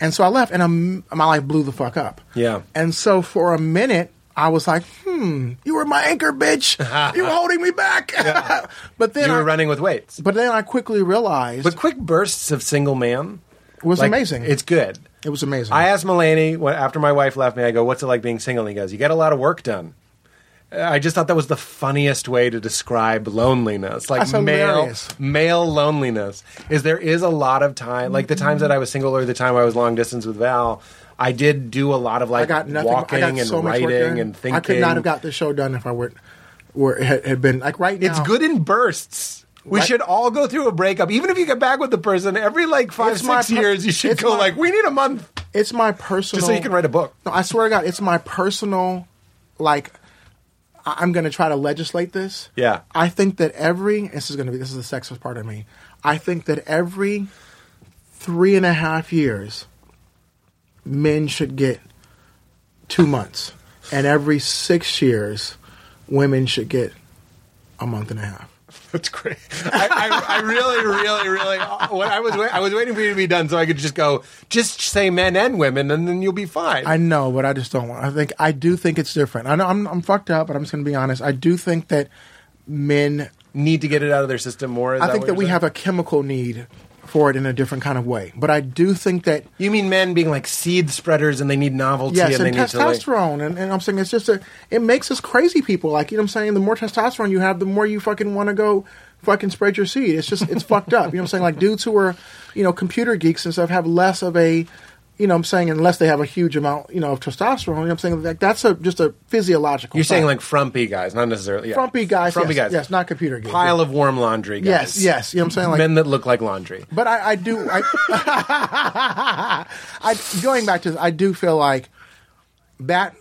E: and so I left and i my life blew the fuck up.
C: Yeah.
E: And so for a minute, I was like, hmm, you were my anchor, bitch. you were holding me back. but then
C: You
E: I,
C: were running with weights.
E: But then I quickly realized
C: But quick bursts of single man
E: it was
C: like,
E: amazing.
C: It's good.
E: it was amazing.
C: I asked Mulaney when, after my wife left me. I go, "What's it like being single?" And he goes, "You get a lot of work done." Uh, I just thought that was the funniest way to describe loneliness, like
E: That's
C: male
E: hilarious.
C: male loneliness. Is there is a lot of time, like the times that I was single or the time I was long distance with Val. I did do a lot of
E: I
C: like
E: got nothing.
C: walking
E: I got
C: and
E: so much work done.
C: writing and thinking.
E: I could not have got the show done if I were, were had, had been like right now.
C: It's good in bursts. We
E: Right.
C: should all go through a breakup, even if you get back with the person. Every like five,
E: It's my
C: six
E: per-
C: years, you should
E: it's
C: go
E: my-
C: like, "We need a month,"
E: It's my personal.
C: just so you can write a book.
E: No, I swear to God, it's my personal. Like, I- I'm going to try to legislate this.
C: Yeah.
E: I think that every this is going to be this is the sexist part of me. I think that every three and a half years, men should get two months, and every six years, women should get a month and a half.
C: That's great. I, I, I really, really, really. What I was, wa- I was waiting for you to be done so I could just go. Just say men and women, and then you'll be fine.
E: I know, but I just don't want. I think I do think it's different. I know I'm I'm fucked up, but I'm just going to be honest. I do think that men
C: Need to get it out of their system more. Is
E: I think
C: what
E: that
C: you're
E: we
C: saying?
E: have a chemical need for it in a different kind of way. But I do think that
C: You mean men being like seed spreaders, and they need novelty,
E: yes,
C: and they
E: and
C: need to. Like,
E: testosterone, and, and I'm saying it's just a, it makes us crazy people. Like you know, what I'm saying the more testosterone you have, the more you fucking want to go fucking spread your seed. It's just it's fucked up. You know, what I'm saying like dudes who are you know computer geeks and stuff have less of a you know, what I'm saying unless they have a huge amount you know of testosterone. You know, what I'm saying like that's a just a physiological.
C: you're saying
E: fact.
C: like frumpy guys, not necessarily yeah.
E: frumpy guys,
C: frumpy
E: yes,
C: guys,
E: yes, not computer geeks.
C: pile of warm laundry guys.
E: Yes, yes, you know what I'm saying, like-
C: men that look like laundry.
E: But I, I do. I, I going back to this, I do feel like that.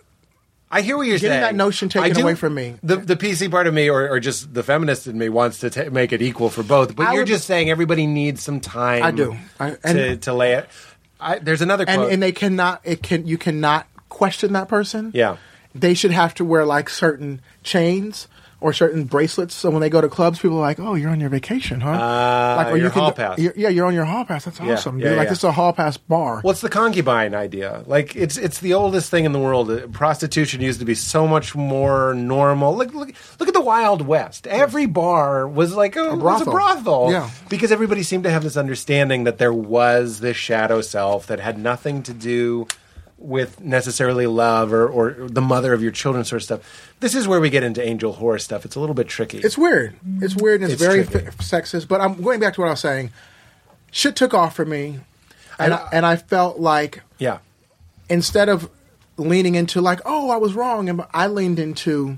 C: I hear what you're
E: Getting
C: saying.
E: that notion taken
C: I do-
E: away from me.
C: The, the PC part of me, or, or just the feminist in me, wants to ta make it equal for both. But
E: I
C: you're
E: would-
C: just saying everybody needs some time.
E: I do. I-
C: to,
E: and-
C: to lay it. I, there's another
E: And
C: quote.
E: and they cannot. It can. You cannot question that person.
C: Yeah.
E: They should have to wear like certain chains or certain bracelets. So when they go to clubs, people are like, "Oh, you're on your vacation, huh?"
C: Ah,
E: like,
C: your hall pass.
E: you're- yeah, you're on your hall pass. That's
C: Yeah,
E: awesome.
C: yeah,
E: dude. Like
C: yeah.
E: this is a hall pass bar.
C: What's the concubine idea? Like it's it's the oldest thing in the world. Uh, Prostitution used to be so much more normal. Look look look at the Wild West. Every bar was like a, brothel. Was a
E: brothel.
C: brothel.
E: Yeah.
C: Because everybody seemed to have this understanding that there was this shadow self that had nothing to do with necessarily love or, or the mother of your children sort of stuff. This is where we get into angel horror stuff. It's a little bit tricky.
E: It's weird. It's weird and it's,
C: It's
E: very
C: tricky.
E: f- sexist. But I'm going back to what I was saying. Shit took off for me, and I, and I felt like
C: yeah.
E: instead of leaning into like, oh, I was wrong, and I leaned into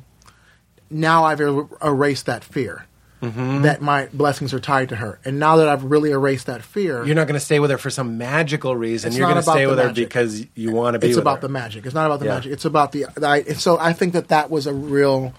E: now I've er- erased that fear
C: Mm-hmm.
E: that my blessings are tied to her, and now that I've really erased that fear,
C: You're not going to stay with her for some magical reason.
E: It's
C: You're
E: not
C: going to
E: about
C: stay
E: the
C: with her
E: magic.
C: because you want to be.
E: it's
C: with
E: about
C: her.
E: the magic. It's not about the
C: Yeah.
E: magic. It's about the. I, and so I think that that was a real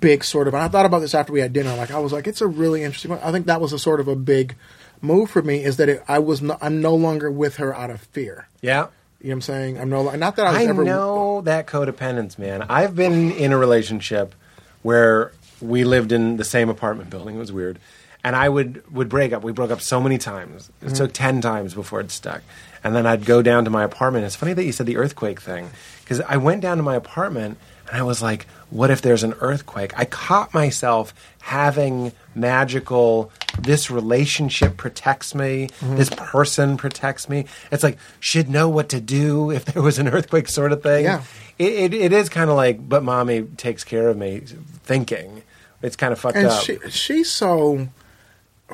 E: big sort of. And I thought about this after we had dinner. Like I was like, it's a really interesting. One. I think that was a sort of a big move for me. Is that it, I was no, I'm no longer with her out of fear.
C: Yeah.
E: You know what I'm saying? I'm no lo- not that I was
C: I
E: ever.
C: know that codependence, man. I've been in a relationship where we lived in the same apartment building. It was weird. And I would, would break up. We broke up so many times. It took 10 times before it stuck. And then I'd go down to my apartment. It's funny that you said the earthquake thing because I went down to my apartment and I was like, what if there's an earthquake? I caught myself having magical, this relationship protects me, this person protects me. It's like, should know what to do if there was an earthquake sort of thing.
E: Yeah.
C: It, it, it is kind of like, but mommy takes care of me thinking. It's kind of fucked
E: And
C: up.
E: she she's so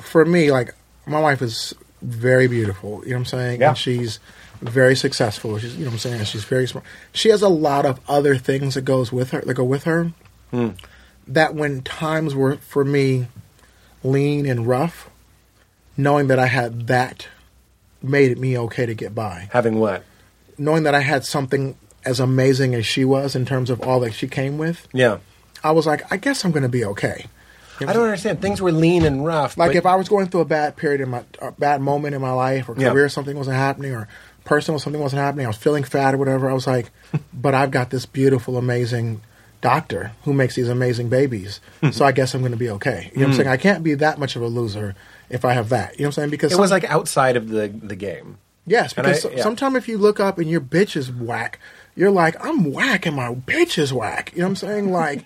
E: for me like my wife is very beautiful. You know what I'm saying?
C: Yeah.
E: And she's very successful. She's you know what I'm saying. She's very smart. She has a lot of other things that goes with her that go with her.
C: Hmm.
E: That when times were for me lean and rough, knowing that I had that made it me okay to get by.
C: Having what?
E: Knowing that I had something as amazing as she was in terms of all that she came with,
C: Yeah.
E: I was like, I guess I'm going to be okay.
C: I don't understand. Things were lean and rough.
E: Like
C: but-
E: if I was going through a bad period in my a bad moment in my life or
C: Yeah.
E: career, something wasn't happening or personal something wasn't happening. I was feeling fat or whatever. I was like, but I've got this beautiful, amazing doctor who makes these amazing babies. so I guess I'm going to be okay. You know what I'm
C: Hmm.
E: saying? I can't be that much of a loser if I have that. You know what I'm saying? Because
C: it was
E: some-
C: like outside of the, the game.
E: yes,
C: and I-
E: because
C: yeah.
E: sometimes if you look up and your bitch is whack. you're like, I'm whack and my bitch is whack. You know what I'm saying? Like,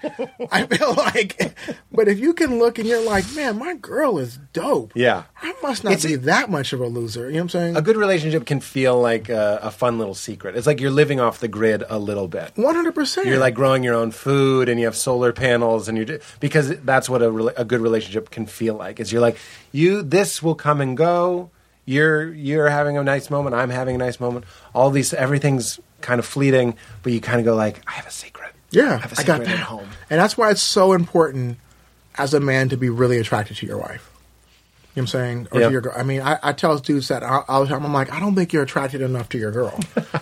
E: I feel like, but if you can look and you're like, man, my girl is dope.
C: Yeah.
E: I must not
C: It's-
E: be that much of a loser. You know what I'm saying?
C: A good relationship can feel like a, a fun little secret. It's like you're living off the grid a little bit.
E: 100%.
C: You're like growing your own food, and you have solar panels, and you're d- because that's what a, rela- a good relationship can feel like. Is you're like you, this will come and go. You're you're having a nice moment. I'm having a nice moment. All these everything's kind of fleeting, but you kind of go like, I have a secret. I
E: yeah,
C: have a
E: I
C: secret
E: got that.
C: at home.
E: And that's why it's so important as a man to be really attracted to your wife. You know what I'm saying? Or
C: Yeah.
E: to your girl. I mean, I, I tell dudes that all all the time, I'm like, I don't think you're attracted enough to your girl.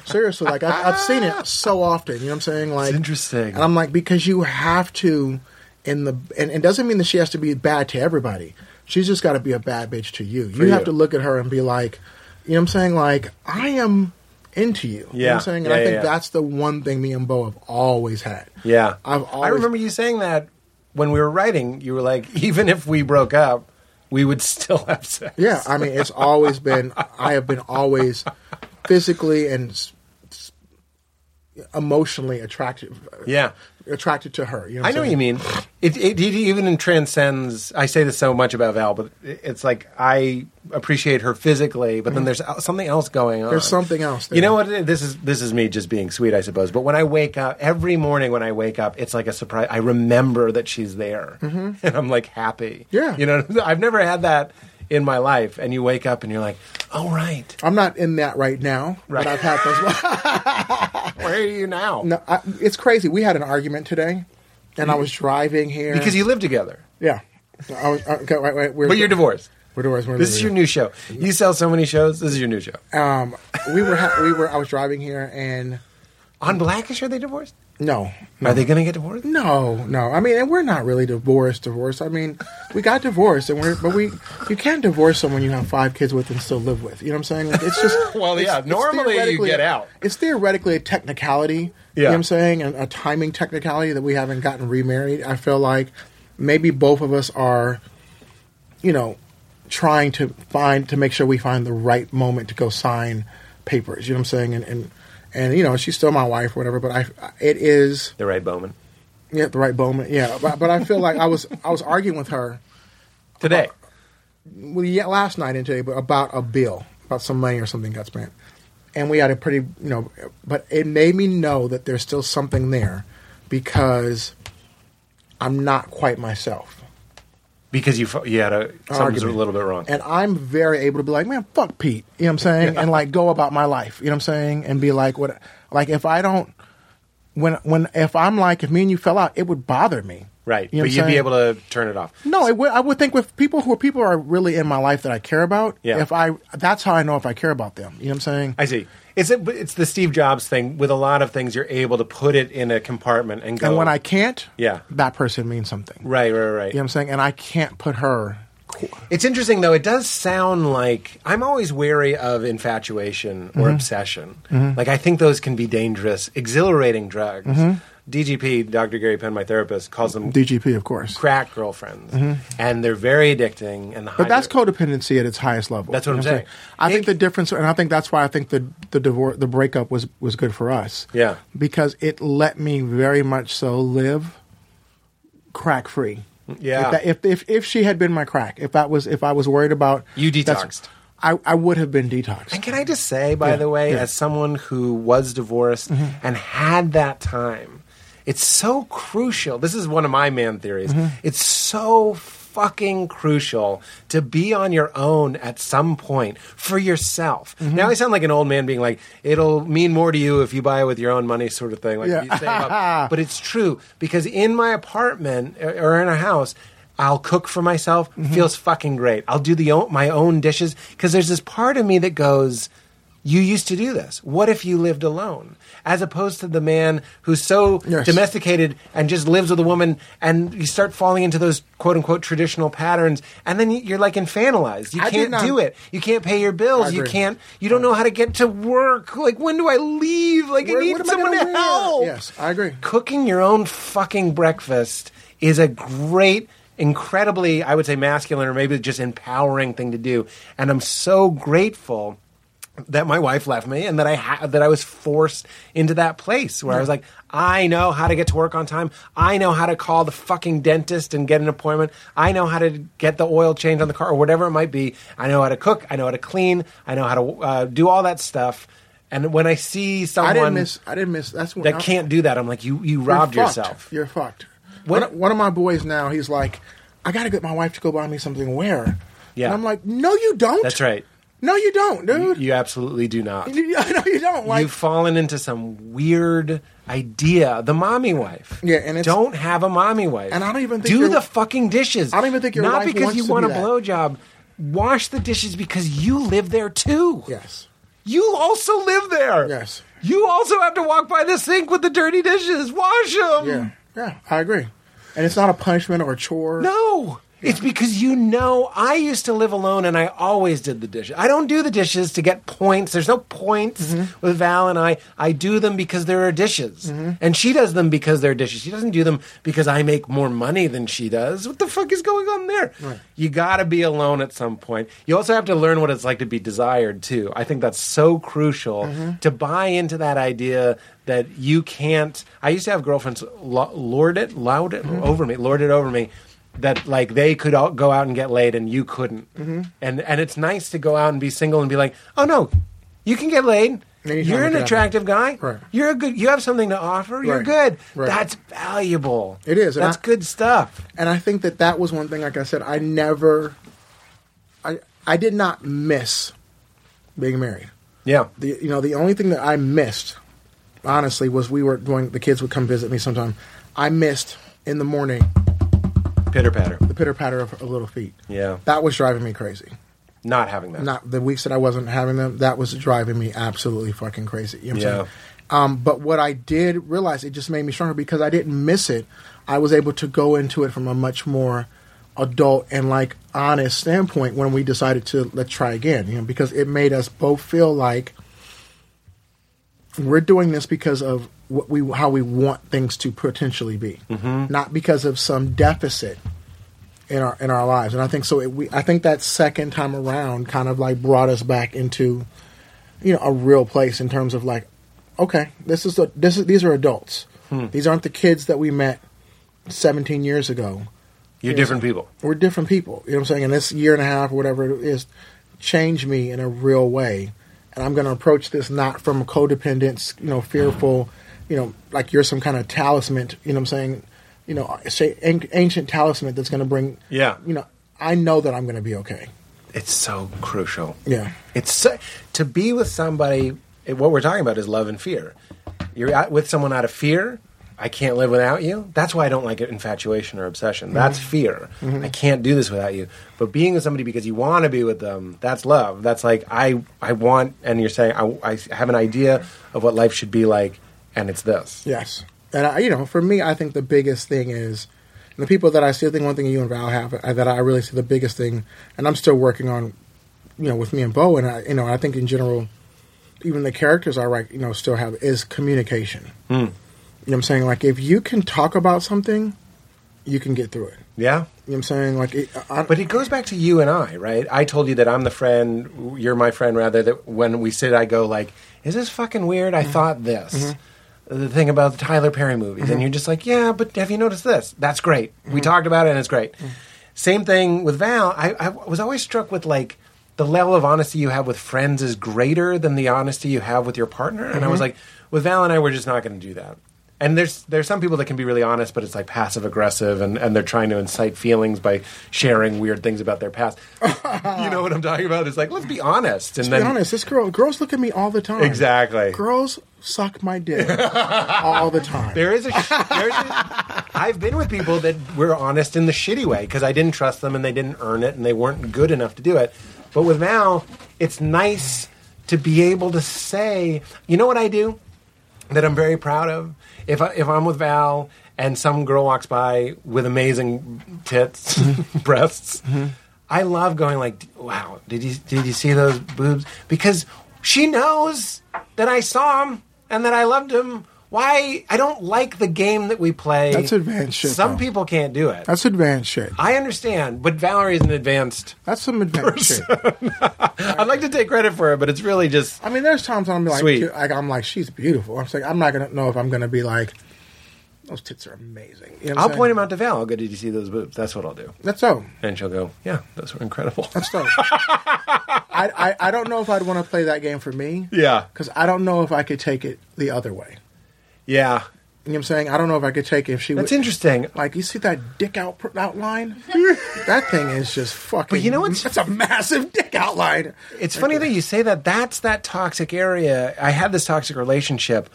E: Seriously, like, I, I've seen it so often. You know what I'm saying? Like,
C: interesting.
E: And I'm like, because you have to, in the, and it doesn't mean that she has to be bad to everybody. She's just got to be a bad bitch to you. You have to
C: you.
E: look at her and be like, you know what I'm saying? Like, I am into you. You know what
C: Yeah.
E: I'm saying? And
C: Yeah,
E: I
C: yeah,
E: think
C: yeah.
E: that's the one thing me and Bo have always had.
C: Yeah,
E: I've
C: I
E: always-
C: remember you saying that when we were writing. You were like, even if we broke up, we would still have sex.
E: Yeah, I mean, it's always been. I have been always physically and s- s- emotionally attracted.
C: Yeah.
E: attracted to her. You know
C: I
E: what
C: know what you mean. It, it, it even transcends. I say this so much about Val, but it- it's like I appreciate her physically, but then there's o- something else going on.
E: Mm. There's something else
C: You
E: there.
C: know what? it- This is this is me just being sweet, I suppose. But when I wake up every morning, when I wake up, it's like a surprise. I remember that she's there, and I'm like happy.
E: Mm-hmm. Yeah.
C: you know, I've never had that in my life. And you wake up and you're like, oh right,
E: I'm not in that right now,
C: Right.
E: but I've had those.
C: where are you now?
E: No, I, it's crazy. We had an argument today, and I was driving here
C: because you live together,
E: Yeah, I was, uh, okay, wait, wait, we're,
C: but you're divorced.
E: We're divorced. We're
C: This is your new show. You sell so many shows. This is your new show.
E: Um, we were ha- we were. I was driving here, and
C: On Blackish, are they divorced?
E: no,
C: Are they going to get divorced?
E: No, no. I mean, and we're not really divorced. Divorced. I mean, we got divorced, and we're but we you can't divorce someone you have five kids with and still live with. You know what I'm saying? Like, it's just
C: Well, yeah, normally you
E: theoretically-
C: get out.
E: It's theoretically a technicality. You
C: Yeah.
E: know what I'm saying, and a timing technicality that we haven't gotten remarried. I feel like maybe both of us are, you know, trying to find to make sure we find the right moment to go sign papers. You know what I'm saying? And and and you know, she's still my wife, whatever. But I, it is.
C: The Ray Bowman
E: Yeah, the right Bowman. Yeah, but, but I feel like I was I was arguing with her
C: today.
E: well, yeah, last night and today, but about a bill, about some money or something got spent, and we had a pretty you know, but it made me know that there's still something there because I'm not quite myself,
C: Because you fu- you had a something's a
E: Argument.
C: little bit wrong.
E: and I'm very able to be like, man, fuck Pete, you know what I'm saying, and like go about my life, you know what I'm saying, and be like, what, like if I don't. When, when if I'm like if me and you fell out, it would bother me,
C: right,
E: You know what
C: but
E: I'm
C: you'd be
E: saying?
C: able to turn it off.
E: No, I would, I would think with people who are people who are really in my life that I care about.
C: Yeah.
E: If I, that's how I know if I care about them. You know what I'm saying?
C: I see. It's a, but it's the Steve Jobs thing. With a lot of things, you're able to put it in a compartment and go.
E: and when I can't,
C: Yeah.
E: that person means something.
C: right, right, right.
E: You know what I'm saying? And I can't put her.
C: It's interesting though. It does sound like I'm always wary of infatuation or obsession. Like I think those can be dangerous, exhilarating drugs. DGP, Dr. Gary Penn, my therapist, calls them
E: DGP, of course.
C: crack girlfriends, and they're very addicting. And the
E: But that's
C: hydro-
E: codependency at its highest level.
C: That's what I'm
E: You know
C: saying.
E: I think the
C: It-
E: difference, and I think that's why I think the the divorce, the breakup was was good for us.
C: Yeah.
E: because it let me very much so live crack free.
C: Yeah.
E: If, that, if if if she had been my crack, if that was if I was worried about
C: You
E: that's-
C: detoxed.
E: I, I would have been detoxed.
C: And can I just say, by the way,
E: yeah.
C: as someone who was divorced and had that time, it's so crucial. This is one of my man theories. It's so fucking crucial to be on your own at some point for yourself. Now I sound like an old man being like, it'll mean more to you if you buy it with your own money, sort of thing. Like,
E: Yeah.
C: you save
E: Ah.
C: up. But it's true because in my apartment er, or or in a house, I'll cook for myself.
E: Mm-hmm.
C: Feels fucking great. I'll do the o- my own dishes because there's this part of me that goes, "You used to do this. What if you lived alone?" As opposed to the man who's so
E: Yes.
C: domesticated and just lives with a woman, and you start falling into those quote unquote traditional patterns, and then you- you're like infantilized. You
E: I did
C: can't
E: not-
C: do it. You can't pay your bills.
E: I
C: You
E: agree.
C: can't. You don't know how to get to work. Like when do I leave? Like
E: Where-
C: I need
E: what am I
C: someone
E: gonna
C: to
E: wear?
C: help.
E: Yes, I agree.
C: Cooking your own fucking breakfast is a great, incredibly, I would say, masculine or maybe just empowering thing to do. And I'm so grateful that my wife left me and that I ha- that I was forced into that place where I was like, I know how to get to work on time. I know how to call the fucking dentist and get an appointment. I know how to get the oil change on the car or whatever it might be. I know how to cook. I know how to clean. I know how to uh, do all that stuff. And when I see
E: I
C: someone
E: didn't miss. I didn't miss. That's when
C: that
E: I-
C: can't do that, I'm like, you you robbed
E: you're fucked.
C: yourself.
E: You're fucked.
C: What-
E: one, one of my boys now, he's like, I got to get my wife to go buy me something. Where?
C: Yeah.
E: And I'm like, no, you don't.
C: That's right.
E: No, you don't, dude.
C: You absolutely do not.
E: no, you don't. Like,
C: You've fallen into some weird idea. The mommy wife.
E: Yeah, and it's-
C: don't have a mommy wife.
E: And I don't even think
C: do
E: your-
C: the fucking dishes.
E: I don't even think your wife
C: not because
E: wants
C: you
E: to
C: want
E: do
C: a
E: that.
C: blowjob. Wash the dishes because you live there too.
E: yes.
C: You also live there.
E: Yes.
C: You also have to walk by the sink with the dirty dishes. Wash them.
E: Yeah. Yeah. I agree. And it's not a punishment or a chore.
C: No. It's because you know I used to live alone and I always did the dishes. I don't do the dishes to get points. There's no points with Val and I. I do them because there are dishes. And she does them because there are dishes. She doesn't do them because I make more money than she does. What the fuck is going on there? You got to be alone at some point. You also have to learn what it's like to be desired too. I think that's so crucial to buy into that idea that you can't I used to have girlfriends lo- lord it loud it over me, lord it over me that like they could all go out and get laid and you couldn't.
E: Mm-hmm.
C: And and it's nice to go out and be single and be like, "Oh no, you can get laid.
E: Anytime
C: You're
E: we
C: an
E: can.
C: attractive guy.
E: Right.
C: You're a good you have something to offer. You're
E: Right.
C: good.
E: Right.
C: That's valuable.
E: It is, and
C: That's
E: I-
C: good stuff.
E: And I think that that was one thing. Like I said, I never, I I did not miss being married.
C: Yeah.
E: the you know the only thing that I missed, honestly, was we were doing the kids would come visit me sometime. I missed in the morning
C: Pitter patter.
E: the pitter patter of, of little feet.
C: Yeah.
E: that was driving me crazy.
C: Not having that.
E: Not the weeks that I wasn't having them. That was driving me absolutely fucking crazy. You know what I'm
C: Yeah.
E: saying? Um, but what I did realize it just made me stronger because I didn't miss it. I was able to go into it from a much more adult and like honest standpoint when we decided to let's try again. You know, because it made us both feel like we're doing this because of what we how we want things to potentially be, not because of some deficit in our in our lives. And I think so. It, we I think that second time around kind of like brought us back into you know a real place in terms of like okay, this is the this is these are adults. These aren't the kids that we met 17 years ago.
C: You're different people.
E: We're different people. You know what I'm saying? And this year and a half or whatever it is changed me in a real way. And I'm going to approach this not from a codependence, you know, fearful, you know, like you're some kind of talisman, you know what I'm saying? You know, say, an- ancient talisman that's going to bring
C: Yeah.
E: You know, I know that I'm going to be okay.
C: It's so crucial.
E: Yeah.
C: It's so, to be with somebody. it- What we're talking about is love and fear. You're out, with someone out of fear. I can't live without you. That's why I don't like infatuation or obsession. That's fear. I can't do this without you. But being with somebody because you want to be with them, that's love. That's like I I want, and you're saying I, I have an idea of what life should be like, and it's this.
E: Yes. And I, you know, for me, I think the biggest thing is the people that I see. I think one thing you and Val have uh, that I really see the biggest thing, and I'm still working on, you know, with me and Bo, and I, you know, I think in general, even the characters I write, you know, still have is communication.
C: Hmm.
E: You know, what I'm saying like if you can talk about something, you can get through it.
C: Yeah.
E: You know, what I'm saying like, it, I,
C: But it goes back to you and I, right? I told you that I'm the friend, you're my friend, rather. That when we sit, I go like, "Is this fucking weird?" I thought this, the thing about the Tyler Perry movies,
E: Mm-hmm.
C: and you're just like, "Yeah, but have you noticed this? That's great. We talked about it, and it's great."
E: Mm-hmm.
C: Same thing with Val. I, I was always struck with like the level of honesty you have with friends is greater than the honesty you have with your partner, and
E: Mm-hmm.
C: I was like, with Val and I, we're just not going to do that. And there's there's some people that can be really honest, but it's like passive aggressive, and, and they're trying to incite feelings by sharing weird things about their past. you know what I'm talking about? It's like let's be honest, and
E: to be
C: then
E: honest, this girl, girls look at me all the time.
C: Exactly.
E: Girls suck my dick all the time.
C: there is a. Sh- there's a I've been with people that were honest in the shitty way because I didn't trust them and they didn't earn it and they weren't good enough to do it. But with Mal, it's nice to be able to say, you know what I do? that I'm very proud of. If I, if I'm with Val and some girl walks by with amazing tits, breasts, I love going like, "Wow, did you did you see those boobs?" Because she knows that I saw them and that I loved them Why? I don't like the game that we play.
E: That's advanced shit,
C: Some
E: though.
C: people can't do it.
E: That's advanced shit.
C: I understand, but Valerie's an advanced.
E: That's some advanced shit.
C: I'd like to take credit for it, but it's really just.
E: I mean, there's times I'm like,
C: Sweet.
E: dude, like I'm like, she's beautiful. I'm just like, I'm not gonna know if I'm gonna be like, those tits are amazing. You know what
C: I'll
E: I'm
C: point
E: saying?
C: him out to Val. I'll go, did you see those boobs? That's what I'll do.
E: That's so.
C: And she'll go, yeah, those were incredible.
E: That's so. I, I I don't know if I'd want to play that game for me.
C: Yeah.
E: Because I don't know if I could take it the other way.
C: Yeah.
E: You know what I'm saying? I don't know if I could take it if she
C: That's
E: was
C: interesting.
E: like you see that dick out outline. that thing is just fucking.
C: But you know what's-
E: That's a massive dick outline.
C: It's funny that you say that. That's that toxic area. I had this toxic relationship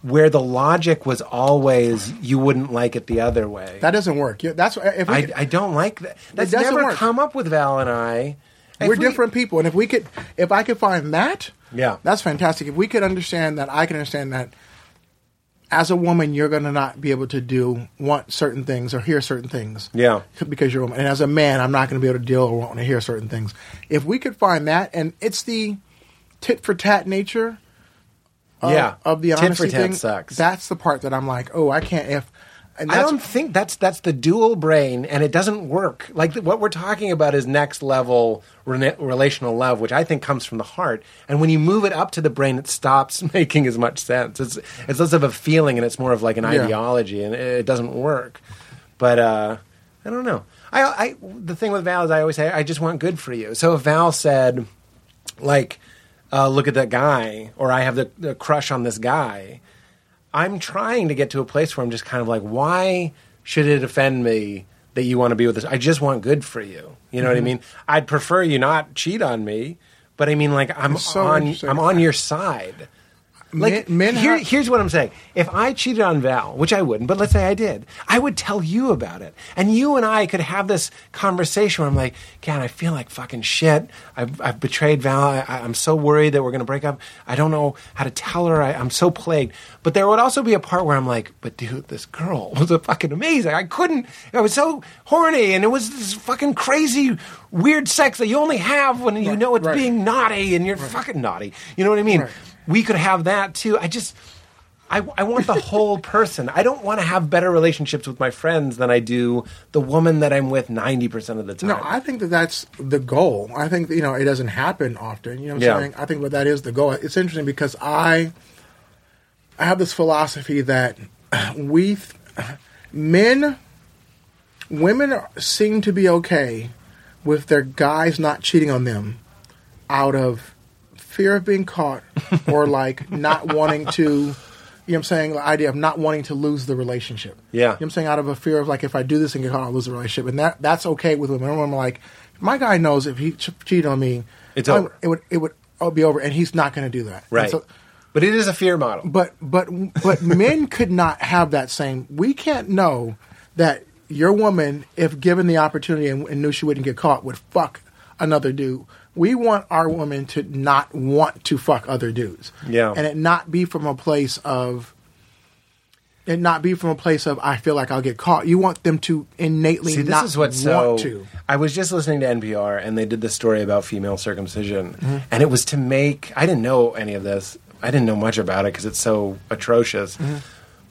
C: where the logic was always you wouldn't like it the other way.
E: That doesn't work. Yeah, That's if we,
C: I, I don't like that. That's
E: doesn't
C: never
E: work.
C: come up with Val and I. If
E: we're
C: we-
E: different people, and if we could, if I could find that,
C: Yeah.
E: that's fantastic. If we could understand that, I can understand that. As a woman, you're going to not be able to do want certain things or hear certain things,
C: Yeah.
E: because you're a woman. And as a man, I'm not going to be able to deal or want to hear certain things. If we could find that, and it's the tit for tat nature, of,
C: yeah.
E: of the honesty
C: tit for tat
E: thing.
C: sucks.
E: That's the part that I'm like, oh, I can't if. And
C: I
E: that's,
C: don't think that's that's the dual brain, and it doesn't work. Like th- what we're talking about is next level rena- relational love, which I think comes from the heart. And when you move it up to the brain, it stops making as much sense. It's it's less of a feeling, and it's more of like an
E: Yeah.
C: ideology, and it, it doesn't work. But uh, I don't know. I, I the thing with Val is I always say I just want good for you. So if Val said, like, uh, look at that guy, or I have the, the crush on this guy. I'm trying to get to a place where I'm just kind of like, why should it offend me that you want to be with this? I just want good for you. You
E: Mm-hmm.
C: know what I mean? I'd prefer you not cheat on me, but I mean, like, I'm
E: It's so
C: on,
E: interesting.
C: I'm on your side. Like,
E: Men- men
C: here,
E: have-
C: here's what I'm saying. If I cheated on Val, which I wouldn't, but let's say I did, I would tell you about it. And you and I could have this conversation where I'm like, God, I feel like fucking shit. I've, I've betrayed Val. I, I- I'm so worried that we're going to break up. I don't know how to tell her. I, I'm so plagued. But there would also be a part where I'm like, but dude, this girl was a fucking amazing. I couldn't, I was so horny and it was this fucking crazy, weird sex that you only have when you
E: Right,
C: know it's
E: right.
C: being naughty and you're fucking naughty. You know what I mean?
E: Right.
C: We could have that too. I just, I, I want the whole person. I don't want to have better relationships with my friends than I do the woman that I'm with 90% of the time.
E: No, I think that that's the goal. I think that, you know it doesn't happen often. You know what I'm
C: Yeah.
E: saying? I think but that is the goal. It's interesting because I I have this philosophy that we men women are- seem to be okay with their guys not cheating on them out of fear of being caught or like not wanting to you know what I'm saying? The idea of not wanting to lose the relationship.
C: Yeah.
E: You know what I'm saying? Out of a fear of like, if I do this and get caught, I'll lose the relationship. And that that's okay with women. I'm like, my guy knows if he ch- cheated on me,
C: It's
E: I-
C: over.
E: It would, it would all be over. And he's not going to do that. And
C: right.
E: so-
C: but it is a fear model.
E: but but but men could not have that same. We can't know that your woman, if given the opportunity and, and knew she wouldn't get caught, would fuck another dude. We want our woman to not want to fuck other dudes.
C: Yeah.
E: and it not be from a place of. It not be from a place of I feel like I'll get caught. You want them to innately
C: See, this
E: not
C: is what's so.
E: want to.
C: I was just listening to NPR and they did this story about female circumcision.
E: Mm-hmm.
C: And it was to make. I didn't know any of this. I didn't know much about it because it's so atrocious.
E: Mm-hmm.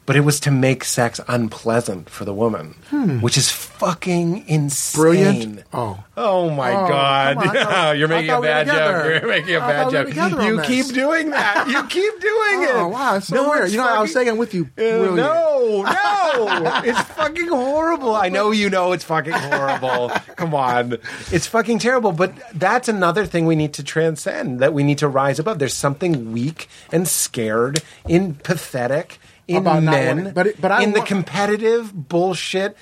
C: But it was to make sex unpleasant for the woman, which is fucking insane.
E: Hmm. Brilliant. Oh,
C: Oh my
E: Oh,
C: God!
E: come on, I thought-
C: You're
E: I
C: making a
E: thought we were
C: bad joke.
E: together.
C: You're making
E: I
C: a bad
E: thought we were
C: joke.
E: together on
C: you
E: this.
C: keep doing that. You keep doing it.
E: Oh, wow, it's so weird. You know, I was thinking with you,
C: Uh,
E: brilliant.
C: no, no, it's fucking horrible. I know you know it's fucking horrible. Come on, it's fucking terrible. But that's another thing we need to transcend. That we need to rise above. There's something weak and scared in pathetic in
E: About not
C: men,
E: wanting- but it- but I
C: in the
E: want-
C: competitive bullshit.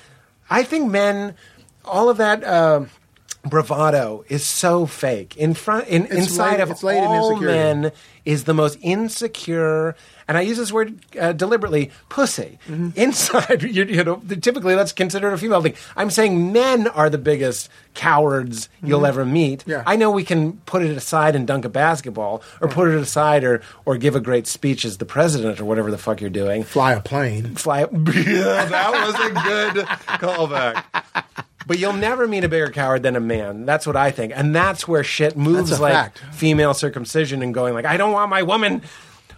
C: I think men, all of that um bravado is so fake. In front, in, inside
E: laid-
C: of
E: it's laid in
C: all
E: insecurity.
C: men is the most insecure. And I use this word uh, deliberately, pussy. Inside, you, you know, typically that's considered a female thing. I'm saying men are the biggest cowards you'll ever meet.
E: Yeah.
C: I know we can put it aside and dunk a basketball, or put it aside, or or give a great speech as the president, or whatever the fuck you're doing
E: fly a plane.
C: fly. Yeah, that was a good callback. But you'll never meet a bigger coward than a man. That's what I think, and that's where shit moves
E: That's a
C: like
E: fact.
C: female circumcision and going like, I don't want my woman.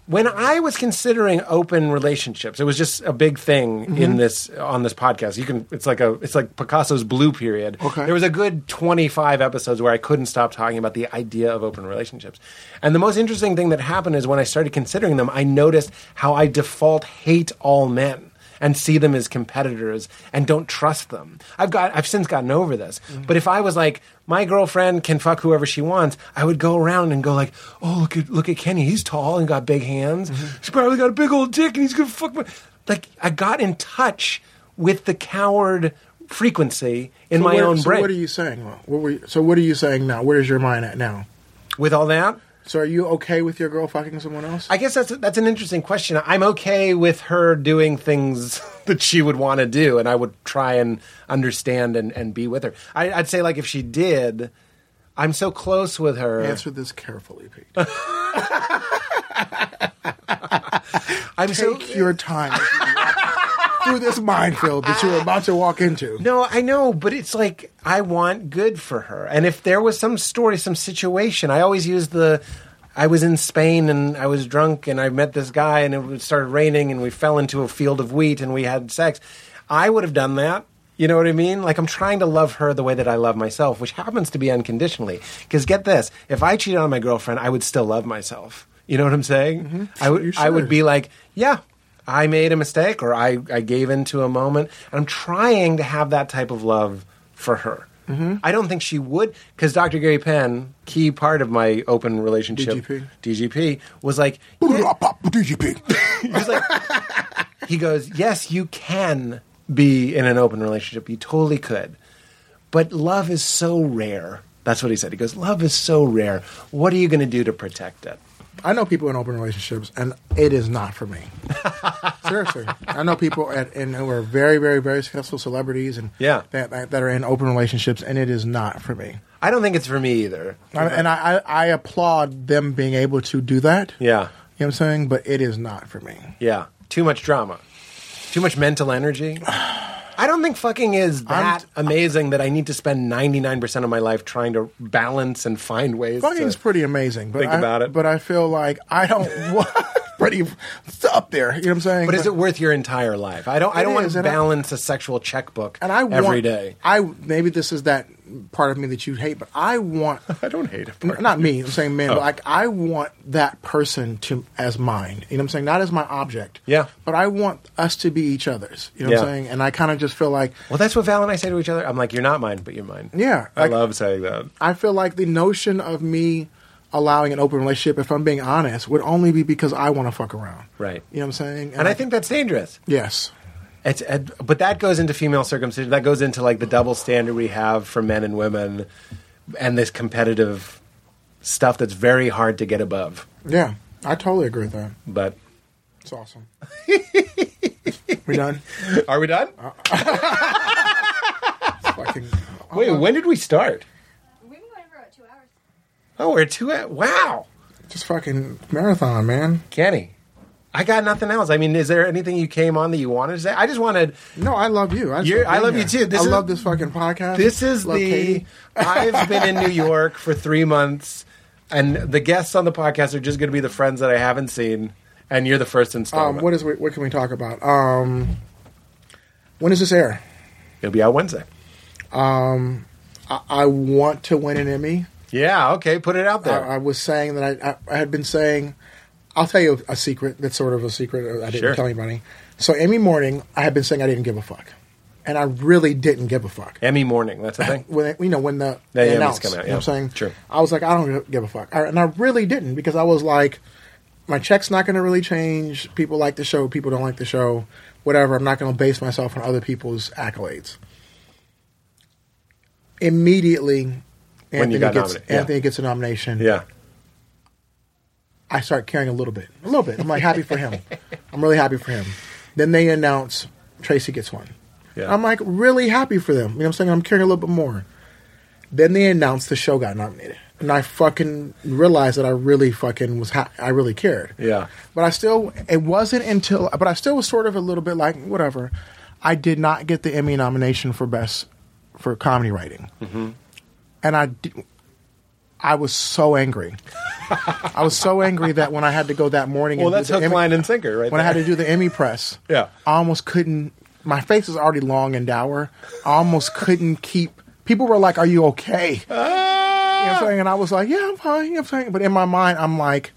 C: when I was considering open relationships, it was just a big thing in
E: Mm-hmm.
C: this on this podcast. You can it's like a it's like Picasso's blue period.
E: Okay.
C: There was a good 25 episodes where I couldn't stop talking about the idea of open relationships. And the most interesting thing that happened is when I started considering them, I noticed how I default hate all men and see them as competitors and don't trust them. I've got I've since gotten over this. But if I was like my girlfriend can fuck whoever she wants, I would go around and go like, "Oh, look at look at Kenny. He's tall and got big hands. He's probably got a big old dick and he's going to fuck my like I got in touch with the coward frequency in
E: So
C: my
E: what-
C: own
E: so
C: brain.
E: What are you saying? Well, What were you, so what are you saying now? Where is your mind at now?
C: with all that,
E: So are you okay with your girl fucking someone else?
C: I guess that's that's an interesting question. I'm okay with her doing things that she would want to do, and I would try and understand and, and be with her. I, I'd say like if she did, I'm so close with her.
E: Answer this carefully, Pete.
C: I'm so
E: Take your time as you walk through this minefield that you're about to walk into.
C: No, I know, but it's like I want good for her. And if there was some story, some situation, I always use the I was in Spain and I was drunk and I met this guy and it was- started raining and we fell into a field of wheat and we had sex. I would have done that. You know what I mean? Like I'm trying to love her the way that I love myself, which happens to be unconditionally. Cuz get this, if I cheated on my girlfriend, I would still love myself. You know what I'm saying? I would
E: You
C: I would
E: should.
C: be like, yeah, I made a mistake or I, I gave in to a moment. I'm trying to have that type of love for her. I don't think she would, because Dr. Gary Penn, key part of my open relationship,
E: DGP.
C: DGP was like, he was like, he goes, yes, you can be in an open relationship. You totally could, but love is so rare. That's what he said. He goes, love is so rare. What are you going to do to protect it?
E: I know people in open relationships, and it is not for me. Seriously, I know people at, and who are very, very, very successful celebrities, and
C: Yeah.
E: that, that that are in open relationships, and it is not for me.
C: I don't think it's for me either.
E: I, and I, I I applaud them being able to do that.
C: Yeah.
E: You know what I'm saying? But it is not for me.
C: Yeah. Too much drama. Too much mental energy. I don't think fucking is that amazing that I need to spend 99% of my life trying to balance and find ways
E: Fucking's
C: to.
E: pretty amazing. But
C: think
E: I,
C: about it.
E: But I feel like I don't want pretty it's up there. You know what I'm saying?
C: but is it worth your entire life? I don't. I
E: It
C: don't want
E: is,
C: to
E: and I-
C: balance a sexual checkbook
E: and I want,
C: every day.
E: I maybe this is that part of me that you hate, but I want
C: I don't hate it.
E: N- not me. I'm saying man.
C: Oh.
E: But like I want that person to as mine. You know what I'm saying? Not as my object.
C: Yeah.
E: But I want us to be each other's. You know what I'm
C: Yeah.
E: saying? And I kind of just feel like
C: Well, that's what Val and I say to each other. I'm like, you're not mine, but you're mine.
E: Yeah,
C: I
E: like-
C: love saying that.
E: I feel like the notion of me allowing an open relationship, if I'm being honest, would only be because I want to fuck around.
C: Right.
E: You know what I'm saying?
C: And I think that's dangerous.
E: yes.
C: It's, and- but that goes into female circumcision. That goes into like the double standard we have for men and women, and this competitive stuff that's very hard to get above.
E: Yeah, I totally agree with that.
C: But
E: It's awesome. we done?
C: are we done?
E: Fucking.
C: Wait, when did we start?
F: We've been going for about two hours.
C: Oh, we're two. At, wow,
E: Just fucking marathon, man.
C: Kenny, I got nothing else. I mean, is there anything you came on that you wanted to say? I just wanted.
E: No, I love you. I, just
C: You're- I
E: being
C: love you
E: here.
C: too. This
E: I
C: is-
E: love this fucking podcast.
C: This is
E: Love
C: the.
E: Katie.
C: I've been in New York for three months, and the guests on the podcast are just going to be the friends that I haven't seen, and you're the first
E: Um,
C: installment.
E: what is we- what can we talk about? Um, when does this air? Um,
C: It'll be out Wednesday.
E: I, I want to win an Emmy.
C: Yeah. Okay. Put it out there.
E: I, I was saying that I, I, I had been saying, I'll tell you a secret that's sort of a secret. I didn't
C: Sure.
E: tell anybody. So, Emmy morning, I had been saying I didn't give a fuck, and I really didn't give a fuck.
C: Emmy morning. That's the thing.
E: When they- you know when the
C: The
E: they
C: Emmys
E: announced,
C: come out,
E: you know
C: yeah.
E: what I'm saying?
C: Sure.
E: I was like, I don't give a fuck, I, and I really didn't because I was like, my check's not going to really change. People like the show, people don't like the show, whatever. I'm not going to base myself on other people's accolades. Immediately,
C: When
E: Anthony
C: you got
E: gets
C: nominated, yeah.
E: Anthony gets a nomination.
C: yeah.
E: I start caring a little bit, a little bit. I'm like happy for him. I'm really happy for him. Then they announce Tracy gets one.
C: Yeah.
E: I'm like really happy for them. You know what I'm saying? I'm caring a little bit more. Then they announce the show got nominated, and I fucking realized that I really fucking was ha- I really cared.
C: Yeah.
E: But I still it wasn't until but I still was sort of a little bit like whatever. I did not get the Emmy nomination for best for
C: Mm-hmm.
E: comedy writing, and I did, I was so angry. I was so angry that when I had to go that morning,
C: Well,
E: and do
C: that's
E: the
C: hook,
E: Emmy-
C: line, and sinker, right?
E: when I had
C: there.
E: to do the Emmy press,
C: Yeah.
E: I almost couldn't. My face was already long and dour. I almost couldn't keep. People were like, "Are you okay?" You know what I'm saying? And I was like, "Yeah, I'm fine." You know what I'm saying? But in my mind, I'm like,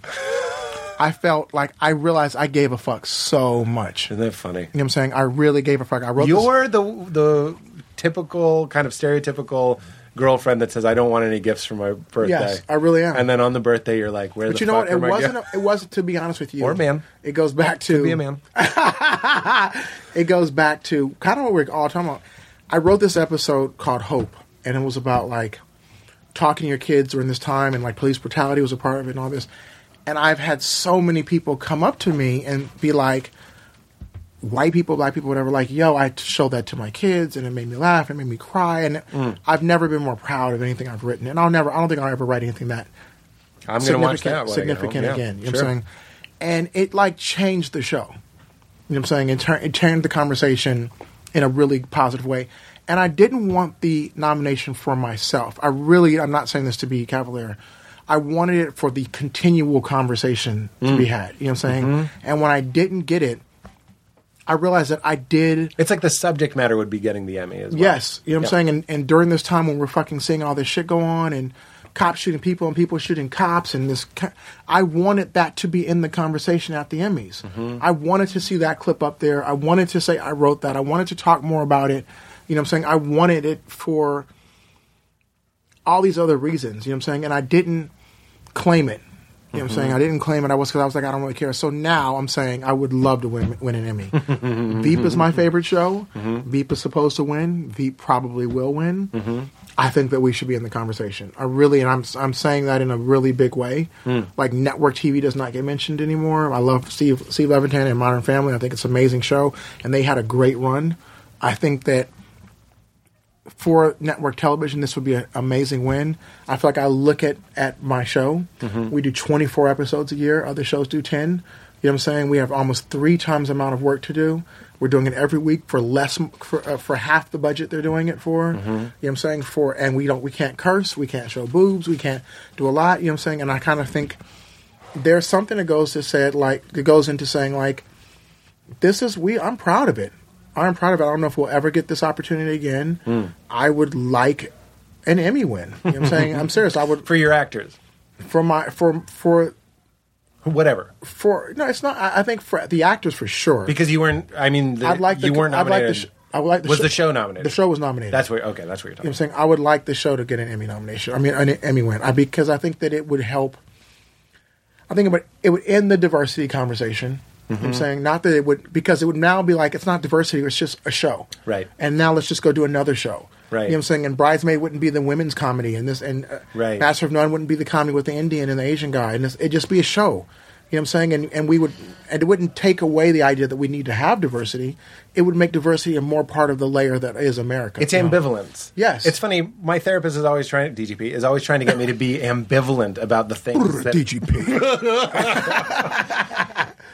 E: I felt like I realized I gave a fuck so much. You know
C: Isn't that funny?
E: what I'm saying? I really gave a fuck. I wrote this-
C: You're the the typical kind of stereotypical girlfriend that says, "I don't want any gifts for my birthday."
E: Yes, I really am.
C: And then on the birthday, you're like, "Where
E: But
C: the
E: you know
C: fuck
E: what? It
C: are my
E: wasn't.
C: gifts?"
E: A, it wasn't. To be honest with you,
C: Or a man.
E: It goes back to,
C: be a man.
E: It goes back to kind of what we're all talking about. I wrote this episode called Hope, and it was about like talking to your kids during this time, and like police brutality was a part of it, and all this. And I've had so many people come up to me and be like, white people, black people, whatever, like, yo, I showed that to my kids, and it made me laugh, it made me cry, and I've never been more proud of anything I've written, and I'll never, I don't think I'll ever write anything that
C: I'm going to
E: significant,
C: watch that. When
E: significant
C: I get home. Yeah,
E: again. You know
C: sure.
E: what I'm saying? And it like changed the show. You know what I'm saying? It, tur- it turned the conversation in a really positive way. And I didn't want the nomination for myself. I really, I'm not saying this to be cavalier. I wanted it for the continual conversation to
C: Mm.
E: be had. You know what I'm saying?
C: Mm-hmm.
E: And when I didn't get it, I realized that I did
C: It's like the subject matter would be getting the Emmy as well.
E: Yes, you know what I'm
C: Yeah.
E: saying. And, and during this time when we're fucking seeing all this shit go on and cops shooting people and people shooting cops and this, ca- I wanted that to be in the conversation at the Emmys.
C: Mm-hmm.
E: I wanted to see that clip up there. I wanted to say I wrote that. I wanted to talk more about it. You know what I'm saying. I wanted it for all these other reasons. You know what I'm saying. And I didn't claim it. You
C: Mm-hmm.
E: know what I'm saying? I didn't claim it. I was because I was like, I don't really care. So now I'm saying I would love to win, win an Emmy. Veep is my favorite show. Veep is supposed to win. Veep probably will win. I think that we should be in the conversation. I really, and I'm I'm saying that in a really big way. Like network TV does not get mentioned anymore. I love Steve Steve Levitan and Modern Family. I think it's an amazing show, and they had a great run. I think that for network television, this would be an amazing win. I feel like I look at, at my show. We do 24 episodes a year. Other shows do 10. You know what I'm saying? We have almost three times the amount of work to do. We're doing it every week for less for, uh, for half the budget they're doing it for. You know what I'm saying? For and we don't we can't curse, we can't show boobs, we can't do a lot. You know what I'm saying? And I kind of think there's something that goes to said like that goes into saying like this is we I'm proud of it. I'm proud of it. I don't know if we'll ever get this opportunity again.
C: Hmm.
E: I would like an Emmy win. You know what I'm saying? I'm serious. I would
C: For your actors,
E: for my for for
C: whatever,
E: for no, it's not I, I think for the actors for sure.
C: because you weren't. I mean, the,
E: I'd like the,
C: you weren't
E: I'd like
C: nominated.
E: the sh- I would like the
C: was
E: sho-
C: the show nominated?
E: The show was nominated.
C: That's where. Okay, that's where
E: You know
C: you're
E: what
C: talking.
E: I'm saying? I would like the show to get an Emmy nomination. I mean, an Emmy win. I, because I think that it would help. I think it would, it would end the diversity conversation. You know
C: Mm-hmm.
E: what I'm saying? Not that it would, because it would now be like, it's not diversity, it's just a show.
C: Right.
E: And now let's just go do another show.
C: Right.
E: You know what I'm saying? And Bridesmaid wouldn't be the women's comedy, and this, and uh,
C: Right.
E: Master of None wouldn't be the comedy with the Indian and the Asian guy, and this, it'd just be a show. You know what I'm saying? And, and we would, and it wouldn't take away the idea that we need to have diversity. It would make diversity a more part of the layer that is America.
C: It's
E: you know?
C: ambivalence.
E: Yes.
C: It's funny. My therapist is always trying. DGP is always trying to get me to be ambivalent about the things. That,
E: DGP.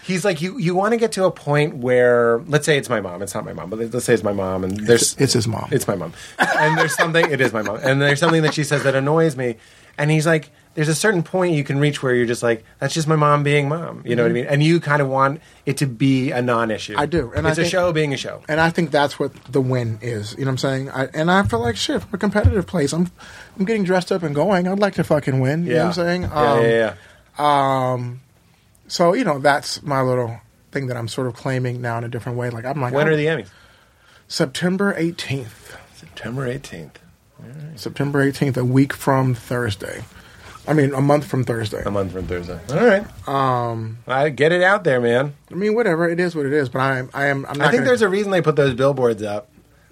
C: he's like, you you want to get to a point where, let's say it's my mom. It's not my mom, but let's say it's my mom, and there's
E: it's his mom.
C: It's my mom, and there's something. It is my mom, and there's something that she says that annoys me, and he's like. There's a certain point you can reach where you're just like, that's just my mom being mom. You know what I mean? And you kind of want it to be a non-issue.
E: Mm-hmm. I do, and I
C: it's a
E: think-
C: show being a show.
E: and I think that's what the win is. You know what I'm saying? I, and I feel like shit. From a competitive place, I'm I'm getting dressed up and going. I'd like to fucking win. You know what I'm saying? Um,
C: Yeah, yeah, yeah.
E: So you know that's my little thing that I'm sort of claiming now in a different way. Like I'm like
C: When
E: I'm-
C: are the Emmys?
E: September 18th.
C: September 18th.
E: September 18th, a week from Thursday. I mean, a month from Thursday.
C: A month from Thursday. All right. Um, I get it out there, man.
E: I mean, whatever. It is what it is. But I'm I am I'm not
C: I think
E: gonna-
C: there's a reason they put those billboards up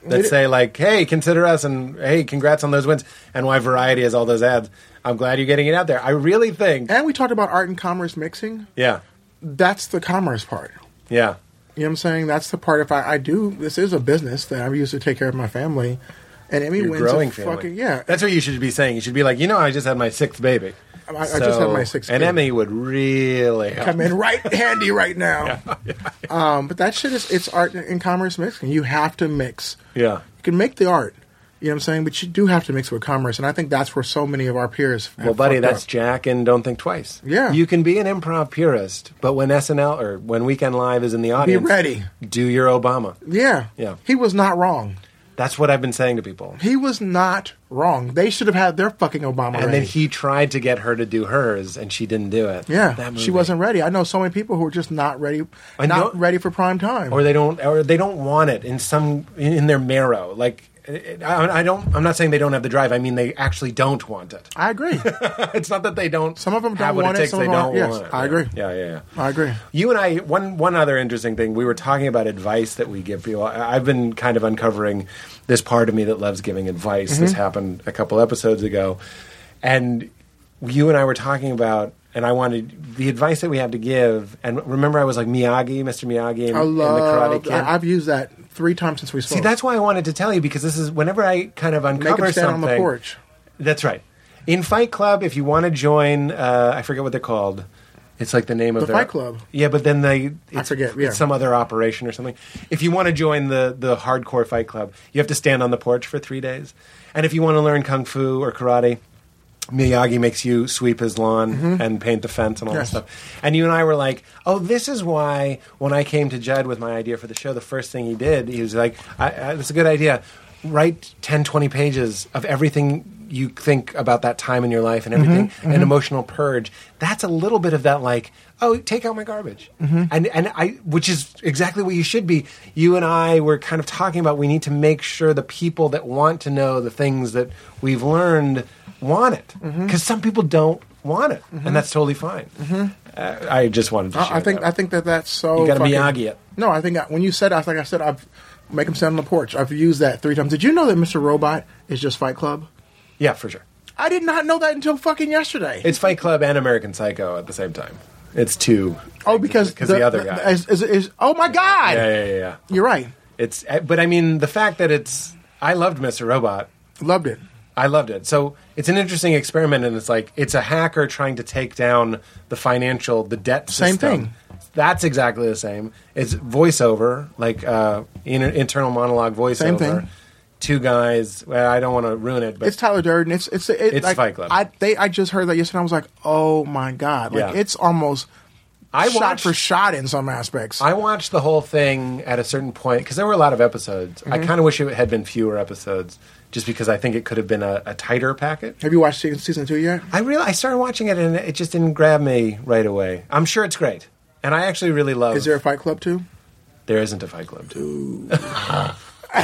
C: that
E: It-
C: say like, "Hey, consider us," and "Hey, congrats on those wins," and why Variety has all those ads. I'm glad you're getting it out there. I really think.
E: and we talked about art and commerce mixing.
C: Yeah.
E: That's the commerce part.
C: Yeah.
E: You know what I'm saying? That's the part. If I, I do, this is a business that I used to take care of my family, and Emmy
C: You're
E: wins. a
C: growing family.
E: Fucking, yeah,
C: That's what you should be saying. You should be like, you know, I just had my sixth baby.
E: I- I just had my sixth
C: And
E: baby.
C: Emmy would really help.
E: come in right handy right now. Um, but that shit is it's art and commerce mixing. You have to mix.
C: Yeah.
E: You can make the art. You know what I'm saying? But you do have to mix with commerce, and I think that's where so many of our peers. have
C: Well, buddy,
E: fucked up.
C: that's Jack and Don't Think Twice.
E: Yeah.
C: You can be an improv purist, but when SNL or when Weekend Live is in the audience,
E: ready.
C: do your Obama.
E: yeah,
C: Yeah.
E: He was not wrong.
C: That's what I've been saying to people.
E: He was not wrong. They should have had their fucking Obama.
C: And then
E: ready.
C: he tried to get her to do hers, and she didn't do it.
E: yeah,
C: That movie.
E: she wasn't ready. I know so many people who are just not ready,
C: I
E: not
C: know-
E: ready for prime time.
C: or they don't, or they don't want it in some in, in their marrow. Like, I, I don't. I'm not saying they don't have the drive. I mean, they actually don't want it.
E: I agree.
C: it's not that they don't.
E: Some of them
C: have
E: don't
C: what
E: want it,
C: it. Takes,
E: some
C: they
E: of them
C: don't
E: aren't. Yes,
C: want it.
E: I
C: Yeah.
E: agree.
C: Yeah, yeah, yeah.
E: I agree.
C: You and I one one other interesting thing we were talking about advice that we give people. I- I've been kind of uncovering this part of me that loves giving advice. This
E: Mm-hmm.
C: happened a couple episodes ago, and you and I were talking about. And I wanted the advice that we had to give. And remember, I was like Miyagi, Mr. Miyagi, and,
E: I
C: the Karate
E: love.
C: Kid.
E: I, I've used that three times since we spoke.
C: See, that's why I wanted to tell you because this is whenever I kind of
E: make
C: uncover
E: him stand on
C: something.
E: the porch.
C: That's right. In Fight Club, if you want to join, uh, I forget what they're called. It's like the name
E: The
C: of their,
E: Fight Club.
C: Yeah, but then they it's,
E: forget, yeah.
C: it's some other operation or something. If you want to join the the hardcore Fight Club, you have to stand on the porch for three days. And if you want to learn kung fu or karate, Miyagi makes you sweep his lawn and paint the fence and all
E: Mm-hmm. Yes.
C: that stuff. And you and I were like, oh, this is why when I came to Judd with my idea for the show, the first thing he did, he was like, I, I, that's a good idea. Write 10, 20 pages of everything you think about that time in your life and everything, an emotional purge. That's a little bit of that, like, oh, take out my garbage. And, and I, which is exactly what you should be. You and I were kind of talking about we need to make sure the people that want to know the things that we've learned want it because some people don't want it, and that's totally fine. Uh, I just wanted to. Share
E: I, I think
C: that.
E: I think that that's so.
C: You gotta
E: fucking-
C: Miyagi it.
E: No, I think I, when you said, I like I said, I've make him stand on the porch. I've used that three times. Did you know that Mr. Robot is just Fight Club?
C: yeah, for sure.
E: I did not know that until fucking yesterday.
C: It's Fight Club and American Psycho at the same time. It's two.
E: oh, because
C: because the, other guy.
E: is, is, is- oh my god,
C: yeah, yeah, yeah, yeah.
E: you're right.
C: It's uh, but I mean the fact that it's I loved Mr. Robot.
E: Loved it.
C: I loved it. So it's an interesting experiment, and it's like it's a hacker trying to take down the financial, the debt
E: Same
C: system.
E: thing.
C: That's exactly the same. It's voiceover, like uh, inter- internal monologue voiceover.
E: Same thing.
C: Two guys. Well, I don't want to ruin it, but
E: It's Tyler Durden. It's it's it,
C: It's
E: like,
C: Fight Club.
E: I they I just heard that yesterday. I was like, oh my god, like
C: Yeah.
E: it's almost
C: I
E: shot
C: watched-
E: for shot in some aspects.
C: I watched the whole thing at a certain point because there were a lot of episodes. I kind of wish it had been fewer episodes, just because I think it could have been a, a tighter packet.
E: Have you watched season, season two yet?
C: I really, I started watching it and it just didn't grab me right away. I'm sure it's great, and I actually really love.
E: Is there a Fight Club two?
C: There isn't a Fight Club too.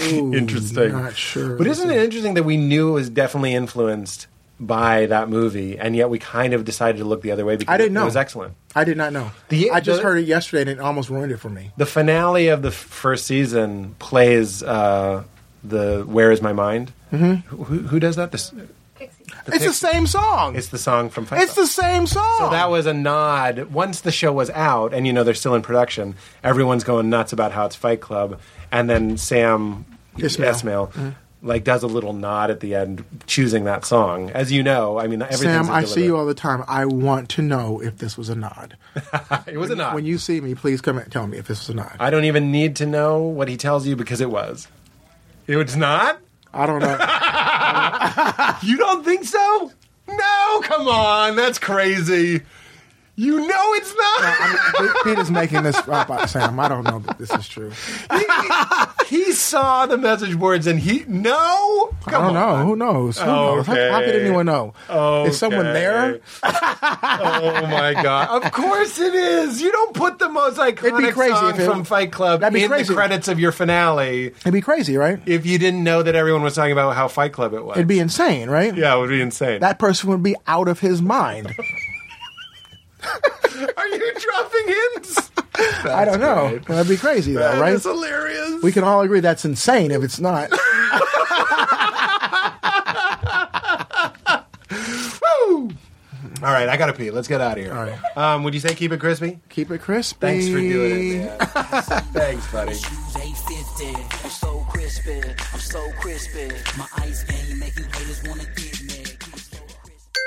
C: interesting.
E: Not sure.
C: But isn't it interesting that we knew it was definitely influenced by that movie, and yet we kind of decided to look the other way because
E: I didn't know.
C: it was excellent.
E: I did not know.
C: The-
E: I just
C: the-
E: heard it yesterday, and it almost ruined it for me.
C: The finale of the f- first season plays uh, the "Where Is My Mind." Mm-hmm. Who, who does that? This,
F: Pixie.
E: It's the same song.
C: it's
E: It's,
C: the song from Fight Club.
E: the same song.
C: So that was a nod. Once the show was out, and you know they're still in production, everyone's going nuts about how it's Fight Club, and then Sam
E: Ismail. Mm-hmm.
C: Ismail, like does a little nod at the end, choosing that song. As you know, I mean, everything's
E: Sam,
C: a
E: I see you
C: deliberate-
E: all the time. I want to know if this was a nod.
C: It was a nod.
E: When you see me, please come and tell me if this was a nod. I,
C: I don't even need to know what he tells you because it was. It was not.
E: don't know.
C: You don't think so? No, come on, that's crazy. You know it's not.
E: I mean, Pete- Pete is making this up, uh, Sam. I don't know that this is true.
C: he saw the message boards and he no.
E: I
C: Come
E: don't
C: on.
E: know. Who knows? Who knows? How, how could
C: Okay.
E: anyone know? Is someone
C: Okay.
E: there?
C: oh my god! Of course it is. You don't put the most iconic
E: crazy
C: song
E: if it-
C: from Fight Club
E: That'd
C: in
E: be crazy.
C: the credits of your finale
E: It'd be crazy, right?
C: if you didn't know that everyone was talking about how Fight Club it was.
E: It'd be insane, right?
C: yeah, it would be insane.
E: That person would be out of his mind.
C: Are you dropping hints?
E: I don't know. That'd be crazy, though,
C: That
E: right?
C: is hilarious.
E: We can all agree that's insane if it's not.
C: All right, I gotta pee. Let's get out of here.
E: All right.
C: Um, would you say keep it crispy?
E: Keep it crispy.
C: Thanks for doing it. Man. Thanks, buddy.
D: Day 15, I'm so crispy, I'm so crispy. My ice game make you haters wanna get mad. Keep it so crispy.